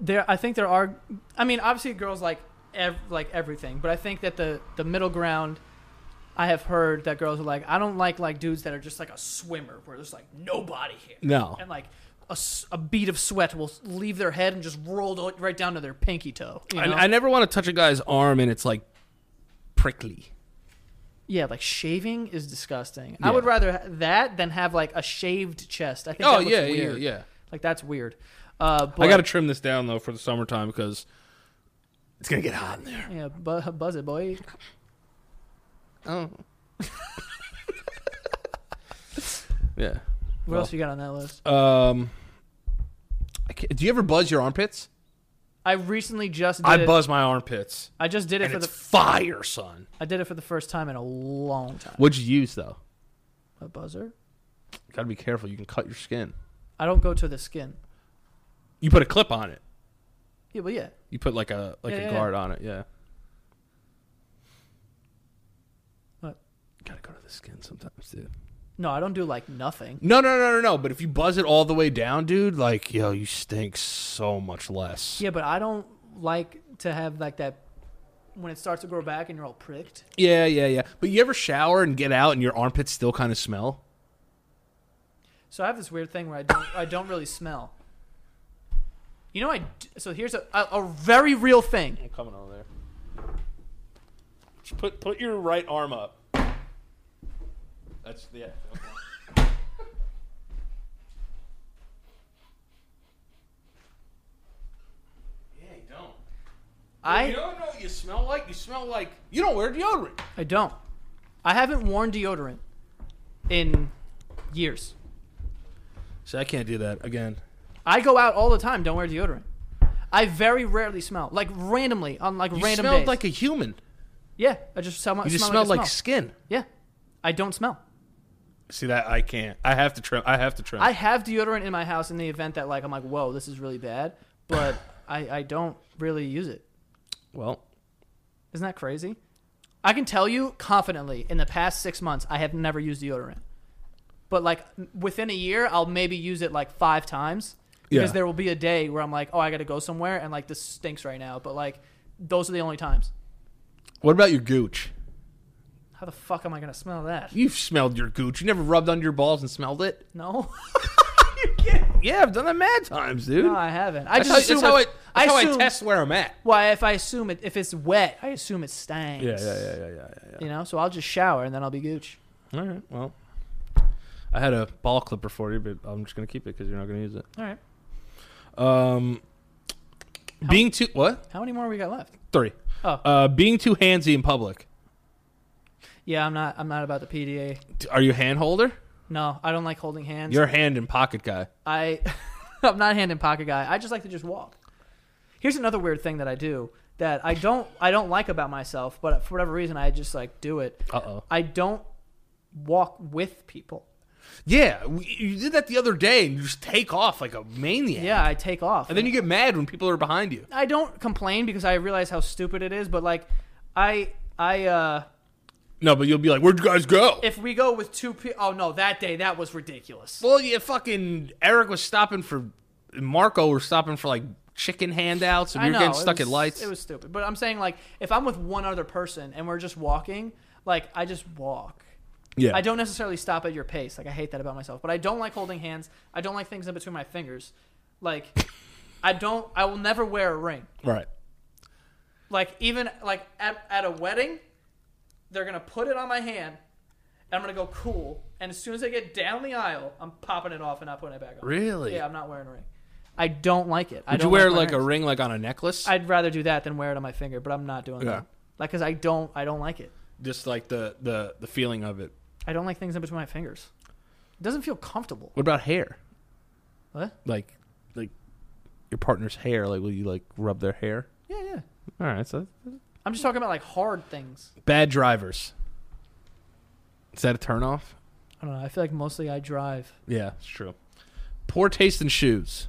A: there. I think there are. I mean, obviously, girls like ev- like everything, but I think that the the middle ground. I have heard that girls are like, I don't like like dudes that are just like a swimmer, where there's like no body hair,
B: No.
A: and like a, s- a bead of sweat will leave their head and just roll do- right down to their pinky toe. You know?
B: I, I never want to touch a guy's arm and it's like prickly.
A: Yeah, like shaving is disgusting. I
B: Yeah.
A: would rather ha- that than have like a shaved chest. I think
B: Oh
A: that looks
B: yeah, yeah,
A: weird.
B: yeah.
A: Like that's weird. Uh, but,
B: I gotta trim this down though for the summertime because it's gonna get hot in there.
A: yeah, bu- buzz it, boy.
B: Oh. *laughs* yeah.
A: What else you got on that list?
B: Um. I can't- do you ever buzz your armpits?
A: I recently just did
B: I
A: it.
B: buzz my armpits,
A: I just did it
B: and
A: for
B: it's
A: the
B: fire, son.
A: I did it for the first time in a long time.
B: What'd you use though?
A: A buzzer?
B: Gotta be careful. You can cut your skin.
A: I don't go to the skin.
B: You put a clip on it.
A: Yeah, but yeah.
B: You put like a like
A: Yeah,
B: a
A: yeah,
B: guard on it. Yeah.
A: What?
B: Gotta go to the skin sometimes, dude.
A: No, I don't do like nothing.
B: No, no, no, no, no. But if you buzz it all the way down, dude, like yo, you stink so much less.
A: Yeah, but I don't like to have like that when it starts to grow back and you're all pricked.
B: Yeah, yeah, yeah. But you ever shower and get out and your armpits still kind of smell?
A: So I have this weird thing where I don't I don't really smell. You know I d- so here's a, a a very real thing.
B: I'm coming over there. Just put put your right arm up. That's yeah. *laughs* yeah, you don't. you
A: I
B: don't know what you smell like. You smell like you don't wear deodorant.
A: I don't. I haven't worn deodorant in years.
B: So I can't do that again.
A: I go out all the time, don't wear deodorant. I very rarely smell, like randomly on like
B: You
A: random
B: smelled
A: days.
B: like a human.
A: yeah, I just smell.
B: You just
A: smell
B: smelled
A: like,
B: like,
A: I smell.
B: skin.
A: yeah, I don't smell.
B: See that I can't. I have to trim. I have to trim.
A: I have deodorant in my house in the event that like I'm like, whoa, this is really bad,
B: *laughs*
A: but I I don't really use it.
B: well,
A: Isn't that crazy? I can tell you confidently in the past six months, I have never used deodorant. But like m- within a year, I'll maybe use it like five times because
B: Yeah.
A: there will be a day where I'm like, oh, I got to go somewhere and like this stinks right now. But like those are the only times.
B: what about your gooch?
A: How the fuck am I going to smell that?
B: You've smelled your gooch. You never rubbed under your balls and smelled it.
A: No, *laughs*
B: Yeah, I've done that mad times, dude.
A: no, I haven't. I
B: that's
A: just
B: how,
A: assume
B: that's how I,
A: if-
B: that's
A: I
B: how
A: assume,
B: I test where I'm at.
A: Why, if I assume it, if it's wet, I assume it stanks.
B: yeah, yeah,
A: You know, so I'll just shower and then I'll be gooch.
B: yeah. All right, well, I had a ball clipper for you, but I'm just gonna keep it because you're not gonna use it.
A: All right.
B: Um, being too what
A: How many more we got left?
B: three?
A: Oh.
B: Uh, being too handsy in public.
A: Yeah, I'm not. I'm not about the PDA.
B: D- Are you a hand holder?
A: No, I don't like holding hands.
B: You're a hand and pocket guy.
A: I, *laughs* I'm not hand in pocket guy. I just like to just walk. Here's another weird thing that I do that I don't. I don't like about myself, but for whatever reason, I just like do it.
B: Uh oh.
A: I don't walk with people.
B: Yeah, we, you did that the other day, and you just take off like a maniac.
A: Yeah, I take off.
B: and then you get mad when people are behind you.
A: I don't complain because I realize how stupid it is, but like, I, I, uh,
B: No, but you'll be like, "Where'd you guys go?"
A: if we go with two people, oh no, that day that was ridiculous.
B: well, yeah, fucking Eric was stopping for Marco were stopping for like chicken handouts, and
A: I
B: we were
A: know,
B: getting
A: it
B: stuck at
A: was-
B: lights.
A: It was stupid, but I'm saying like, if I'm with one other person and we're just walking, like I just walk.
B: yeah,
A: I don't necessarily stop at your pace. Like I hate that about myself, but I don't like holding hands. I don't like things in between my fingers. Like I don't. I will never wear a ring.
B: right.
A: Like even like at, at a wedding, they're gonna put it on my hand. And I'm gonna go cool, and as soon as I get down the aisle, I'm popping it off and not putting it back on.
B: Really?
A: Yeah, I'm not wearing a ring. I don't like it. I
B: Would you
A: don't
B: wear
A: my
B: like a
A: rings.
B: ring, like on a necklace?
A: I'd rather do that than wear it on my finger, but I'm not doing
B: Yeah.
A: that. Like, cause I don't, I don't like it.
B: Just like the the the feeling of it.
A: I don't like things in between my fingers. It doesn't feel comfortable.
B: What about hair?
A: What?
B: Like, like your partner's hair? Like, will you like rub their hair?
A: Yeah, yeah.
B: All right, so
A: I'm just talking about like hard things.
B: bad drivers. Is that a turnoff?
A: I don't know. I feel like mostly I drive.
B: Yeah, it's true. Poor taste in shoes.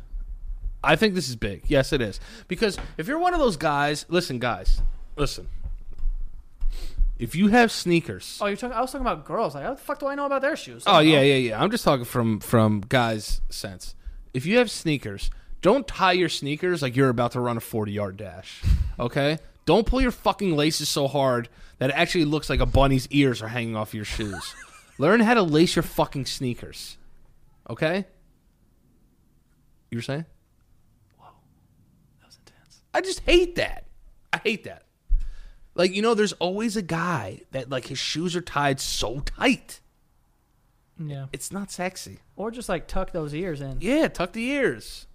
B: I think this is big. Yes, it is. Because if you're one of those guys, listen, guys, listen. If you have sneakers,
A: Oh, you're talking. I was talking about girls. Like, how the fuck do I know about their shoes?
B: oh yeah, yeah, yeah. I'm just talking from from guys' sense. If you have sneakers, don't tie your sneakers like you're about to run a 40 yard dash. Okay. Don't pull your fucking laces so hard that it actually looks like a bunny's ears are hanging off your shoes. Learn how to lace your fucking sneakers. Okay. You were saying?
A: That was intense.
B: I just hate that. I hate that. Like, you know, there's always a guy that like his shoes are tied so tight.
A: Yeah.
B: It's not sexy.
A: Or just like tuck those ears in.
B: Yeah, tuck the ears.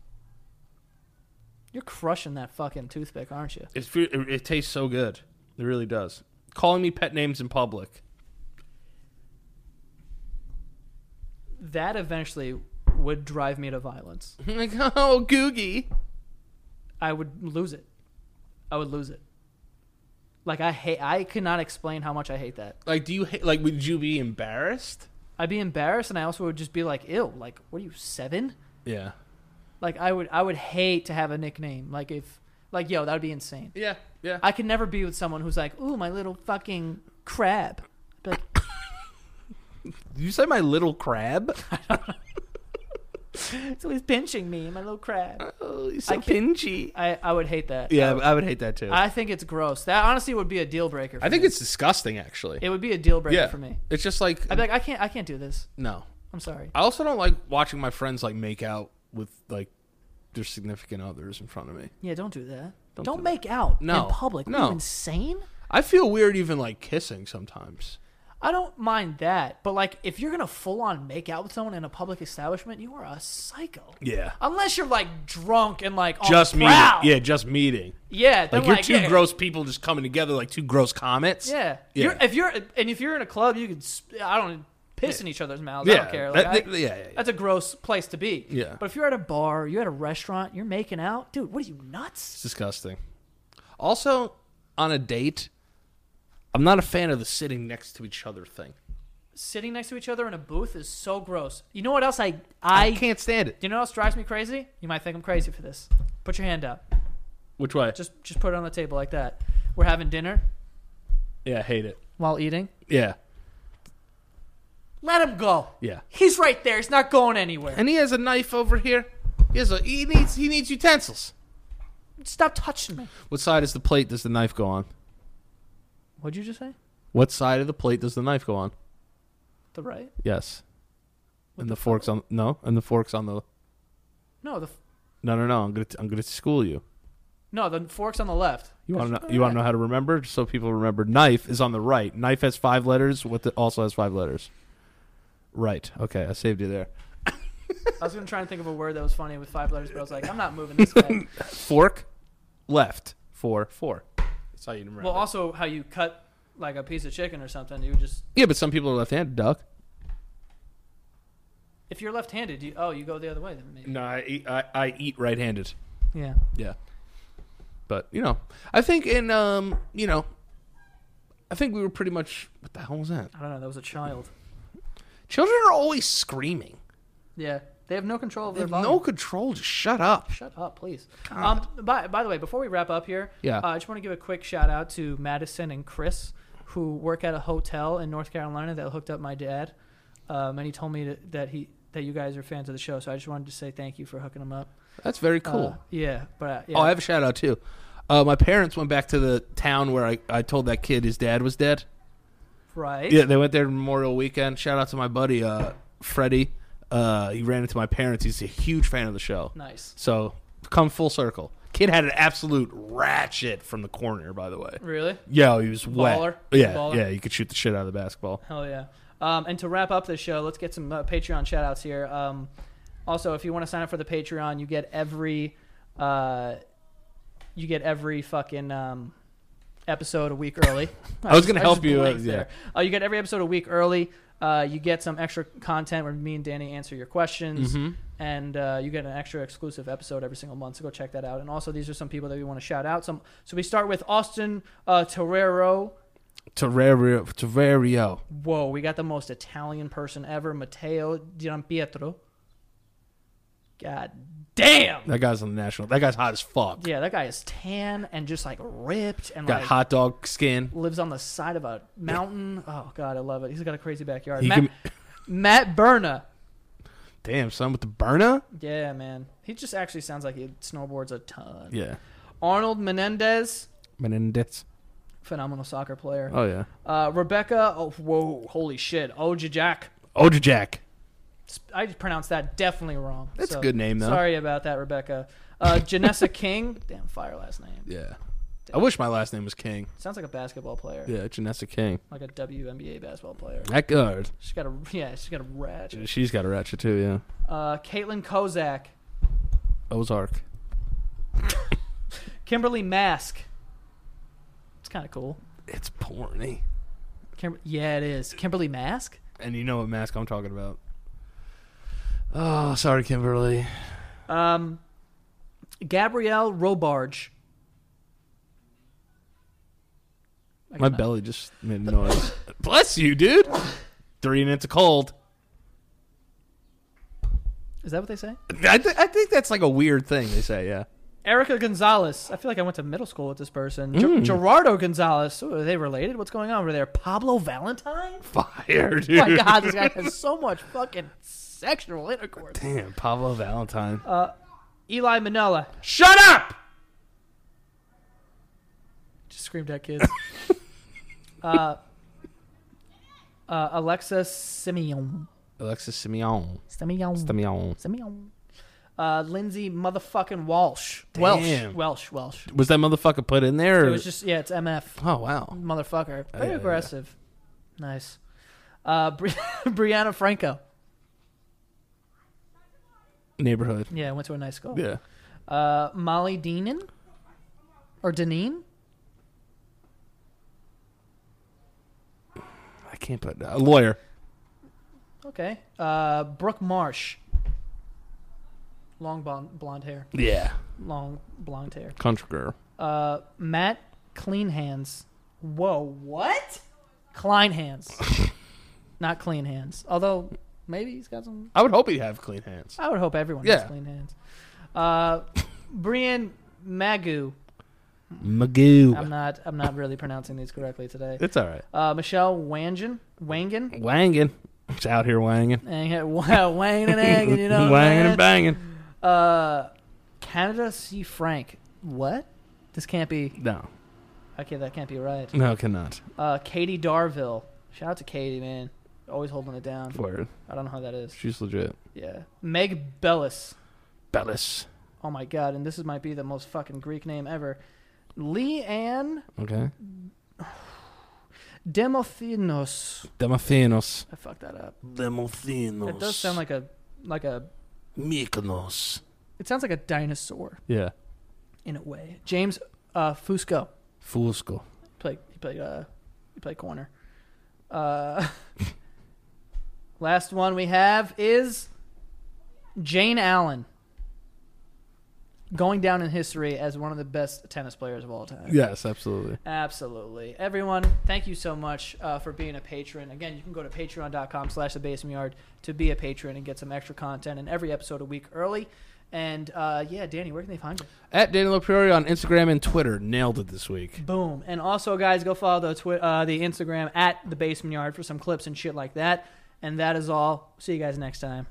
A: You're crushing that fucking toothpick, aren't you?
B: It's, it, it tastes so good. It really does. Calling me pet names in public. *laughs*
A: That eventually would drive me to violence.
B: like, oh, Googie.
A: I would lose it. I would lose it. Like I hate. I cannot explain how much I hate that.
B: Like, do you hate, like, would you be embarrassed?
A: I'd be embarrassed, and I also would just be like, "Ew! Like, what are you seven?
B: Yeah.
A: Like, I would. I would hate to have a nickname. Like, if like, yo, that would be insane.
B: Yeah, yeah.
A: I could never be with someone who's like, "Ooh, my little fucking crab." Be Like, *laughs*
B: Did you say my little crab?
A: it's always pinching me, my little crab.
B: oh, he's
A: I can't-
B: pinchy.
A: I, I would hate that.
B: Yeah, I would hate that too. I,
A: I think it's gross. That honestly would be a deal breaker. For
B: think
A: me.
B: it's disgusting, actually.
A: it would be a deal breaker
B: yeah.
A: for me.
B: It's just like,
A: I'd be like, I can't, I can't do this.
B: no.
A: I'm sorry.
B: I also don't like watching my friends like make out with like their significant others in front of me.
A: Yeah, don't do that. Don't,
B: do
A: make out
B: No.
A: in public. What Are
B: No.
A: you insane?
B: I feel weird even like kissing sometimes.
A: I don't mind that, but like, if you're gonna full on make out with someone in a public establishment, you are a psycho.
B: Yeah. Oh,
A: Unless you're like drunk and like on
B: Just
A: the
B: meeting.
A: prowl.
B: Yeah, just meeting.
A: yeah. Then,
B: Like
A: like,
B: you're two
A: yeah.
B: gross people just coming together like two gross comments.
A: Yeah.
B: Yeah.
A: You're, if you're and if you're in a club, you can sp- I don't piss in each other's mouths. I
B: Yeah,
A: don't care.
B: that-
A: Like, I-
B: that- yeah, yeah, yeah.
A: That's a gross place to be.
B: Yeah.
A: But if you're at a bar, you're at a restaurant, you're making out, dude. What are you nuts?
B: It's disgusting. Also, on a date, I'm not a fan of the sitting next to each other thing.
A: Sitting next to each other in a booth is so gross. You know what else I
B: I,
A: I,
B: can't stand it.
A: you know what else drives me crazy? You might think I'm crazy for this. Put your hand up.
B: Which way?
A: Just just put it on the table like that. We're having dinner
B: yeah, I hate it.
A: while eating.
B: Yeah,
A: Let him go.
B: yeah.
A: He's right there. He's not going anywhere.
B: And he has a knife over here. He has a, he needs he needs utensils.
A: Stop touching me.
B: What side is the plate? Does the knife go on?
A: What'd you just say?
B: What side of the plate does the knife go on?
A: The right?
B: Yes. and the, forks on no, and the forks on the
A: No, the f-
B: no, no, no. I'm gonna t- I'm gonna school you.
A: no, the fork's on the left.
B: You want to you want to know how to remember? Just so people remember. Knife is on the right. Knife has five letters. What the, also has five letters. Right. Okay, I saved you there.
A: I was gonna try and think of a word that was funny with five letters, but I was like, I'm not moving this *laughs* way.
B: Fork, left, four, four. That's how you remember.
A: well, also how you cut like a piece of chicken or something, you just
B: yeah, but some people are left-handed, Doc.
A: if you're left-handed, you oh you go the other way then maybe.
B: No, I eat, I, I eat right-handed.
A: Yeah.
B: Yeah. But you know, I think in um, you know, I think we were pretty much. What the hell was that?
A: I don't know. That was a child.
B: Children are always screaming.
A: Yeah. They have no control of
B: They
A: their
B: have
A: body.
B: no control. Just shut up.
A: Shut up, please. Um, by, by the way, before we wrap up here,
B: Yeah.
A: uh, I just want to give a quick shout out to Madison and Chris, who work at a hotel in North Carolina that hooked up my dad, um, and he told me that, that he that you guys are fans of the show. So I just wanted to say thank you for hooking him up.
B: That's very
A: Uh,
B: cool.
A: yeah, but uh, yeah.
B: Oh, I have a shout out too. Uh, my parents went back to the town where I, I told that kid his dad was dead.
A: right.
B: Yeah, they went there Memorial Weekend. Shout out to my buddy uh, Freddie. Uh, he ran into my parents. He's a huge fan of the show.
A: Nice.
B: So come full circle. Kid had an absolute ratchet from the corner. By the way,
A: Really?
B: yo, he was wet.
A: Baller.
B: Yeah,
A: Baller.
B: yeah, you could shoot the shit out of the basketball.
A: Hell yeah. Um, and to wrap up the show, let's get some uh, Patreon shout outs here. Um, also, if you want to sign up for the Patreon, you get every uh, you get every fucking um, episode a week early.
B: *laughs* I was gonna
A: just
B: help you, uh,
A: blanked
B: yeah.
A: there. Uh, you get every episode a week early. Uh, you get some extra content where me and Danny answer your questions,
B: Mm-hmm.
A: and uh, you get an extra exclusive episode every single month. So go check that out. And also, these are some people that we want to shout out. Some so we start with Austin uh, Torero.
B: Terrario, Terrario.
A: Whoa, we got the most Italian person ever, Matteo Giampietro. God damn.
B: That guy's on the national. That guy's hot as fuck.
A: Yeah, that guy is tan and just like ripped and
B: Got
A: like
B: hot dog skin.
A: lives on the side of a mountain. Oh god, I love it. He's got a crazy backyard.
B: He
A: Matt,
B: can-
A: *laughs* Matt Berna.
B: Damn, son with the burner.
A: Yeah, man. He just actually sounds like he snowboards a ton.
B: Yeah,
A: Arnold Menendez,
B: Menendez.
A: phenomenal soccer player.
B: Oh yeah.
A: Uh, Rebecca, oh whoa, holy shit. Oh Jack.
B: Oja Jack.
A: Sp- I pronounced that definitely wrong.
B: That's a
A: So,
B: good name, though.
A: Sorry about that, Rebecca.
B: *laughs*
A: Uh, Janessa King. Damn, fire last name.
B: Yeah. I wish my last name was King.
A: Sounds like a basketball player,
B: Yeah, Janessa King.
A: like a WNBA basketball player.
B: That guard.
A: She's got a *laughs* yeah, she's got a ratchet.
B: She's got a ratchet too. Yeah.
A: Uh, Caitlin Kozak,
B: Ozark.
A: Kimberly Mask. It's kind of cool.
B: It's porny.
A: Kim- yeah, it is. Kimberly Mask.
B: And you know what mask I'm talking about. Oh, sorry, Kimberly.
A: Um, Gabrielle Robarge. I
B: My
A: cannot-
B: belly just made a noise. *laughs* Bless you, dude. Three minutes of cold.
A: Is that what they say?
B: I, th- I think that's like a weird thing they say, yeah.
A: Erica Gonzalez. I feel like I went to middle school with this person. Ger-
B: Mm.
A: Gerardo Gonzalez. Ooh, are they related? What's going on over there? Pablo Valentine?
B: Fire, dude.
A: Oh
B: *laughs*
A: My God, this guy has so much fucking sexual intercourse.
B: Damn, Pablo Valentine.
A: Uh, Eli Manella.
B: Shut up!
A: Just screamed at
B: *laughs*
A: kids. uh, uh, Alexa Simeon.
B: Alexis Simeon.
A: Simeon.
B: Simeon.
A: Simeon. Uh, Lindsay motherfucking Walsh.
B: Damn.
A: Welsh. Welsh. Welsh.
B: Was that motherfucker put in there? Or?
A: It was just, yeah, it's MF.
B: oh, wow.
A: Motherfucker. Very
B: yeah,
A: aggressive. Nice. Uh, *laughs* Bri- Brianna Franco.
B: Neighborhood.
A: Yeah, went to a nice school.
B: Yeah.
A: Uh, Molly Deenan or Deneen?
B: I can't put a lawyer.
A: Okay. Uh, Brooke Marsh. Long blonde, blonde hair.
B: Yeah.
A: Long blonde hair.
B: Country girl.
A: Uh, Matt Clean Hands. Whoa, what? Klein Hands. Not Clean Hands. Although, maybe he's got some.
B: I would hope he'd have clean hands.
A: I would hope everyone
B: Yeah.
A: has clean hands. Uh, Brian Magoo.
B: Magoo.
A: I'm not. I'm not really pronouncing these correctly today.
B: It's all right.
A: Uh, Michelle Wangen. Wangen.
B: Wanging. It's out here wanging.
A: And wow, *laughs* wanging and hanging, you know. what
B: wanging
A: I'm
B: and banging.
A: saying? Uh, Canada C. Frank. What? This can't be.
B: No.
A: Okay, that can't be right.
B: No, cannot.
A: Uh, Katie Darville. Shout out to Katie, man. Always holding it down.
B: Word.
A: I don't know how that is.
B: She's legit.
A: Yeah. Meg Bellis.
B: Bellis.
A: Oh my god, and this is, might be the most fucking Greek name ever. Leanne
B: Okay.
A: Demothinos.
B: Demophinos.
A: I fucked that up.
B: Demophinos.
A: It does sound like a like a
B: Mykonos.
A: It sounds like a dinosaur
B: Yeah.
A: in a way. James uh, Fusco
B: Fusco.
A: played. He played. Uh, he played corner. Uh, last one we have is Jane Allen, going down in history as one of the best tennis players of all time.
B: Yes, absolutely.
A: Absolutely. Everyone, thank you so much uh, for being a patron. Again, you can go to patreon.com slash the basement yard to be a patron and get some extra content and every episode a week early. And uh, yeah, Danny, where can they find you?
B: At Daniel Priori on Instagram and Twitter. Nailed it this week.
A: Boom. And also, guys, go follow the, twi- uh, the Instagram at the basement yard for some clips and shit like that. And that is all. See you guys next time.